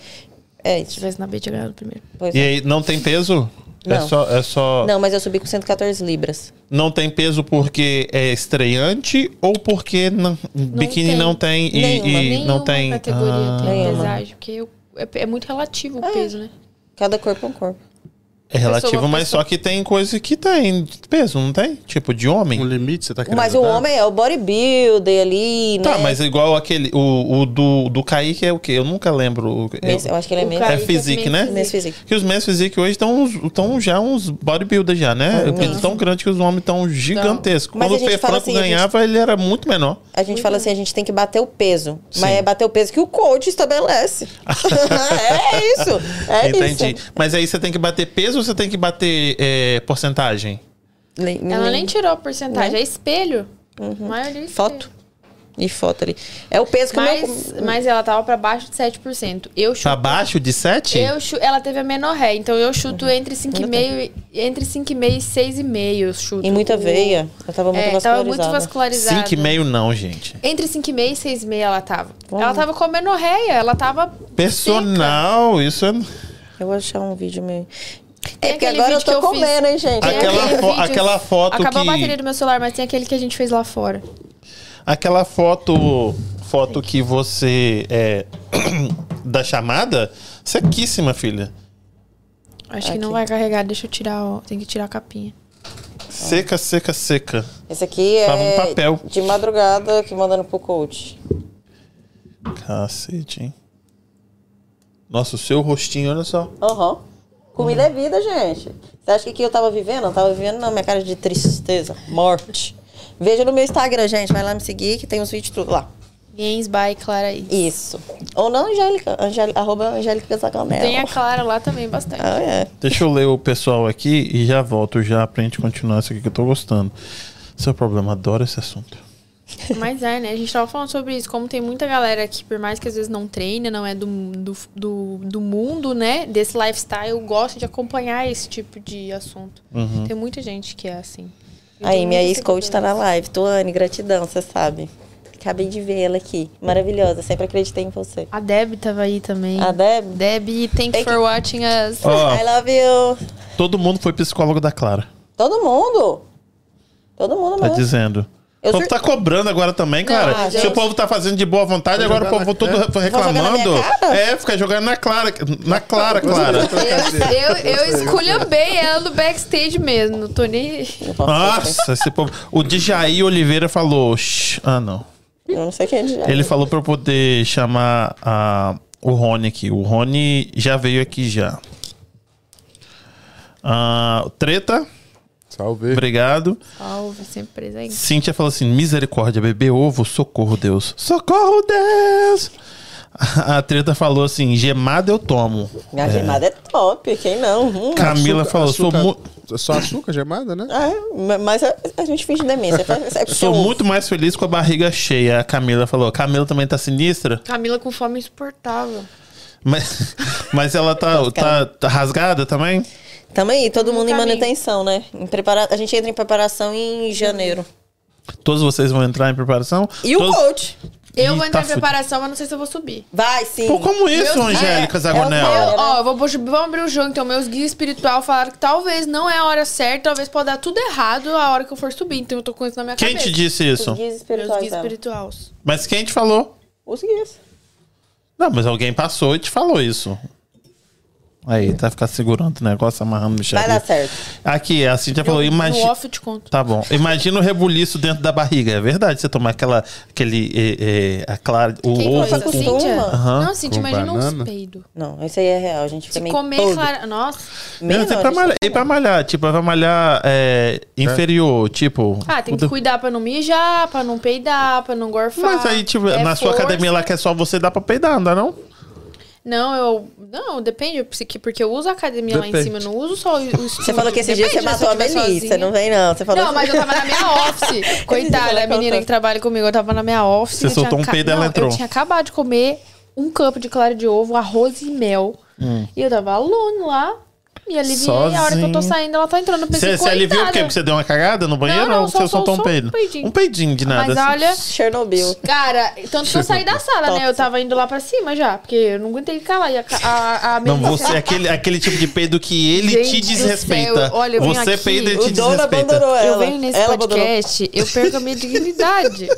É Se isso. tivesse na B, tinha ganhado primeiro. Pois E é. aí não tem peso? É Não. só, é só... Não. Não, mas eu subi com 114 libras. tem peso porque é estreante ou porque não, biquíni tem. não tem e, Nenhuma. e Nenhuma não tem... categoria Ah. tem Nenhuma. pesagem, porque eu- é, é muito relativo o peso, né? Cada corpo é um corpo. É relativo, Pessoa, mas só que tem coisa que tem peso, não tem? Tipo de homem? Um limite você tá querendo Mas o dar? homem é o bodybuilder ali, né? É. Tá, mas igual aquele. O, o do, do Kaique é o quê? Eu nunca lembro. Mês- Eu acho que ele é O mesmo. É Kaique physique, né? Men's Physique. Que os men's physique hoje estão já uns bodybuilders já, né? O peso tão grande que os homens estão gigigantescos. É. Mas Quando o a gente Fê fala Franco assim, a gente- ganhava, ele era muito menor. A gente fala assim, a gente tem que bater o peso. Sim. Mas é bater o peso que o coach estabelece. é isso. É Entendi. isso. Mas aí você tem que bater peso ou quanto você tem que bater é, porcentagem? Nem- Ela nem- nem tirou a porcentagem, Né? Uhum. é espelho. A maioria é espelho. Foto. E foto ali. É o peso que Mas, eu não... mas ela tava pra baixo de 7%. Eu chuto. Pra baixo Tá de 7? Eu chu- ela teve a menorré, então eu Uhum. chuto entre 5,5 e entre 5,5 e 6,5 eu chuto. E muita O- veia. Eu tava muito É, tava muito vascularizada. vascularizada. 5,5 não, gente. Entre 5,5 e 6,5 ela tava. Uau. Ela tava com menorreia, ela tava Personal, isso é... Eu vou achar um vídeo meio... Tem É porque aquele agora eu vídeo tô que eu fiz. comendo, hein, gente? Tem Aquela aquele fo- vídeo- aquela foto Acabou que- a bateria do meu celular, mas tem aquele que a gente fez lá fora. Aquela foto, foto que você é da chamada, sequíssima, filha. Acho que Aqui. não vai carregar, deixa eu tirar, ó. Tem que tirar a capinha. Seca, seca, seca. Esse aqui é Tava um papel. de madrugada que mandando pro coach. Cacete, hein? Nossa, o seu rostinho, olha só. Aham. Comida é vida, gente. Você acha que aqui eu tava vivendo? Eu tava vivendo, não. Minha cara de tristeza. Morte. Veja no meu Instagram, gente. Vai lá me seguir que tem uns vídeos tudo lá. Games by Clara Is. Isso. Ou não, Angélica. Angélica arroba Angélica Zacanel. Tem a Clara lá também, bastante. Ah, é. Deixa eu ler o pessoal aqui e já volto já pra gente continuar isso aqui que eu tô gostando. Seu problema, adoro esse assunto. Mas é, né? A gente tava falando sobre isso, como tem muita galera que, por mais que às vezes não treina, não é do, do, do, do mundo, né? Desse lifestyle, gosta de acompanhar esse tipo de assunto. Uhum. Tem muita gente que é assim. Eu Aí, tenho minha muitos ex-coach tá na seguidores. live. Tuane, gratidão, você sabe. Acabei de ver ela aqui. Maravilhosa, sempre acreditei em você. A Deb tava aí também. A Deb? Deb, É thank you Thank for watching us. Ó, I love you. todo mundo foi psicólogo da Clara. Todo mundo. Todo mundo Tá Uhum. mesmo. dizendo. Eu o povo sur- tá cobrando agora também, Clara. mas Se eu- o povo tá fazendo de boa vontade, Vou agora o jogar povo na- todo é. re- jogar na reclamando. minha cara? É, fica jogando na Clara. Na Clara, Clara. é Eu, eu esculhambei ela no backstage mesmo, não tô nem. aí. Eu posso ser- Nossa, esse povo. O Djaí Oliveira falou. "Shh." Ah, não. Eu não sei quem é de Ele falou pra eu poder chamar a, o Rony aqui. O Rony já veio aqui já. Ah, treta, Salve. obrigado. Salve, sempre presente. Cíntia falou assim: misericórdia, bebê ovo, socorro, Deus. Socorro, Deus! A a treta falou assim: gemada eu tomo. Minha gemada é top, quem não? Hum. Camila falou: sou, mu- Só açúcar gemada, né? Ah, ma- mas a, a gente finge demência. É porque sou eu- muito mais feliz com a barriga cheia. A Camila falou: Camila também tá sinistra, Camila com fome insuportável. mas, mas ela tá, tá, Rasgada. tá rasgada também? Também, todo mundo em caminho. manutenção, né? Em prepara... A gente entra em preparação em janeiro. Todos vocês vão entrar em preparação? E o Todos- coach? Eu Ih, vou tá entrar em fudido. preparação, mas não sei se eu vou subir. Vai, sim. Pô, como isso, Meu- Angélica é, Zagonel? é o Eu- Olha, ó, eu vou, pro- vamos abrir o jogo, então. Meus guias espiritual falaram que talvez não é a hora certa, talvez pode dar tudo errado a hora que eu for subir. Então eu tô com isso na minha Quem cabeça. te disse isso? Os guias Meus espirituais. guias dela. espirituais. Mas quem te falou? Os guias. Não, mas alguém passou e te falou isso. Aí, tá ficando segurando o negócio, amarrando o Vai dar certo. Aqui, a Cintia falou, No imagina... off eu te conto. Tá bom. Imagina o rebuliço dentro da barriga. É verdade, você tomar aquela... Aquele... eh, eh, a clara... O Quem ovo... é falou isso? com- costuma. Cíntia? Aham. Não, Cíntia, Com imagina banana. uns peidos. Não, isso aí é real. A gente fica Se meio comer todo. clara... Nossa. Meio Não, tá tem pra não, a gente tá malhar. fica E pra malhar, tipo, vai malhar eh, inferior, tipo... Ah, tem tudo. que cuidar pra não mijar, pra não peidar, pra não gorfar. Mas aí, tipo, É na sua força. academia lá que é só você, dá pra peidar, não dá não? Não, eu. Não, depende, eu preciso que- porque eu uso a academia lá em Depende. cima, eu não uso só o o estúdio. Você falou que esse dia Depende, você né, se matou eu a tiver Melissa, sozinha. não vem não. Você falou assim. Não, mas eu tava na minha office. Esse Coitada, é dia a ela menina que contou. trabalha comigo, eu tava na minha office. Você eu tinha soltou um ca- peido e ela Não, entrou. Eu tinha acabado de comer um copo de clara de ovo, arroz e mel. Hum. E eu tava alone lá. E aliviei. A hora que eu tô Sozinha. saindo, ela tá entrando. Eu pensei, Você você aliviou coitada. porque Porque você deu uma cagada no banheiro não, ou só- você só- soltou um só um peido? peidinho. Um peidinho de nada. Mas assim. olha... Chernobyl. Cara, tanto que eu saí da sala, né? Eu Tóxico. tava indo lá pra cima já, porque eu não aguentei ficar lá. E a, ca- a, a Não, menina- você é aquele, aquele tipo de peido que ele te Gente do desrespeita. céu, olha, eu venho você aqui, peida e O te dono desrespeita. abandonou ela. Eu venho nesse ela abandonou. podcast, eu perco a minha dignidade.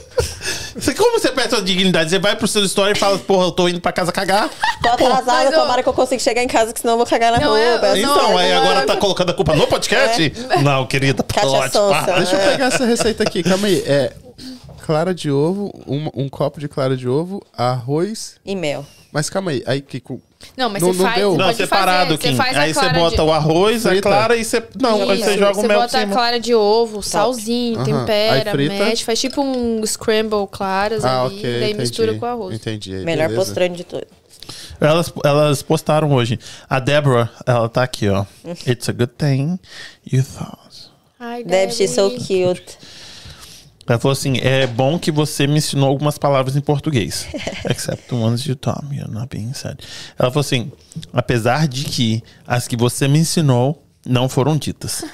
Você, como você perde sua dignidade? Você vai pro seu story e fala, porra, eu tô indo pra casa cagar. Tô atrasada, Mas eu- tomara que eu consiga chegar em casa, que senão eu vou cagar na Não, rua. eu- peço- eu então, não, é. aí não, É. agora eu- tá colocando a culpa no podcast? Não, querida, Cátia pode, Sonsa, para. né? Deixa eu pegar essa receita aqui, calma aí. É clara de ovo, um, um copo de clara de ovo, arroz. E mel. Mas calma aí, aí que com- Não, mas Não- você não faz. deu. você Não, pode separado, fazer, Kim. Você faz a Aí você clara bota de... o arroz, a Frita. clara e você... Não, aí Isso, você joga o mel por bota a cima. clara de ovo, salzinho, Aham. tempera, Aí frita. mexe, faz tipo um scramble claras Ah, ali, ok. daí entendi. mistura com arroz. Entendi. aí Melhor beleza. postrando de tudo. Elas, elas postaram hoje. A Deborah, ela tá aqui, ó. It's a good thing you thought. Ai, Deb, she's so cute. Ela falou assim: é bom que você me ensinou algumas palavras em português. except the ones you taught me, you're not being sad. Ela falou assim: apesar de que as que você me ensinou não foram ditas.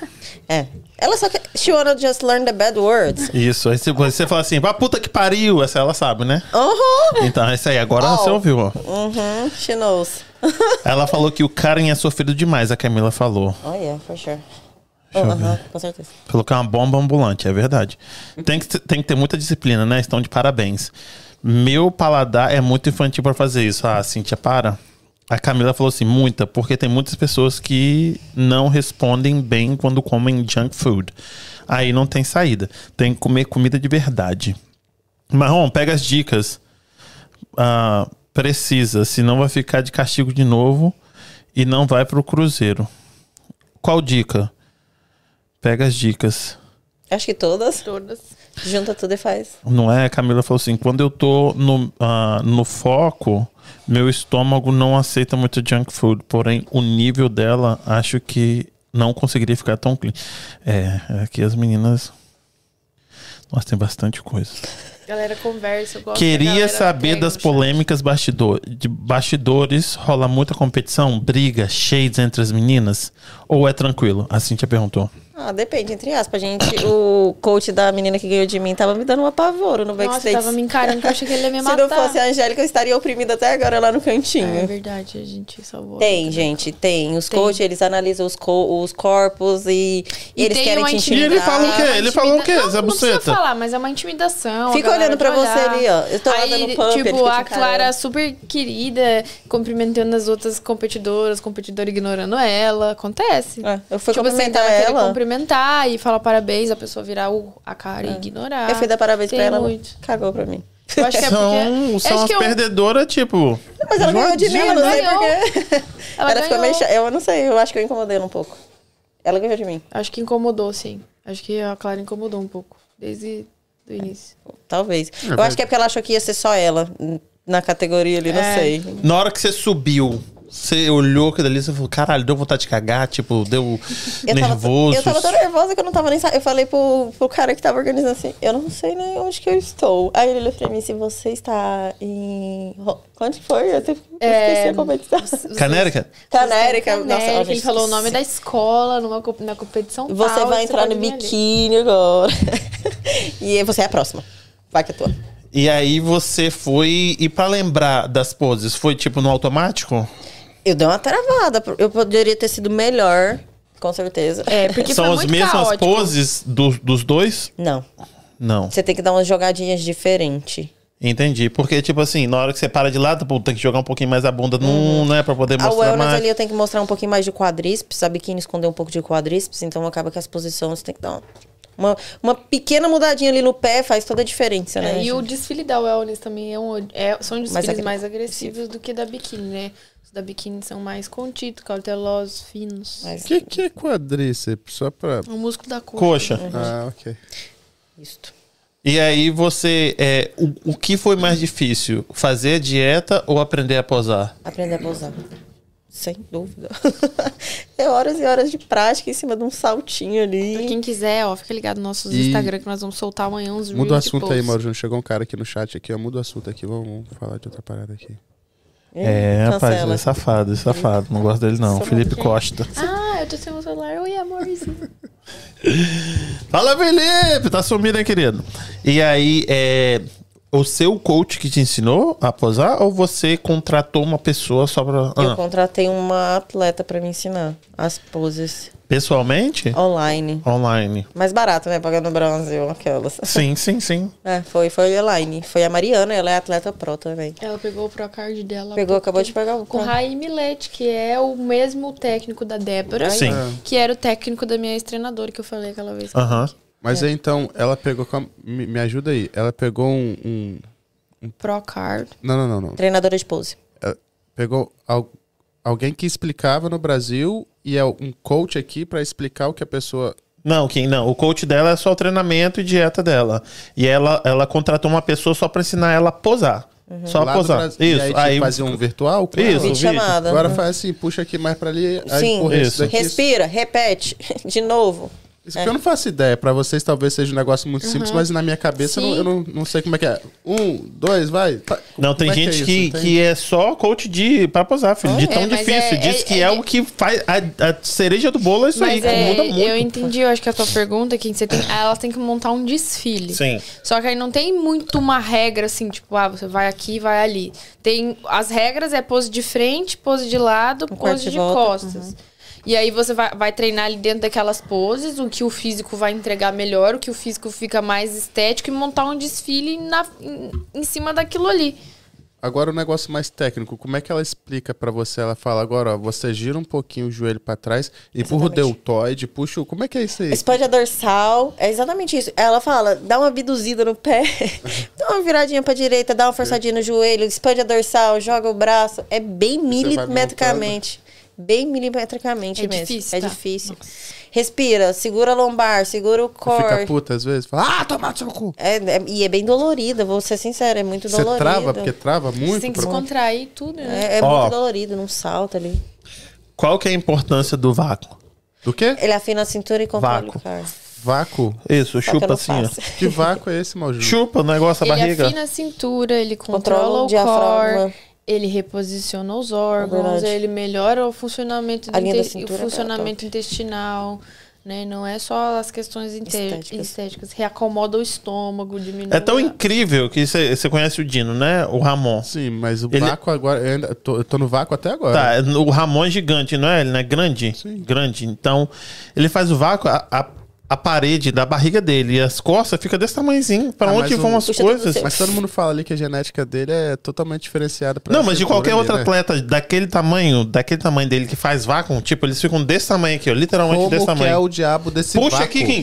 É. Ela só quer. She wanna just learn the bad words. Isso. Aí você, você fala assim: pra puta que pariu. Essa ela sabe, né? Uhum. Então, é isso aí. Agora Oh. você ouviu, ó. Uhum. She knows. Ela falou que o Karen é sofrido demais, a Camila falou. Oh, yeah, for sure. eu Oh, aham, com certeza. Falou que é uma bomba ambulante, é verdade. Tem que, tem que ter muita disciplina, né? Estão de parabéns. Meu paladar é muito infantil pra fazer isso. Ah, Cintia, para. A Camila falou assim, muita, porque tem muitas pessoas que não respondem bem quando comem junk food. Aí não tem saída. Tem que comer comida de verdade. Marrom, pega as dicas. Ah, precisa, senão vai ficar de castigo de novo e não vai pro cruzeiro. Qual dica? Pega as dicas. Acho que todas. Todas. Junta tudo e faz. Não é? A Camila falou assim: quando eu tô no, ah, no foco, meu estômago não aceita muito junk food. Porém, o nível dela, acho que não conseguiria ficar tão clean. É, aqui as meninas. Nossa, tem bastante coisa. Galera conversa, eu gosto da Queria galera saber pega das no chat. polêmicas bastidor, de bastidores. Rola muita competição, briga, shades entre as meninas? Ou é tranquilo? A Cintia perguntou. Ah, depende, entre aspas, gente. O coach da menina que ganhou de mim tava me dando um apavoro no Nossa, backstage. eu tava me encarando que eu achei que ele ia me Se matar. não fosse a Angélica, eu estaria oprimida até agora lá no É cantinho. verdade, a gente salvou. Tem, gente, tem. Os coaches, eles analisam os, co- os corpos e, e E eles tem querem uma te E intimidar. ele fala o quê? Uma Ele falou o quê, intimida- Não, Zé Não precisa Buceta? falar, mas é uma intimidação. a Fica galera olhando pra vai olhar. você ali, ó. Eu tô lá dando Aí, pump, ele tipo, fica a te Clara encarando. super querida, cumprimentando as outras competidoras, competidor ignorando ela. Acontece. É, eu fui tipo assim, cumprimentar dela querer ela. cumprimentar e falar parabéns, a pessoa virar o- a cara e ignorar. É. Eu fui dar parabéns Tem pra ela. né? Muito. Cagou pra mim. Eu acho que é são porque... são as acho que é um eu- perdedoras, tipo. Mas ela ganhou de mim, eu não sei ganhou. porquê. Ela Ela, ficou ganhou. meio chata. Eu não sei, eu acho que eu incomodei ela um pouco. Ela ganhou de mim. Acho que incomodou, sim. Acho que a Clara incomodou um pouco. Desde o início. Talvez. Eu acho que é porque ela achou que ia ser só ela n- na categoria ali, não É. sei. Na hora que você subiu, você olhou aquilo ali e falou, caralho, deu vontade de cagar, tipo, deu Eu tava- nervoso. eu tava tão nervosa que eu não tava nem sa- Eu falei pro, pro cara que tava organizando assim, eu não sei nem onde que eu estou. Aí ele olhou pra mim, se você está em. Ro- Onde que foi? Eu até eu É, esqueci a competição. Canérica? Canérica. Canérica, Tá Nossa, ó, tá né, ele gente, falou o nome da escola numa, co- na competição Você tal, vai entrar pode no vir ali. biquíni agora. e aí você é a próxima. Vai que é tua. E aí você foi. E pra lembrar das poses, foi tipo no automático? Eu dei uma travada. Eu poderia ter sido melhor, com certeza. É, porque São foi as muito mesmas caótico. poses do- dos dois? Não. Não. Você tem que dar umas jogadinhas diferentes. Entendi. Porque, tipo assim, na hora que você para de lado, pô, tem que jogar um pouquinho mais a bunda num, né? Pra poder A mostrar wellness mais. Uhum. ali eu tenho que mostrar um pouquinho mais de quadríceps. A biquíni esconder um pouco de quadríceps. Então acaba que as posições tem que dar uma, uma, uma pequena mudadinha ali no pé faz toda a diferença, né? É, e o gente? desfile da Wellness também é um, é- são desfiles agre- mais agressivos do que da biquíni, né? Os da biquíni são mais contidos, cautelosos, finos. O Mas que, que é quadríceps? Só pra. O músculo da coxa. Coxa. Uhum. Ah, ok. isto. E aí você. É, o, o que foi mais difícil? Fazer a dieta ou aprender a posar? Aprender a pousar. Sem dúvida. é horas e horas de prática em cima de um saltinho Pra ali. quem quiser, ó, fica ligado nos nossos E- Instagram que nós vamos soltar amanhã uns Muda o reels de assunto aí, posts. Mauro Júnior. Chegou um cara aqui no chat aqui, ó. Muda o assunto aqui. Vamos, vamos falar de outra parada aqui. É, rapaz, cancela. é safado, é safado. Não gosto dele, não. Felipe Costa. Ah, eu tô sem o celular. Oi, amorzinho. Fala, Felipe! Tá sumindo, hein, querido? E aí, é. O seu coach que te ensinou a posar ou você contratou uma pessoa só pra. Eu Ah, contratei uma atleta pra me ensinar as poses pessoalmente? online. Online. Mais barato, né? Pagar no Brasil, aquelas. Sim, sim, sim. É, foi, foi online. Foi a Mariana, ela é atleta pro também. Ela pegou o Procard dela. há Pegou, pouco acabou de tempo. pegar o Com o Raí Milete, que é o mesmo técnico da Débora. É. Sim. Ah. Que era o técnico da minha ex-treinadora que eu falei aquela vez. Aham. Mas É. aí, então, ela pegou. com a- Me, me ajuda aí. Ela pegou um. um- Procard. Não, não, não, não. Treinadora de pose. Ela pegou al- alguém que explicava no Brasil e é um coach aqui pra explicar o que a pessoa. Não, quem não. O coach dela é só o treinamento e dieta dela. E ela, ela contratou uma pessoa só pra ensinar ela a posar. Só Uhum. Lá do posar. Brasil. E Isso. aí, aí aí fazia um virtual? com Isso, ela. vídeo. chamada. Agora faz assim, puxa aqui mais pra ali. Aí Sim, corre Isso. isso daqui. respira, repete, de novo. Isso que eu não faço ideia. Pra vocês talvez seja um negócio muito simples, mas na minha cabeça eu não, Sim. eu não, não sei como é que é. Um, dois, vai. Tá. Não, Como tem é é gente isso, que, entende? que é só coach de pra posar, filho. De É, tão mas difícil. é- Diz é- que é, é- o que faz. A, a cereja do bolo é isso aí, Mas que é, muda muito. eu entendi, eu acho que a tua pergunta é que você tem, elas têm que montar um desfile. Sim. Só que aí não tem muito uma regra assim, tipo, ah, você vai aqui, vai ali. Tem as regras é pose de frente, pose de lado, corte e pose de volta, costas. E aí você vai, vai treinar ali dentro daquelas poses, o que o físico vai entregar melhor, o que o físico fica mais estético e montar um desfile na, em, em cima daquilo ali. Agora um negócio mais técnico. Como é que ela explica pra você? Ela fala agora, ó, você gira um pouquinho o joelho pra trás, empurra o Exatamente. deltoide, puxa o... Como é que é isso aí? Expande a dorsal, é exatamente isso. Ela fala, dá uma abduzida no pé, dá uma viradinha pra direita, dá uma forçadinha no joelho, expande a dorsal, joga o braço. É bem né? milimetricamente. Bem milimetricamente É mesmo. difícil, é tá? difícil. Respira, segura a lombar, segura o Fica core. puta às vezes? Fala, ah, toma no seu cu! É, é- e é bem dolorida, vou ser sincera, é muito Você dolorida. trava, porque trava Você muito. tem que pra- se contrair tudo, né? É, é Ó. muito dolorido, não salta ali. Qual que é a importância do vácuo? Do quê? Ele afina a cintura e controla Vácuo. o core. Vácuo. Isso, Só que eu chupa não assim, ó. faço. Que vácuo é esse, Malju? Chupa o negócio, a ele barriga. afina a cintura, ele Controla controla, o o, diafragma. É core, ele reposiciona os Verdade. órgãos, ele melhora o funcionamento, do A linha da inte- cintura o tá funcionamento intestinal, né? Não é só as questões inte- Estéticas. estéticas. Reacomoda o estômago, diminui. É tão a- incrível que você conhece o Dino, né? O Ramon. Sim, mas o Ele- vácuo agora... Eu, ainda tô, eu tô no vácuo até agora. Tá, o Ramon é gigante, não é? Ele não é grande? Grande. Então, ele faz o vácuo, a, a, a parede da barriga dele e as costas fica desse tamanhozinho. Pra Ah, onde mas vão o- as Puxa, tudo coisas? certo. Mas todo mundo fala ali que a genética dele é totalmente diferenciada. Pra Não, mas de cintura qualquer ali, outro né? atleta daquele tamanho, daquele tamanho dele que faz vácuo, tipo, eles ficam desse tamanho aqui, ó, literalmente um desse Como que é tamanho. o diabo desse Puxa vácuo? aqui, Kim.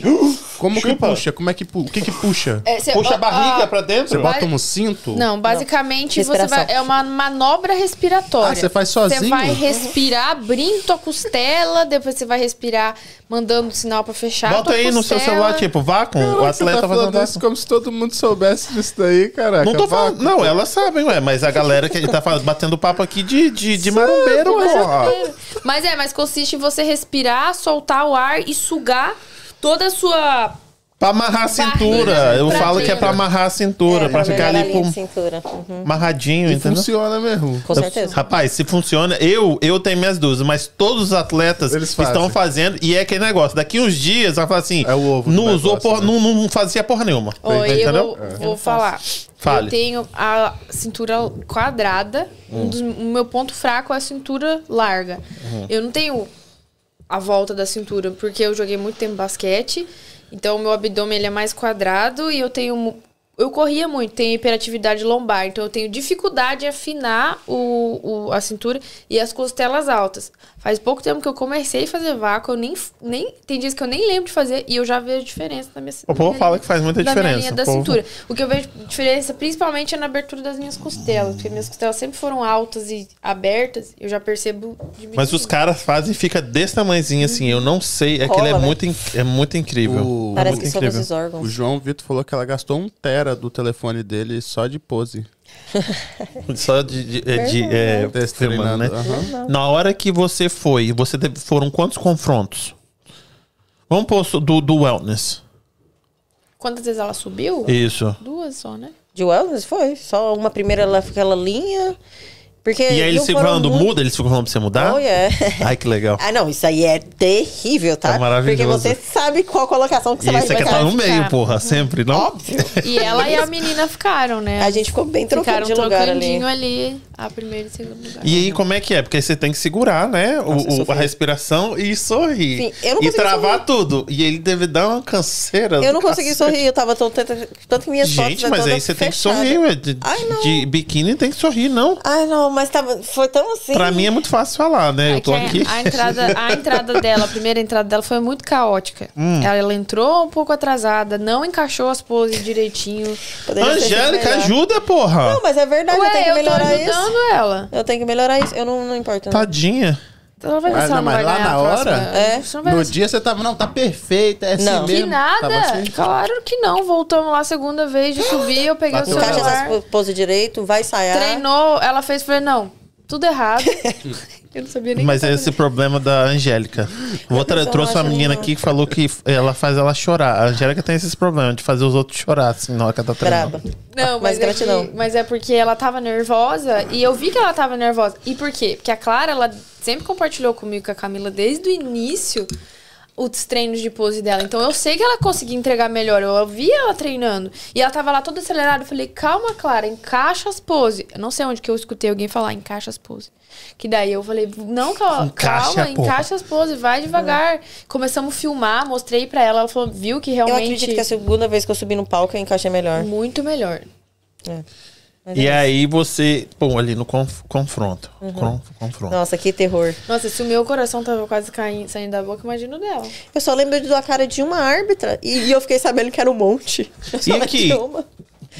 Como que Chupa. puxa? Como é que pu... O que que puxa? É, cê- Puxa a ó, barriga ó, pra dentro. Você bota vai- um cinto? Não, basicamente você Respiração. vai, é uma manobra respiratória. Ah, você faz Você sozinho? vai respirar abrindo tua costela, depois você vai respirar mandando sinal pra fechar. Bota tua aí no seu costela. celular, tipo, vácuo, Caraca, o você tá atleta fazendo falando isso vácuo. como se todo mundo soubesse disso daí, caraca. Não tô Vaco. falando. Não, é- elas sabem, ué, mas a galera que a gente tá falando, batendo papo aqui de, de, de marombeiro, Mas é porra. maneiro. Mas é, mas consiste em você respirar, soltar o ar e sugar toda a sua. Pra amarrar a cintura. Eu pra falo que é dentro. pra amarrar a cintura, É, pra ficar melhorar a ali linha de com... cintura. Uhum. amarradinho, entendeu? Funciona mesmo. Com certeza. Rapaz, se funciona, eu eu tenho minhas dúvidas, mas todos os atletas Eles fazem. estão fazendo e é aquele negócio. Daqui uns dias vai falar assim, É o ovo do não usou negócio, porra, né? não, não fazia porra nenhuma. Ó, eu entendeu? É. vou falar. Fale. Hum. Eu tenho a cintura quadrada. Um dos- o meu ponto fraco é a cintura larga. Eu não tenho a volta da cintura, porque eu joguei muito tempo basquete. Então, o meu abdômen ele é mais quadrado e eu tenho. mu- Eu corria muito, tenho hiperatividade lombar. Então, eu tenho dificuldade em afinar o, o- a cintura e as costelas altas. Faz pouco tempo que eu comecei a fazer vácuo. Eu nem, f- nem, tem dias que eu nem lembro de fazer e eu já vejo diferença na minha O povo fala que faz muita da diferença, minha linha o da povo- cintura. O que eu vejo diferença principalmente é na abertura das minhas costelas. Porque minhas costelas sempre foram altas e abertas. Eu já percebo diminuindo. Mas os caras fazem e fica desse tamanhozinho assim, eu não sei, aquilo é Rola, né? muito in- é muito incrível. É O- Parece Muito que somos os O órgãos. João Vitor falou que ela gastou um tera do telefone dele só de pose. Só de, de, é, de é, Desse filmando, né? treinado, aham. Na hora que você foi, você teve- foram quantos confrontos? Vamos pôr so- do, do wellness. Quantas vezes ela subiu? Isso. Duas só, né? De wellness foi. Só uma primeira lá, aquela linha. Porque E aí eles É, não ficam foram falando, muito- muda, eles ficam falando pra você mudar? Oh, yeah. Ai, que legal. Ah, não, isso aí é terrível, tá? É maravilhoso. Porque você sabe qual colocação que você E vai aí você quer um jogar. estar no meio, ficar. porra, sempre, não? Óbvio. E ela e a menina ficaram, né? A gente ficou bem Ficaram trocando de lugar ali. trocandinho ali. A primeiro e segundo lugar. E aí, como é que é? Porque você tem que segurar, né? o- Nossa, eu o- a sofri. respiração e sorrir. Sim, eu não e consegui travar tudo. E ele deve dar uma canseira. Eu do não consegui cacete. sorrir, eu tava todo, tanto que minhas fotos Gente, é mas toda aí você tem que fechada. sorrir, ué. De, Ai, não. de biquíni tem que sorrir, não. Ai, Ah, não, mas tava, foi tão assim. Pra mim é muito fácil falar, né? É Eu tô que a- aqui. A, entrada, a entrada dela, a primeira entrada dela foi muito caótica. Hum. Ela, ela entrou um pouco atrasada, não encaixou as poses direitinho. Poderia ter sido Angélica, é melhor. ajuda, porra. Não, mas é verdade, eu tenho Ué, que eu tô melhorar isso. ajudando ela. Tá Eu tenho que melhorar isso. Eu não, não importo. não. Tadinha. Ela vai ver Ah, se ela não, mas vai lá ganhar na a próxima. hora? É. Você não vai No ver se- dia você tava, não, tá perfeita, é assim Não. mesmo. Que nada! Tava assim. Claro que não. Voltamos lá segunda vez, eu subi, eu peguei Bateu o na Encaixa celular. essas poses direito, vai ensaiar. Treinou, ela fez, falei, não, tudo errado. eu não sabia nem Mas que é tava esse problema da Angélica. Outra Mas eu trouxe uma acho menina que- aqui que falou que f- ela faz ela chorar. A Angélica tem esses problemas de fazer os outros chorar assim na hora que ela tá treinando. Braba. Não, mas, Ah, Mas é que- gratidão. mas é porque ela tava nervosa e eu vi que ela tava nervosa. E por quê? Porque a Clara, ela sempre compartilhou comigo com a Camila desde o início os treinos de pose dela. Então eu sei que ela conseguia entregar melhor. Eu vi ela treinando. E ela tava lá toda acelerada. Eu falei, calma, Clara, encaixa as poses. Eu não sei onde que eu escutei alguém falar, encaixa as poses. Que daí eu falei, não, calma, Encaixa, calma porra. encaixa as poses, vai devagar. Começamos a filmar, mostrei pra ela. Ela falou, viu que realmente. Eu acredito que é a segunda vez que eu subi no palco eu encaixei melhor. Muito melhor. É. Mas E é Uhum. aí você, pô, ali no conf- confronto. Cron- isso. confronto. Nossa, que terror. Nossa, se o meu coração tava quase caindo, saindo da boca, imagino o dela. Eu só lembro da cara de uma árbitra e, e eu fiquei sabendo que era um monte. Eu só E lembro aqui? de uma.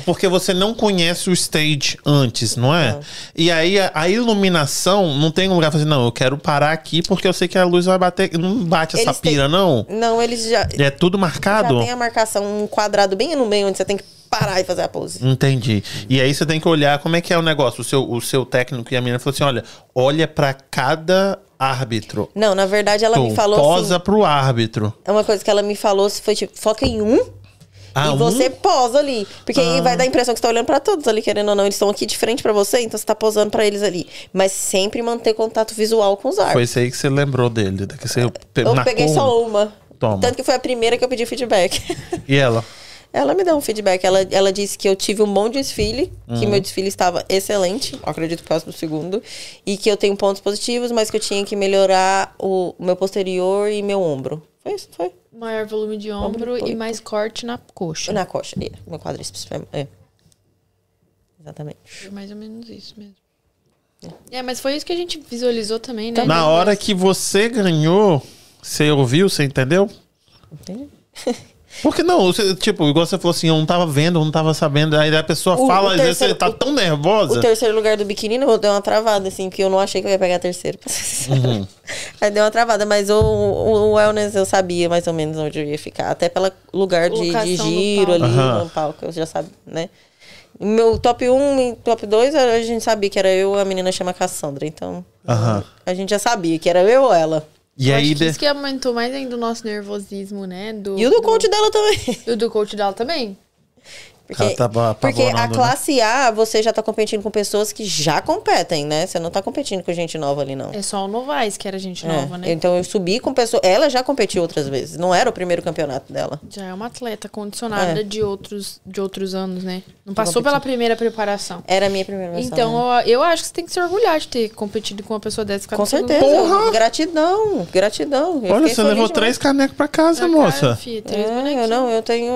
Porque você não conhece o stage antes, não é? E aí a, a iluminação não tem um lugar pra fazer, não, eu quero parar aqui porque eu sei que a luz vai bater. Não bate essa Eles têm- pira, não. Não, eles já, É tudo já marcado? tem a marcação, um quadrado bem no meio onde você tem que parar e fazer a pose. Entendi. E aí você tem que olhar como é que é o negócio. O seu, o seu técnico e a menina falou assim: olha, olha pra cada árbitro. Não, na verdade ela Pô, me falou posa assim, pro árbitro. é uma coisa que ela me falou, foi tipo, foca em um Ah, e um? Ah. você posa ali. Porque aí vai dar a impressão que você tá olhando pra todos ali, querendo ou não. Eles estão aqui de frente pra você, então você tá posando pra eles ali. Mas sempre manter contato visual com os Foi árbitros. isso aí que você lembrou dele. da Que você pe- Eu marcou peguei um. só uma. Toma. Tanto que foi a primeira que eu pedi feedback. E ela? Ela me deu um feedback. Ela, ela disse que eu tive um bom desfile, que Uhum. meu desfile estava excelente, eu acredito por causa do segundo, e que eu tenho pontos positivos, mas que eu tinha que melhorar o meu posterior e meu ombro. Foi isso? Foi? Maior volume de ombro Ombro, e oito. mais corte na coxa. Na coxa. é, Meu quadríceps. É. Exatamente. É Mais ou menos isso mesmo. É, mas foi isso que a gente visualizou também, Tá né? Na hora que você ganhou, você ouviu, você entendeu? Entendi. Porque não, você, tipo, igual você falou assim, eu não tava vendo, eu não tava sabendo. Aí a pessoa O- fala, o às vezes você terceiro- tá o- tão nervosa. O terceiro lugar do biquíni, eu dei uma travada, assim, porque eu não achei que eu ia pegar a terceira. Uhum. Aí deu uma travada, mas o, o, o wellness eu sabia mais ou menos onde eu ia ficar. Até pelo lugar de, Locação de do giro palco. ali Aham. no palco, eu já sabia, né? Meu top 1 e top 2, a gente sabia que era eu a menina chama Cassandra. Então, Aham. a gente já sabia que era eu ou ela. E Eu acho aí. que de- isso que aumentou mais ainda o nosso nervosismo, né? Do, E o do coach dela também. do, do coach dela também. Ela tava porque a apavorando, né? classe A, você já tá competindo com pessoas que já competem, né? Você não tá competindo com gente nova ali, não. É só o Novaes que era gente É, nova, né? Então eu subi com pessoas. Ela já competiu outras vezes. Não era o primeiro campeonato dela. Já é uma atleta condicionada É. de, outros, de outros anos, né? Não passou pela primeira preparação. Era a minha primeira versão. né? Então, eu, eu acho que você tem que se orgulhar de ter competido com uma pessoa dessa. ficado com todo mundo- certeza. Gratidão, gratidão. Eu Olha, fiquei você feliz levou demais. três canecos pra casa, Cara, moça. fi, três É, eu bonequinhos. não, eu tenho.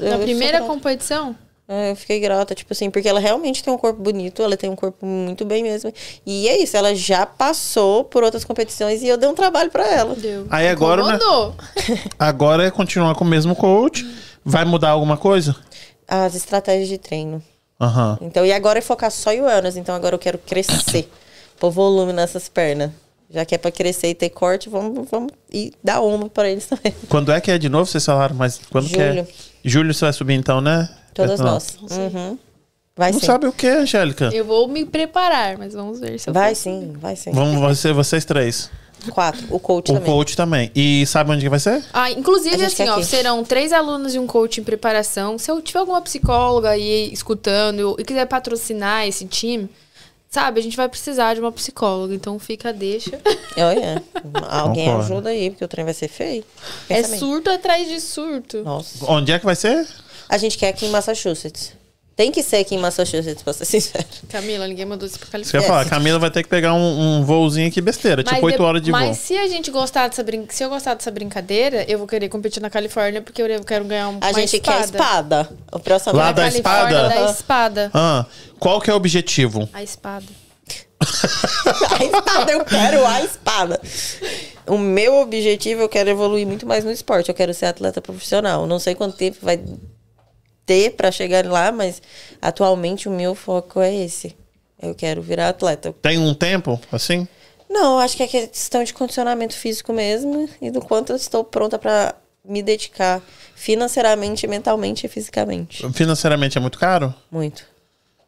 eu- Na eu primeira sou grata. competição? É, Eu fiquei grata, tipo assim, porque ela realmente tem um corpo bonito, ela tem um corpo muito bem mesmo. E é isso, ela já passou por outras competições e eu dei um trabalho pra ela. Deu. Aí agora, né? Incomodou. Agora é continuar com o mesmo coach. Vai mudar alguma coisa? As estratégias de treino. Aham. Então, e agora é focar só em wellness. Então, agora eu quero crescer. Pôr volume nessas pernas. Já que é pra crescer e ter corte, vamos, vamos e dar ombro pra eles também. Quando é que é de novo? Vocês falaram, mas quando que é? Julho. Julho você vai subir então, né? Todas Não. nós. Uhum. Vai Não sim. sabe o que, Angélica? Eu vou me preparar, mas vamos ver se eu Vai consigo. sim, vai sim. Vamos, vai ser vocês três. Quatro. O coach O também. coach também. E sabe onde que vai ser? Ah, A inclusive, gente assim, quer ó, aqui. serão três alunos e um coach em preparação. Se eu tiver alguma psicóloga aí escutando e quiser patrocinar esse time, sabe, a gente vai precisar de uma psicóloga. Então fica, a deixa. Olha, Alguém Concordo. ajuda aí, porque o trem vai ser feio. É Pensa bem. surto atrás de surto. Nossa. Onde é que vai ser? A gente quer aqui em Massachusetts. Tem que ser aqui em Massachusetts, pra ser sincero. Camila, ninguém mandou isso pra Você ia É, Califórnia. falar, Camila vai ter que pegar um, um voozinho aqui besteira, tipo 8 de- horas de voo. mas se a gente gostar dessa brin... se eu gostar dessa brincadeira, eu vou querer competir na Califórnia porque eu quero ganhar um A gente quer espada. O próximo Lá da é da Califórnia espada? da espada. Ah, qual que é o objetivo? A espada. A espada, eu quero a espada. O meu objetivo, eu quero evoluir muito mais no esporte. Eu quero ser atleta profissional. Não sei quanto tempo vai ter pra chegar lá, mas atualmente o meu foco é esse. Eu quero virar atleta. Tem um tempo, assim? Não, eu acho que é questão de condicionamento físico mesmo e do quanto eu estou pronta pra me dedicar financeiramente, mentalmente e fisicamente. Financeiramente é muito caro? Muito.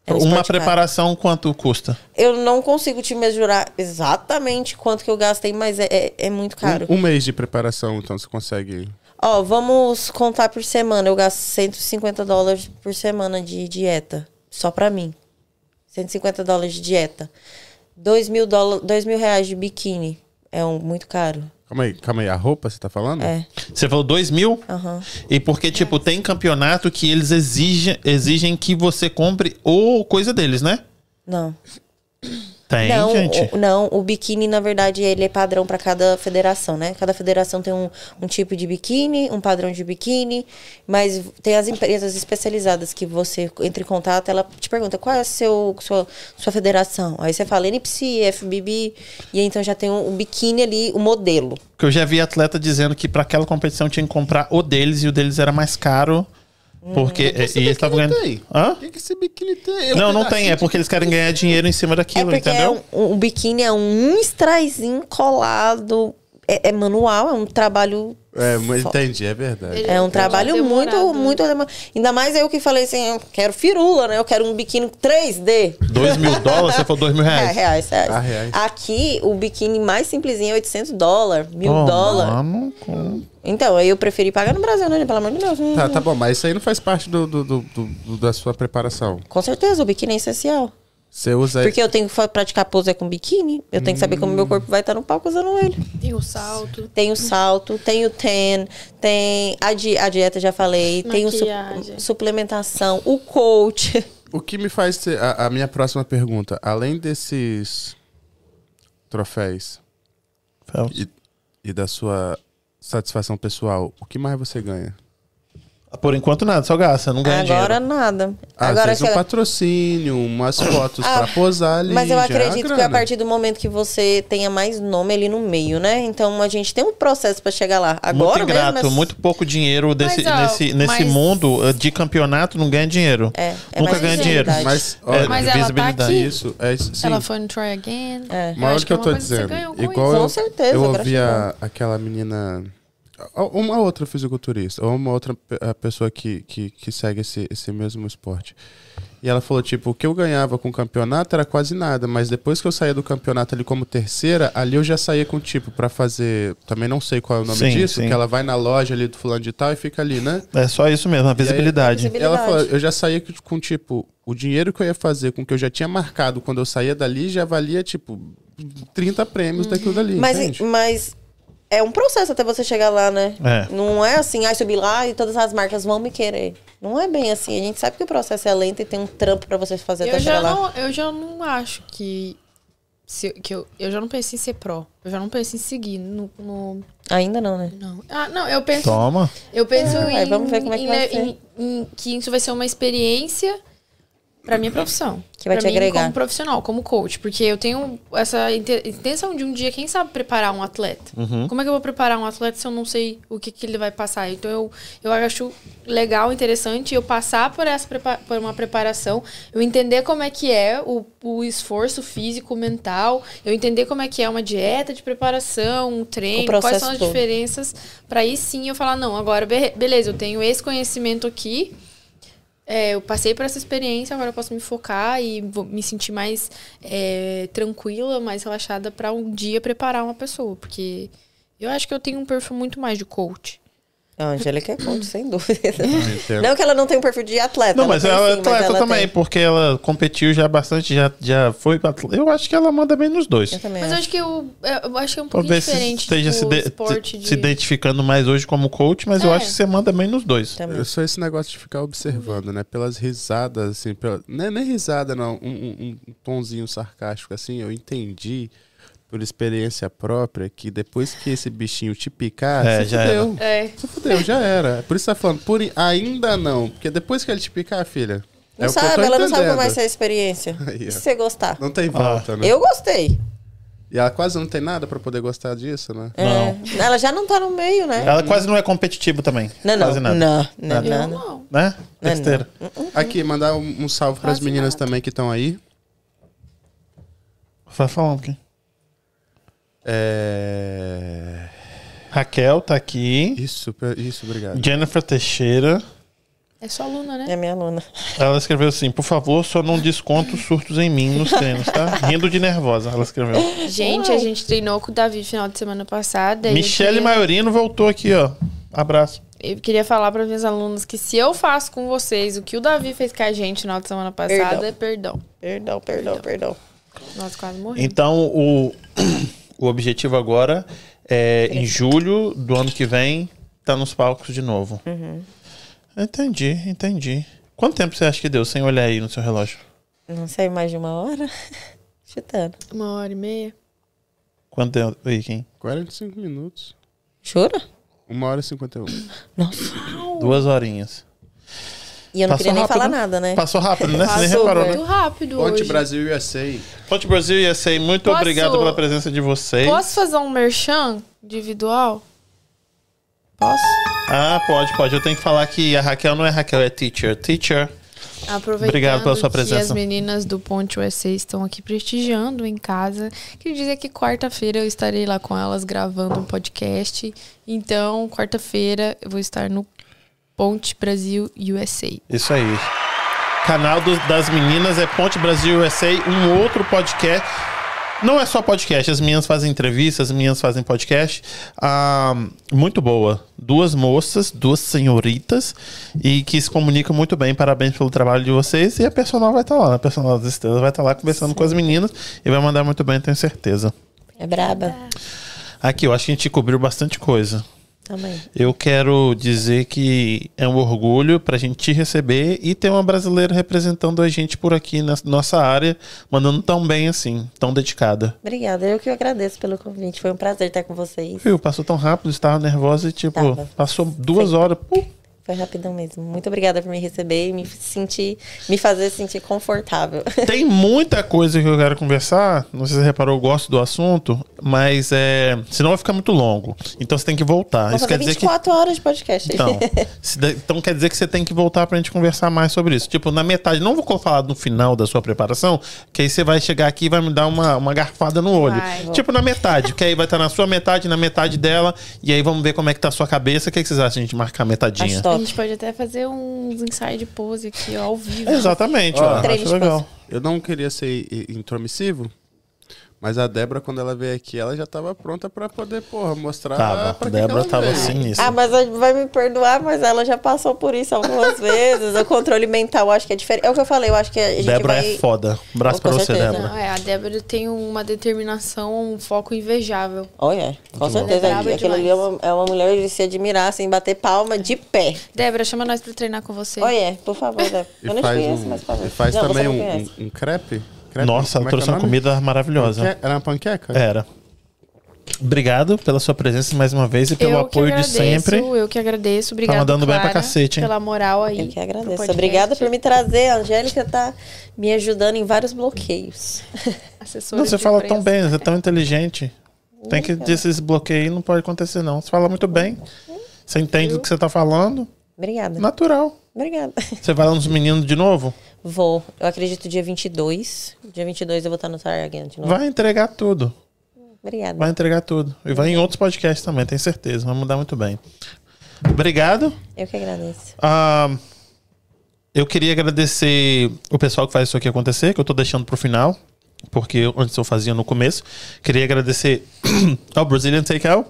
É um Uma esporte caro. preparação quanto custa? Eu não consigo te mesurar exatamente quanto que eu gastei, mas é, é, é muito caro. Um, um mês de preparação, então você consegue. Ó, vamos contar por semana. Eu gasto 150 dólares por semana de dieta. Só pra mim. 150 dólares de dieta. 2 mil, dólar, dois mil reais de biquíni. É um, muito caro. Calma aí, calma aí, a roupa você tá falando? É. Você falou 2 mil? Aham. E porque, É. tipo, tem campeonato que eles exigem, exigem que você compre ou coisa deles, né? Não. Tem, não, gente. O, não, o biquíni, na verdade, ele é padrão pra cada federação, né? Cada federação tem um, um tipo de biquíni, um padrão de biquíni, mas tem as empresas especializadas que você entra em contato, ela te pergunta qual é a seu, sua, sua federação. Aí você fala NPC, FBB, e aí então já tem o um, biquíni ali, o modelo. Porque eu já vi atleta dizendo que pra aquela competição tinha que comprar o deles e o deles era mais caro. Hum, Porque. e eles estavam ganhando. Tem? Hã? O que, que esse biquíni tem? Eu Não, vi não na tem. É Cintia. porque eles querem ganhar dinheiro em cima daquilo, é porque entendeu? É um, o biquíni é um straizinho colado, é, é manual, é um trabalho É, mas fo- entendi, é verdade. Ele- É um Demorado. trabalho muito, né? muito. demorado. Ainda mais eu que falei assim, eu quero firula, né? Eu quero um biquíni 3D. 2 mil dólares? Você falou 2 mil É, reais? reais, reais. Ah, reais. Aqui, o biquíni mais simplesinho é 800 dólares, 1000 Pô, dólares. mano, com- Então, aí eu preferi pagar no Brasil, né? Pelo amor de Deus. Tá, tá bom, mas isso aí não faz parte do, do- do- do- do- da sua preparação. Com certeza, o biquíni é essencial. Você usa Porque eu tenho que fa- praticar pose com biquíni. Eu tenho que saber como Hum. meu corpo vai estar no palco usando ele. Tem o salto. Tem o salto, tem o TEN, tem a, di- a dieta, já falei. Tem o su- Maquiagem. suplementação, o coach. O que me faz ter a, a minha próxima pergunta, além desses troféus e, e da sua satisfação pessoal, o que mais você ganha? Por enquanto nada, só gasta, não ganha Agora dinheiro. nada. Ah, Agora às vezes um chega- patrocínio, umas fotos pra posar ali. Mas eu já é acredito que a grana. partir do momento que você tenha mais nome ali no meio, né? Então a gente tem um processo pra chegar lá. Agora muito ingrato, mesmo, é- muito pouco dinheiro desse, Mas, ó, nesse, nesse mas- mundo eh, de campeonato não ganha dinheiro. É, é Nunca mais ganha dinheiro. visibilidade. Mas, É, olha, Mas ela tá visibilidade. aqui. isso, é isso, sim. Ela foi no Try Again. É. Mas olha o acho que eu é tô uma coisa que dizendo. Você ganhou com Igual isso. eu, Com certeza, eu ouvi a- gratidão. aquela menina. a- Uma outra fisiculturista, ou uma outra pe- a pessoa que, que, que segue esse, esse mesmo esporte. E ela falou, tipo, o que eu ganhava com o campeonato era quase nada, mas depois que eu saía do campeonato ali como terceira, ali eu já saía com, tipo, pra fazer. Também não sei qual é o nome Sim, disso, sim. que ela vai na loja ali do fulano de tal e fica ali, né? É só isso mesmo, a visibilidade. visibilidade. Ela falou, eu já saía com- com, tipo, o dinheiro que eu ia fazer com o que eu já tinha marcado quando eu saía dali já valia, tipo, 30 prêmios daquilo dali. Uhum. Mas, hum, entende? mas é um processo até você chegar lá, né? É. Não é assim, ai, subir lá e todas as marcas vão me querer. Não é bem assim. A gente sabe que o processo é lento e tem um trampo pra você fazer até Eu já, chegar lá. não, eu já não acho que. se- que eu, eu já não pensei em ser pró. Eu já não pensei em seguir. No, no- Ainda não, né? não. Ah, não, eu penso. Toma. Eu penso Ah, em, aí vamos ver como é que em, vai le- em- em que isso vai ser uma experiência pra minha profissão. Que vai Pra te mim, agregar. Como profissional, como coach. Porque eu tenho essa inte- intenção de um dia, quem sabe, preparar um atleta. Como é que eu vou preparar um atleta se eu não sei o que, que ele vai passar? Então eu, eu acho legal, interessante eu passar por, essa, prepa- por uma preparação, eu entender como é que é o, o esforço físico, mental, eu entender como é que é uma dieta de preparação, um treino, quais processo são as todo. diferenças, pra aí sim eu falar, não, agora be- beleza, eu tenho esse conhecimento aqui, é, eu passei por essa experiência, agora eu posso me focar e vou me sentir mais é, tranquila, mais relaxada pra um dia preparar uma pessoa. Porque eu acho que eu tenho um perfil muito mais de coach. A Angélica é coach, sem dúvida. entendo. Não que ela não tenha um perfil de atleta. Não, mas tem ela é sim, mas atleta ela também, tem. porque ela competiu já bastante, já, já foi. pra atle- Eu acho que ela manda bem nos dois. Eu também Mas eu acho. acho que eu, eu acho que é um pouquinho Talvez você diferente esteja do se, de- esporte se- de... se identificando mais hoje como coach, mas eu É. Tá. acho que você manda bem nos dois. Também. Eu sou esse negócio de ficar observando, né? Pelas risadas, assim, pela... não é nem risada, não. Um, um- um tonzinho sarcástico, assim, eu entendi por experiência própria que depois que esse bichinho te picar, É, você já fudeu. É. Você fudeu, já era. Por isso tá falando, por i- ainda não. Porque depois que ele te picar, filha. Não é o que eu tô sabe, ela não sabe entendendo. como vai ser a experiência. Aí, ó. E se você gostar? Não tem volta, Ah, né? Eu gostei. E ela quase não tem nada pra poder gostar disso, né? É. Ela já não tá no meio, né? Ela quase não é competitiva também. Não, não. Quase nada. Não, não, Eu não, não. não. Né? Não, Besteira. Uhum. Aqui, mandar um, um salve pras Quase meninas nada. também que estão aí. um Vai falando aqui. É... Raquel tá aqui. Isso, pe- isso, obrigado. Jennifer Teixeira. É sua aluna, né? É minha aluna. Ela escreveu assim: por favor, só não desconto os surtos em mim nos treinos, tá? Rindo de nervosa, ela escreveu. É, Gente, a gente treinou com o Davi final de semana passada. e eu Michele queria- Maiorino voltou aqui, ó. Abraço. Eu queria falar para minhas alunas que se eu faço com vocês o que o Davi fez com a gente final de semana passada, perdão. Perdão, perdão, perdão. Nós quase morremos. Então, o, o objetivo agora é em julho do ano que vem tá nos palcos de novo. Entendi, entendi. Quanto tempo você acha que deu sem olhar aí no seu relógio? Não saiu mais de uma hora? Chutando. Uma hora e meia. Quanto deu aí, Kim? 45 minutos. Jura? 1 hora e 51. Nossa. Duas horinhas. E eu não Passou queria nem rápido, falar né? nada, né? Passou rápido, né? Você nem Passou, reparou, né? Muito rápido Ponte hoje. Brasil USA. Ponte Brasil e USA, muito Posso- obrigado pela presença de vocês. Posso fazer um merchan individual? Posso? Ah, pode, pode. Eu tenho que falar que a Raquel não é Raquel, é teacher. Teacher. Aproveitando Obrigado pela sua presença. que as meninas do Ponte USA estão aqui prestigiando em casa. Queria dizer que quarta-feira eu estarei lá com elas gravando um podcast. Então, quarta-feira eu vou estar no Ponte Brasil USA. Isso aí. Canal do- das meninas é Ponte Brasil USA, um outro podcast. Não é só podcast, as meninas fazem entrevistas, as meninas fazem podcast. Ah, muito boa. Duas moças, duas senhoritas, e que se comunicam muito bem. Parabéns pelo trabalho de vocês. E a personal vai estar lá, né? a personal das estrelas vai estar lá conversando com as meninas e vai mandar muito bem, tenho certeza. É braba. Aqui, eu acho que a gente cobriu bastante coisa. Também. Eu quero dizer que é um orgulho pra gente te receber e ter uma brasileira representando a gente por aqui na nossa área, mandando tão bem assim, tão dedicada. Obrigada. Eu que agradeço pelo convite. Foi um prazer estar com vocês. Viu, passou tão rápido, estava nervosa e tipo, Tava. passou duas horas. Pum. Foi rapidão mesmo. Muito obrigada por me receber e me sentir, me fazer sentir confortável. Tem muita coisa que eu quero conversar, não sei se você reparou, eu gosto do assunto, mas é, senão vai ficar muito longo. Então você tem que voltar. Vou Isso quer fazer dizer que 24 horas de podcast. Então, se da- então quer dizer que você tem que voltar pra gente conversar mais sobre isso. Tipo, na metade, não vou falar no final da sua preparação, que aí você vai chegar aqui e vai me dar uma, uma garfada no olho. Vai. tipo, na metade, que aí vai estar na sua metade, na metade dela, e aí vamos ver como é que tá a sua cabeça. O que, que vocês acham de a gente marcar a metadinha? Acho top. A gente pode até fazer uns inside pose aqui, ó, ao vivo. Exatamente, ó, Ó. acho Treinos legal. Eu não queria ser i- intromissivo, mas a Débora, quando ela veio aqui, ela já tava pronta pra poder, porra, mostrar Tava, Ah, pra a que que ela Débora tava veio. sinistra. Ah, mas a- vai me perdoar, mas ela já passou por isso algumas vezes. O controle mental acho que é diferente. É o que eu falei, eu acho que a gente Débora vai... é foda. Um abraço Com pra você, certeza. Débora. Não, é, a Débora tem uma determinação, um foco invejável. Olha, com certeza. braba Aquilo ali é uma, é uma mulher de se admirar, assim, bater palma de pé. Débora, chama nós pra treinar com você. Olha, por favor, Débora. E Eu não te faz, conheço, um- mas por favor. e faz Não, você também não um, conhece. um- um crepe? crepe? Nossa, ela como é que trouxe é o uma nome? é comida É. maravilhosa. Panque- Era uma panqueca? Era. Obrigado pela sua presença mais uma vez e pelo Eu apoio que agradeço, de sempre. Tá Eu que agradeço. Obrigada, mandando bem Clara, pra cacete, hein? Pela moral aí. Eu que pro agradeço. podcast. Obrigada por me trazer. A Angélica tá me ajudando em vários bloqueios. Assessora Não, você de fala imprensa. tão bem, você é tão inteligente. Tem que desses bloqueios não pode acontecer, não. Você fala muito bem. Você entende do que você tá falando? Obrigada. Natural. Obrigada. Você vai lá nos meninos de novo? Vou. Eu acredito dia 22. Dia 22 eu vou estar no Target de novo. Vai entregar tudo. Obrigada. Vai entregar tudo. E vai em outros podcasts também, tenho certeza. Vai mudar muito bem. Obrigado. Eu que agradeço. Ah, eu queria agradecer o pessoal que faz isso aqui acontecer, que eu tô deixando pro final, porque antes eu fazia no começo. Queria agradecer ao Brazilian Takeout.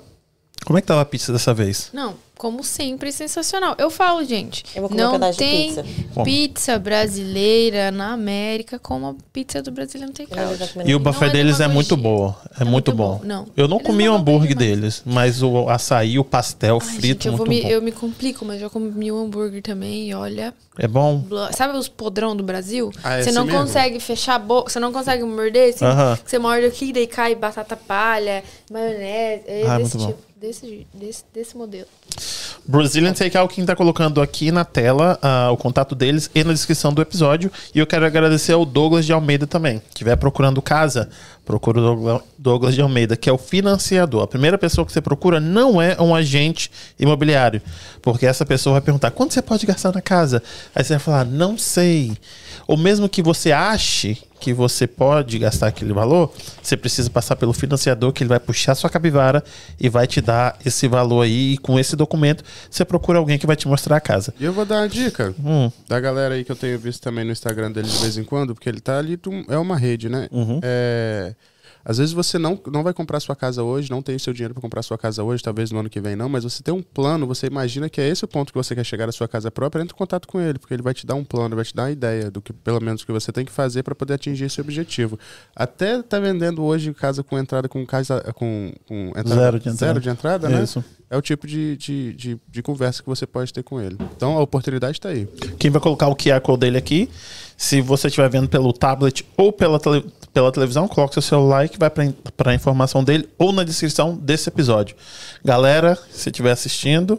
Como é que tava a pizza dessa vez? Não, como sempre, sensacional. Eu falo, gente, Eu vou comer um não pedaço de tem pizza. Bom. pizza brasileira na América como a pizza do brasileiro Eu já Takeout. tô comendo E o aqui. buffet é deles é demagogia. muito boa. É, muito, muito bom. bom, não. Eu não Eles comi não o mandam bem hambúrguer demais. deles, mas o açaí, o pastel Ai, frito, é gente, eu, vou muito me, bom. eu me complico, mas eu comi um hambúrguer também e olha... É bom? blo- Sabe os podrão do Brasil? Ah, é você assim não mesmo? consegue fechar a boca, você não consegue morder, assim, Aham. você morde aqui, daí cai batata palha, maionese, é Ah, desse muito bom. tipo, desse, je- desse, desse modelo. Brazilian Takeout, quem tá colocando aqui na tela ah, o contato deles e na descrição do episódio. E eu quero agradecer ao Douglas de Almeida também. Se estiver procurando casa, procura o Dougla- Douglas de Almeida, que é o financiador. A primeira pessoa que você procura não é um agente imobiliário. Porque essa pessoa vai perguntar, quanto você pode gastar na casa? Aí você vai falar, não sei. Ou mesmo que você ache que você pode gastar aquele valor, você precisa passar pelo financiador que ele vai puxar sua capivara e vai te dar esse valor aí. E com esse documento, você procura alguém que vai te mostrar a casa. E eu vou dar uma dica Hum. da galera aí que eu tenho visto também no Instagram dele de vez em quando, porque ele tá ali, tum- é uma rede, né? Uhum. É, às vezes você não, não vai comprar sua casa hoje, não tem o seu dinheiro pra comprar sua casa hoje, talvez no ano que vem não, mas você tem um plano, você imagina que é esse o ponto que você quer chegar à sua casa própria, entra em contato com ele, porque ele vai te dar um plano, vai te dar uma ideia do que, pelo menos, o que você tem que fazer pra poder atingir esse objetivo. Até tá vendendo hoje casa com entrada com casa com, com entrada- Zero de entrada. zero de entrada, né? Isso. É o tipo de, de, de, de conversa que você pode ter com ele. Então a oportunidade tá aí. Quem vai colocar o QR Code dele aqui, se você estiver vendo pelo tablet ou pela, tele- pela televisão, coloque seu celular que vai para a informação dele ou na descrição desse episódio. Galera, se estiver assistindo,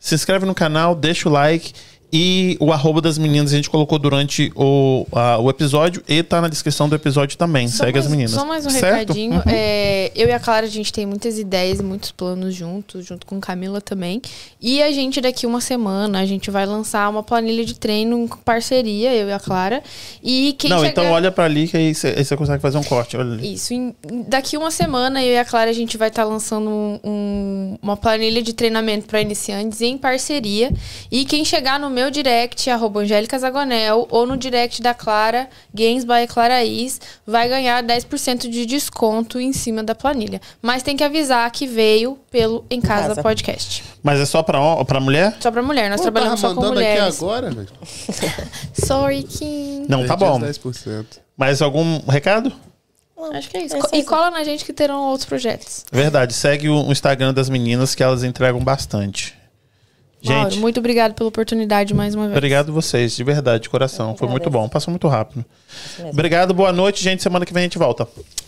se inscreve no canal, deixa o like e o arroba das meninas a gente colocou durante o, a- o episódio e tá na descrição do episódio também. Só Segue mais- as meninas. Só mais um certo? Uhum. recadinho. É, eu e a Clara, a gente tem muitas ideias e muitos planos juntos, junto com Camila também. E a gente, daqui uma semana, a gente vai lançar uma planilha de treino em parceria, eu e a Clara. E quem Não, chegar... então olha para ali que aí você consegue fazer um corte. Olha ali. Isso. em- em- daqui uma semana, eu e a Clara, a gente vai estar lançando um- um- uma planilha de treinamento para iniciantes em parceria. E quem chegar no meu direct, arroba Angélica Zagonel, ou no direct da Clara, Games by Claraís, vai ganhar 10% de desconto em cima da planilha. Mas tem que avisar que veio pelo Em Casa, Casa. Podcast. Mas é só para mulher? Só pra mulher, nós Pô, tava trabalhamos só com mandando mulheres. aqui agora, velho. Sorry, Kim. Não, tá Perdi os bom. 10%. Mais algum recado? Acho que é isso. É Co- isso e aí. cola na gente que terão outros projetos. Verdade, segue o o Instagram das meninas que elas entregam bastante. Mauro, Gente, muito obrigado pela oportunidade mais uma vez. obrigado vocês, de verdade, de coração. Foi muito bom, passou muito rápido. Obrigado, boa noite, gente. Semana que vem a gente volta.